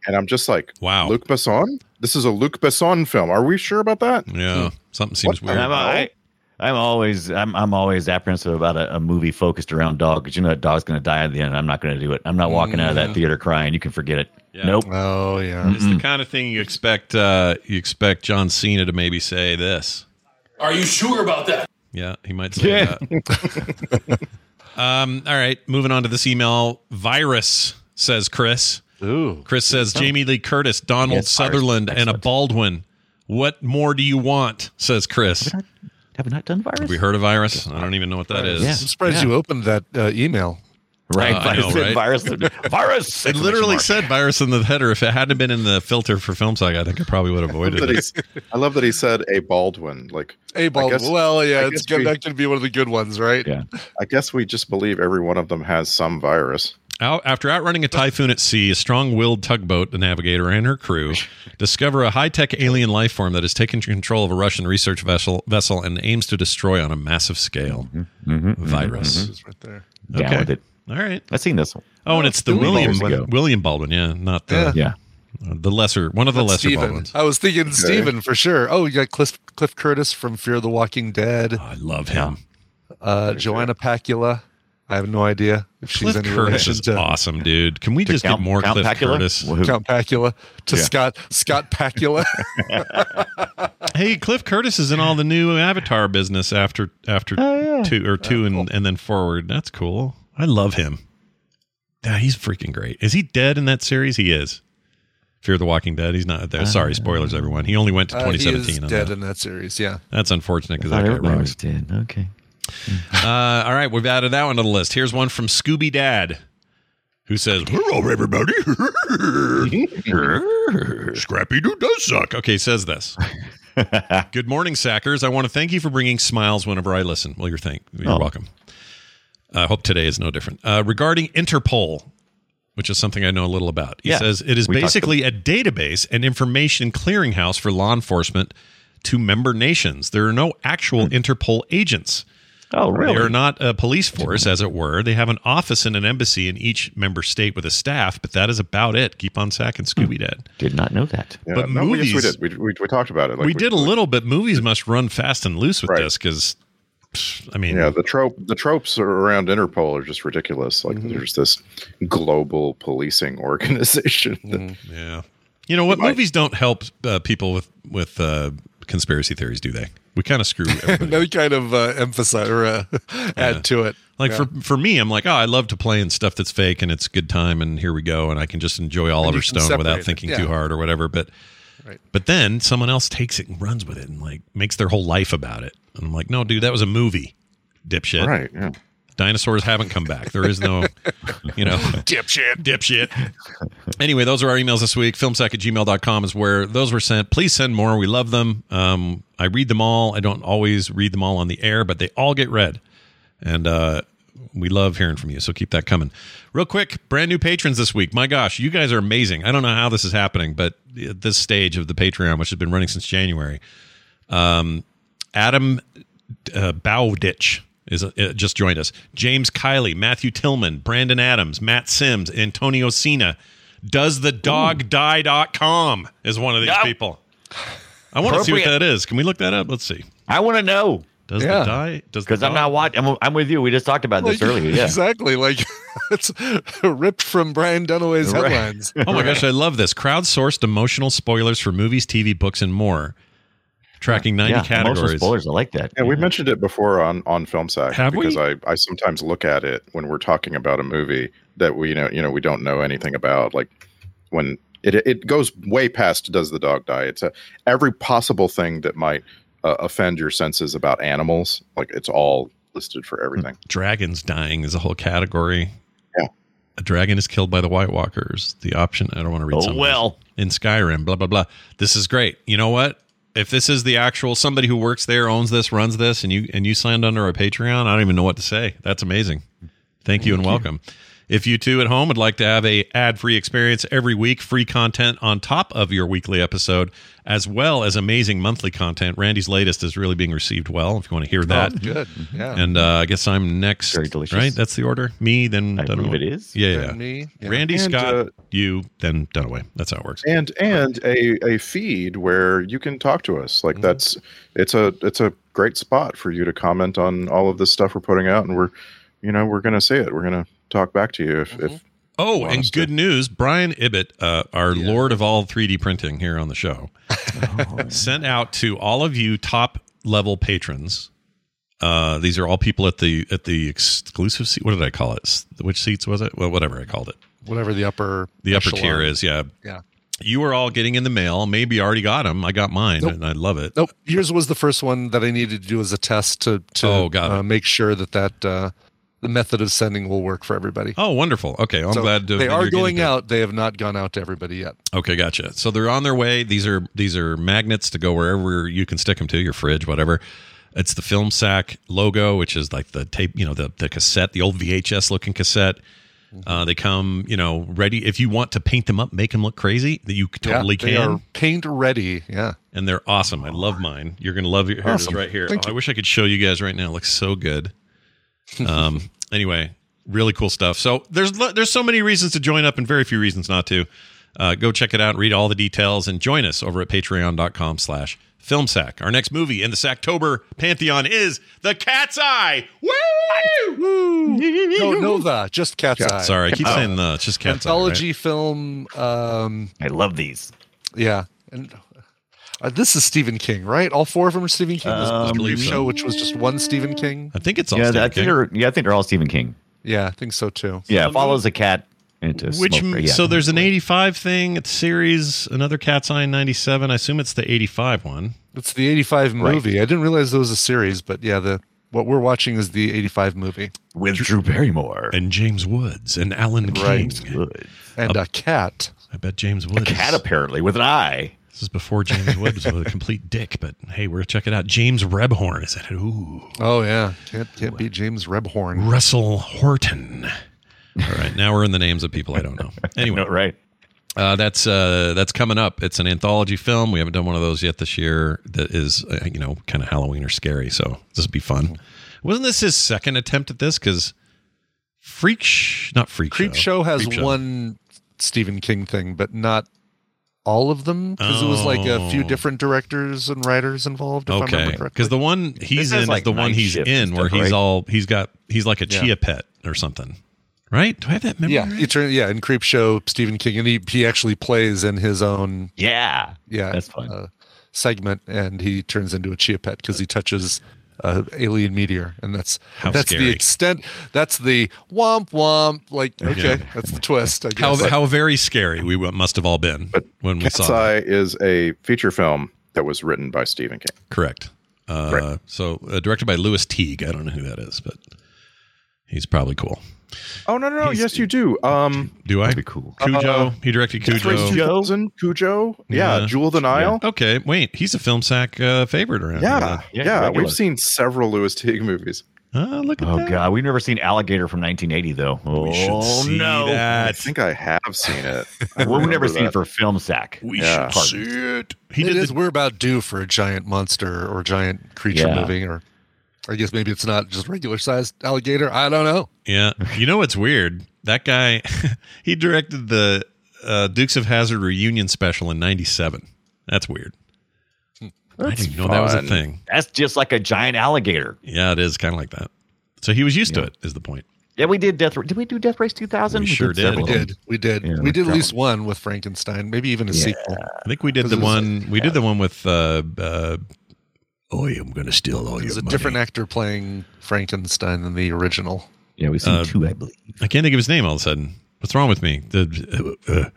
And I'm just like,
wow,
Luc Besson. This is a Luc Besson film. Are we sure
*laughs*
about that?
Yeah, something seems
What the
I'm, I, I'm always I'm I'm always apprehensive about a, a movie focused around dog because you know that dog's going to die at the end. I'm not going to do it. I'm not walking out of that
Yeah.
theater crying. You can forget it.
Yeah.
Nope.
Oh yeah.
It's
Mm-hmm.
the kind of thing you expect. Uh, you expect John Cena to maybe say this.
Are you sure about that?
Yeah, he might say that. *laughs* um, all right, moving on to this email. Virus says Chris.
Mm.
Ooh.
Chris says
Oh.
Jamie Lee Curtis, Donald
Yes, virus.
Sutherland, and a Baldwin. What more do you want? Says Chris. Have
we not, done virus?
Have we heard of virus? I don't even know what that is.
I'm surprised you opened that uh, email.
Right, Uh, I know, *laughs* virus-
virus. virus.
It literally said virus in the header. If it hadn't been in the filter for film saga, I think I probably would have
I love
avoided
that
it.
he's- I love that he said a Baldwin. Like
Hey, Bob.
guess-
Well,
I
yeah,
guess
it's good.
we-
That could be one of the good ones, right?
Yeah.
I guess we just believe every one of them has some virus.
Out, after outrunning a typhoon at sea, a strong willed tugboat, the navigator, and her
*laughs*
crew discover a high tech alien life form that has taken control of a Russian research vessel, vessel and aims to destroy on a massive scale. Virus.
It's right there.
Down
Okay.
with it.
All right.
I've
*laughs*
seen this one.
Oh, and it's the
Years
William
ago.
William Baldwin, yeah, not the
Yeah.
uh, the lesser one of the
That's
lesser
Steven.
Baldwins.
I was thinking Steven for sure. Oh, you got Cliff, Cliff Curtis from Fear the Walking Dead.
I love him.
Uh, Joanna Pacula. I have no idea if she's
Cliff
any
Curtis
relation
is
to
awesome, dude. Can we just get more Cliff Curtis?
Count Pacula to
Yeah.
Scott Scott Pacula.
hey, Cliff Curtis is in all the new Avatar business after after
Oh,
two or
Oh,
two and, and then forward. That's cool. I love him. Yeah, he's freaking great. Is he dead in that series? He is. Fear the Walking Dead. He's not
Uh,
there. Sorry, spoilers, everyone. He only went to
Uh, he is
2017. on
dead
that.
in that series. Yeah.
That's unfortunate because
I
that
thought
guy
everybody
rocks.
was dead. Okay.
Uh, all right, we've added that one to the list. Here's one from Scooby Dad, who says, "Hello, everybody. *laughs* Scrappy Doo does suck." Okay, says this. Good morning, Sackers. I want to thank you for bringing smiles whenever I listen. Well, you're thank. You're
Oh.
welcome. I hope today is no different. Uh, regarding Interpol, which is something I know a little about, he
Yeah,
says it is
we talked
basically a database and information clearinghouse for law enforcement to member nations. There are no actual Interpol agents.
Oh, really?
They're not a police force, as it were. They have an office and an embassy in each member state with a staff, but that is about it. Keep on sacking Scooby Dad.
Did not know that.
Yeah,
But
no, we, yes,
movies-
we did. We, we, we talked about it.
we, did a little, but movies must run fast and loose with this because, I mean,
Yeah, the trope the tropes are around Interpol are just ridiculous. Like
Mm-hmm.
there's this global policing *laughs* organization. that-
Mm-hmm. yeah. You know what? Movies don't help uh, people with with uh, conspiracy theories, do they? We kind of
*laughs*
screw everybody.
no kind of uh, emphasize or uh, *laughs*
Yeah.
add to it.
Like
Yeah.
for for me, I'm like, oh, I love to play in stuff that's fake and it's a good time and here we go and I can just enjoy Oliver
can
Stone
separate
without
it.
thinking
Yeah.
too hard or whatever. But
Right.
but then someone else takes it and runs with it and like makes their whole life about it. And I'm like, no, dude, that was a movie, dipshit.
Right. Yeah.
Dinosaurs haven't come back. There is
*laughs*
no, you know,
dipshit,
dipshit. Anyway, those are our emails this week. Filmsack at gmail.com is where those were sent. Please send more. We love them. Um, I read them all. I don't always read them all on the air, but they all get read. And uh, we love hearing from you. So keep that coming. Real quick, brand new patrons this week. My gosh, you guys are amazing. I don't know how this is happening, but at this stage of the Patreon, which has been running since January, um, Adam uh, Bowditch is uh, just joined us. James Kiley, Matthew Tillman, Brandon Adams, Matt Sims, Antonio Cena. Does the dog die.com is one of these
Yep.
people. I want to see what
Appropriate.
that is. Can we look that up? Let's see.
I want to know.
Does the die? Does the
Because I'm
dog-
not watching. I'm, I'm with you. We just talked about this
Like,
earlier. Yeah.
Exactly. Like *laughs* it's ripped from Brian Dunaway's
Right.
headlines.
Oh my gosh, I love this. Crowdsourced emotional spoilers for movies, TV, books, and more. tracking 90
Yeah, emotional
categories.
spoilers, I like that.
Yeah, we mentioned it before on on film sack
Mm-hmm. Have we?
because I, I sometimes look at it when we're talking about a movie that we you know you know we don't know anything about like when it it goes way past does the dog die it's a, every possible thing that might uh, offend your senses about animals like it's all listed for everything
Dragons dying is a whole category.
Yeah.
A dragon is killed by the White Walkers. The option I don't want to read.
Oh,
some of
well.
this. in Skyrim, blah blah blah. This is great. You know what? If this is the actual somebody who works there, owns this, runs this, and you and you signed under a Patreon, I don't even know what to say. That's amazing. Thank you and welcome. If you too at home would like to have a ad-free experience every week, free content on top of your weekly episode, as well as amazing monthly content. Randy's latest is really being received well. If you want to hear that,
Oh, good. Yeah.
And uh, I guess I'm next. Very delicious. Right? That's the order. Me, then I Dunaway.
believe it is.
Yeah,
Then
yeah.
me, yeah.
Randy,
And,
Scott,
uh,
you, then Dunaway. That's how it works.
and and a, a feed where you can talk to us
Mm-hmm.
like that's it's a it's a great spot for you to comment on all of this stuff we're putting out and we're you know we're gonna see it we're gonna talk back to you if, if
Oh, and good news, Brian Ibbett, uh, our lord of all 3D printing here on the
*laughs*
show,
Oh.
sent out to all of you top level patrons. Uh, these are all people at the at the exclusive seat. What did I call it? S- Which seats was it? Well, whatever I called it.
Whatever the upper
The upper
echelon.
tier is. Yeah.
Yeah.
You are all getting in the mail. Maybe you already got them. I got mine,
Nope.
and I love it.
Nope. Yours was the first one that I needed to do as a test to to
Oh, got it.
uh, make sure that that uh, the method of sending will work for everybody.
Oh, wonderful. Okay, I'm
So
glad to.
they
that
are
you're getting
going
that.
out. They have not gone out to everybody yet.
Okay, gotcha. So they're on their way. These are these are magnets to go wherever you can stick them to your fridge, whatever. It's the film sack logo, which is like the tape, you know, the the cassette, the old VHS looking cassette.
Mm-hmm.
Uh, they come, you know, ready. If you want to paint them up, make them look crazy, that you totally
yeah, they
can.
are paint ready. Yeah.
And they're awesome. I love mine. You're gonna love your here it is
Awesome.
right here. Oh,
Thank
I
you.
wish I could show you guys right now. It looks so good. Um, *laughs* anyway, really cool stuff. So there's lo- there's so many reasons to join up and very few reasons not to. Uh, go check it out, read all the details, and join us over at patreon.com slash filmsack. Our next movie in the Sacktober Pantheon is The Cat's Eye. Woo!
No, Nova, just cat's eye.
Sorry, I keep saying the. It's just Cat's
Anthology
Eye.
film. Um,
I love these.
yeah, and uh, this is Stephen King, right? All four of them are Stephen King. This
I
was
Um, believe
a
so. Uh,
show which was just one Stephen King.
right? I think it's all
yeah,
Stephen
I think
King.
they're yeah, I think they're all Stephen King.
Yeah, I think so too.
Yeah, follows a cat into
Um, Which
smoke.
m
Yeah.
so there's an 85 thing. It's series another Cat's Eye in 97. I assume it's the 85 one.
It's the '85
Right.
movie. I didn't realize there was a series, but yeah, the what we're watching is the '85 movie
with Drew Barrymore
And James Woods and Alan
Right.
King.
Good.
and a cat.
I bet James
A
Woods.
cat apparently with an eye.
This is before James Woods was a complete dick, but hey, we're gonna check it out. James Rebhorn is in it. Ooh,
Oh yeah, can't can't beat James Rebhorn.
Russell Horton. All right, now we're in the names of people I don't know.
*laughs*
Anyway,
No, right.
Uh, that's uh, that's coming up. It's an anthology film. We haven't done one of those yet this year. That is, uh, you know, kind of Halloween or scary. So this would be fun. Wasn't this his second attempt at this? Because Freak, sh- not Freak,
Creep Show has
Creep
one Stephen King thing, but not all of them because it was like a few
Oh.
different directors and writers involved. If I
Okay,
remember correctly.
because the one he's
has,
in
like,
is the one
night
he's
shift
in,
and
where
stuff,
he's
right?
all he's got. He's like a
Yeah.
chia pet or something, right? Do I have that memory?
yeah,
right?
Etern- yeah, in Creep Show, Stephen King, and he he actually plays in his own
Yeah.
yeah
That's fun.
Uh, segment, and he turns into a chia pet because he touches. Uh, alien meteor, and that's
How
that's
scary.
the extent. That's the womp womp. Like okay, that's the twist. I
How
guess.
how very scary we must have all been when we
cat's
saw. that.
eye is a feature film that was written by stephen king
Correct. Uh,
Right.
So uh, directed by Lewis Teague. I don't know who that is, but he's probably cool.
oh no no, no
He's-
yes you do um
Do I?
That'd be cool.
Cujo.
Uh,
he directed Cujo.
Cujo.
2000, cujo yeah,
Yeah.
jewel of the nile
Okay, wait. He's a film sack uh, favorite around.
yeah
here,
yeah,
Yeah, regular.
we've seen several lewis teague movies
then. Uh, look at
Oh
that.
god, we've never seen Alligator from 1980 though. Oh
We should see
no.
i
that.
think i have seen it I
Well, we've never
remember
seen it
that.
for film sack.
We
Yeah.
should see it. He
It
did
is-
the,
we're about due for a giant monster or giant creature
Yeah.
movie, or I guess maybe it's not just regular sized alligator. I don't know.
Yeah. You know what's weird? That guy, *laughs* he directed the uh, Dukes of Hazard reunion special in '97. That's weird. I
That's
didn't know that was a
fun.
thing.
That's just like a giant alligator.
Yeah, it is kind of like that. So he was used to it. Is the point?
Yeah, we did Death. Ra- Did we do Death Race 2000?
We sure did.
several
We
of them.
did, we did,
Yeah,
we did at
that
least one with Frankenstein, maybe even a sequel.
I think we did
'Cause
the
it was
one. we did the one with uh, uh,
I am going to steal all
There's
your
a
money.
different actor playing Frankenstein than the original.
Yeah, we've
Uh,
seen two,
I believe.
I can't think of his name all of a sudden. What's wrong with me? The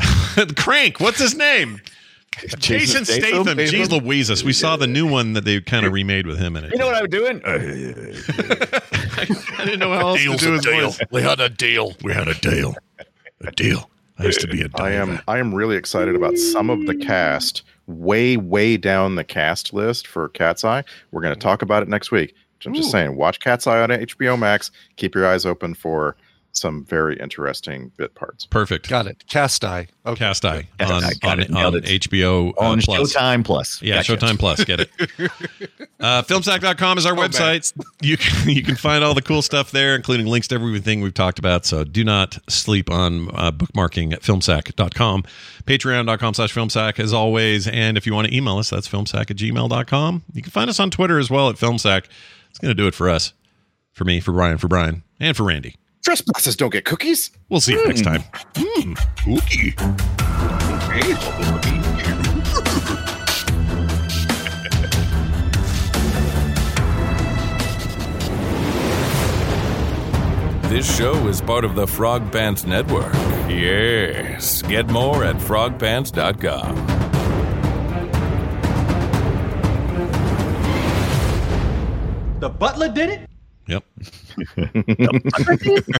uh, *laughs* uh, Crank. What's his name? Jason Statham. Jeez Louise, us. We saw the new one that they kind of remade with him in it.
You know what I'm doing?
I didn't know how else to
Deal's
do
a
his
deal.
voice.
We had a deal. We had a deal. A deal. Has to be a
I am I am really excited about some of the cast. Way way down the cast list for Cat's Eye. We're going to talk about it next week. I'm just
Ooh.
saying, watch Cat's Eye on HBO Max. Keep your eyes open for some very interesting bit parts.
Perfect.
Got it. Cast Eye. Okay.
Cast Eye
Cast
on,
Eye, got
on,
it, nailed
on
it.
HBO uh,
On
Plus.
Showtime Plus.
Yeah,
Gotcha.
Showtime Plus. Get
*laughs*
it. uh, filmsack.com
Oh,
is our website. You can, you can find all the cool stuff there, including links to everything we've talked about. So do not sleep on uh, bookmarking at filmsack.com. Patreon.com slash filmsack, as always. And if you want to email us, that's filmsack at gmail.com. You can find us on Twitter as well at filmsack. It's going to do it for us, for me, for Brian, for Brian, and for Randy.
Trespassers don't get cookies. Hmm.
We'll see you next time. Cookie.
This show is part of the Frog Pants Network. Yes. Get more at frogpants.com.
The butler did it?
Yep.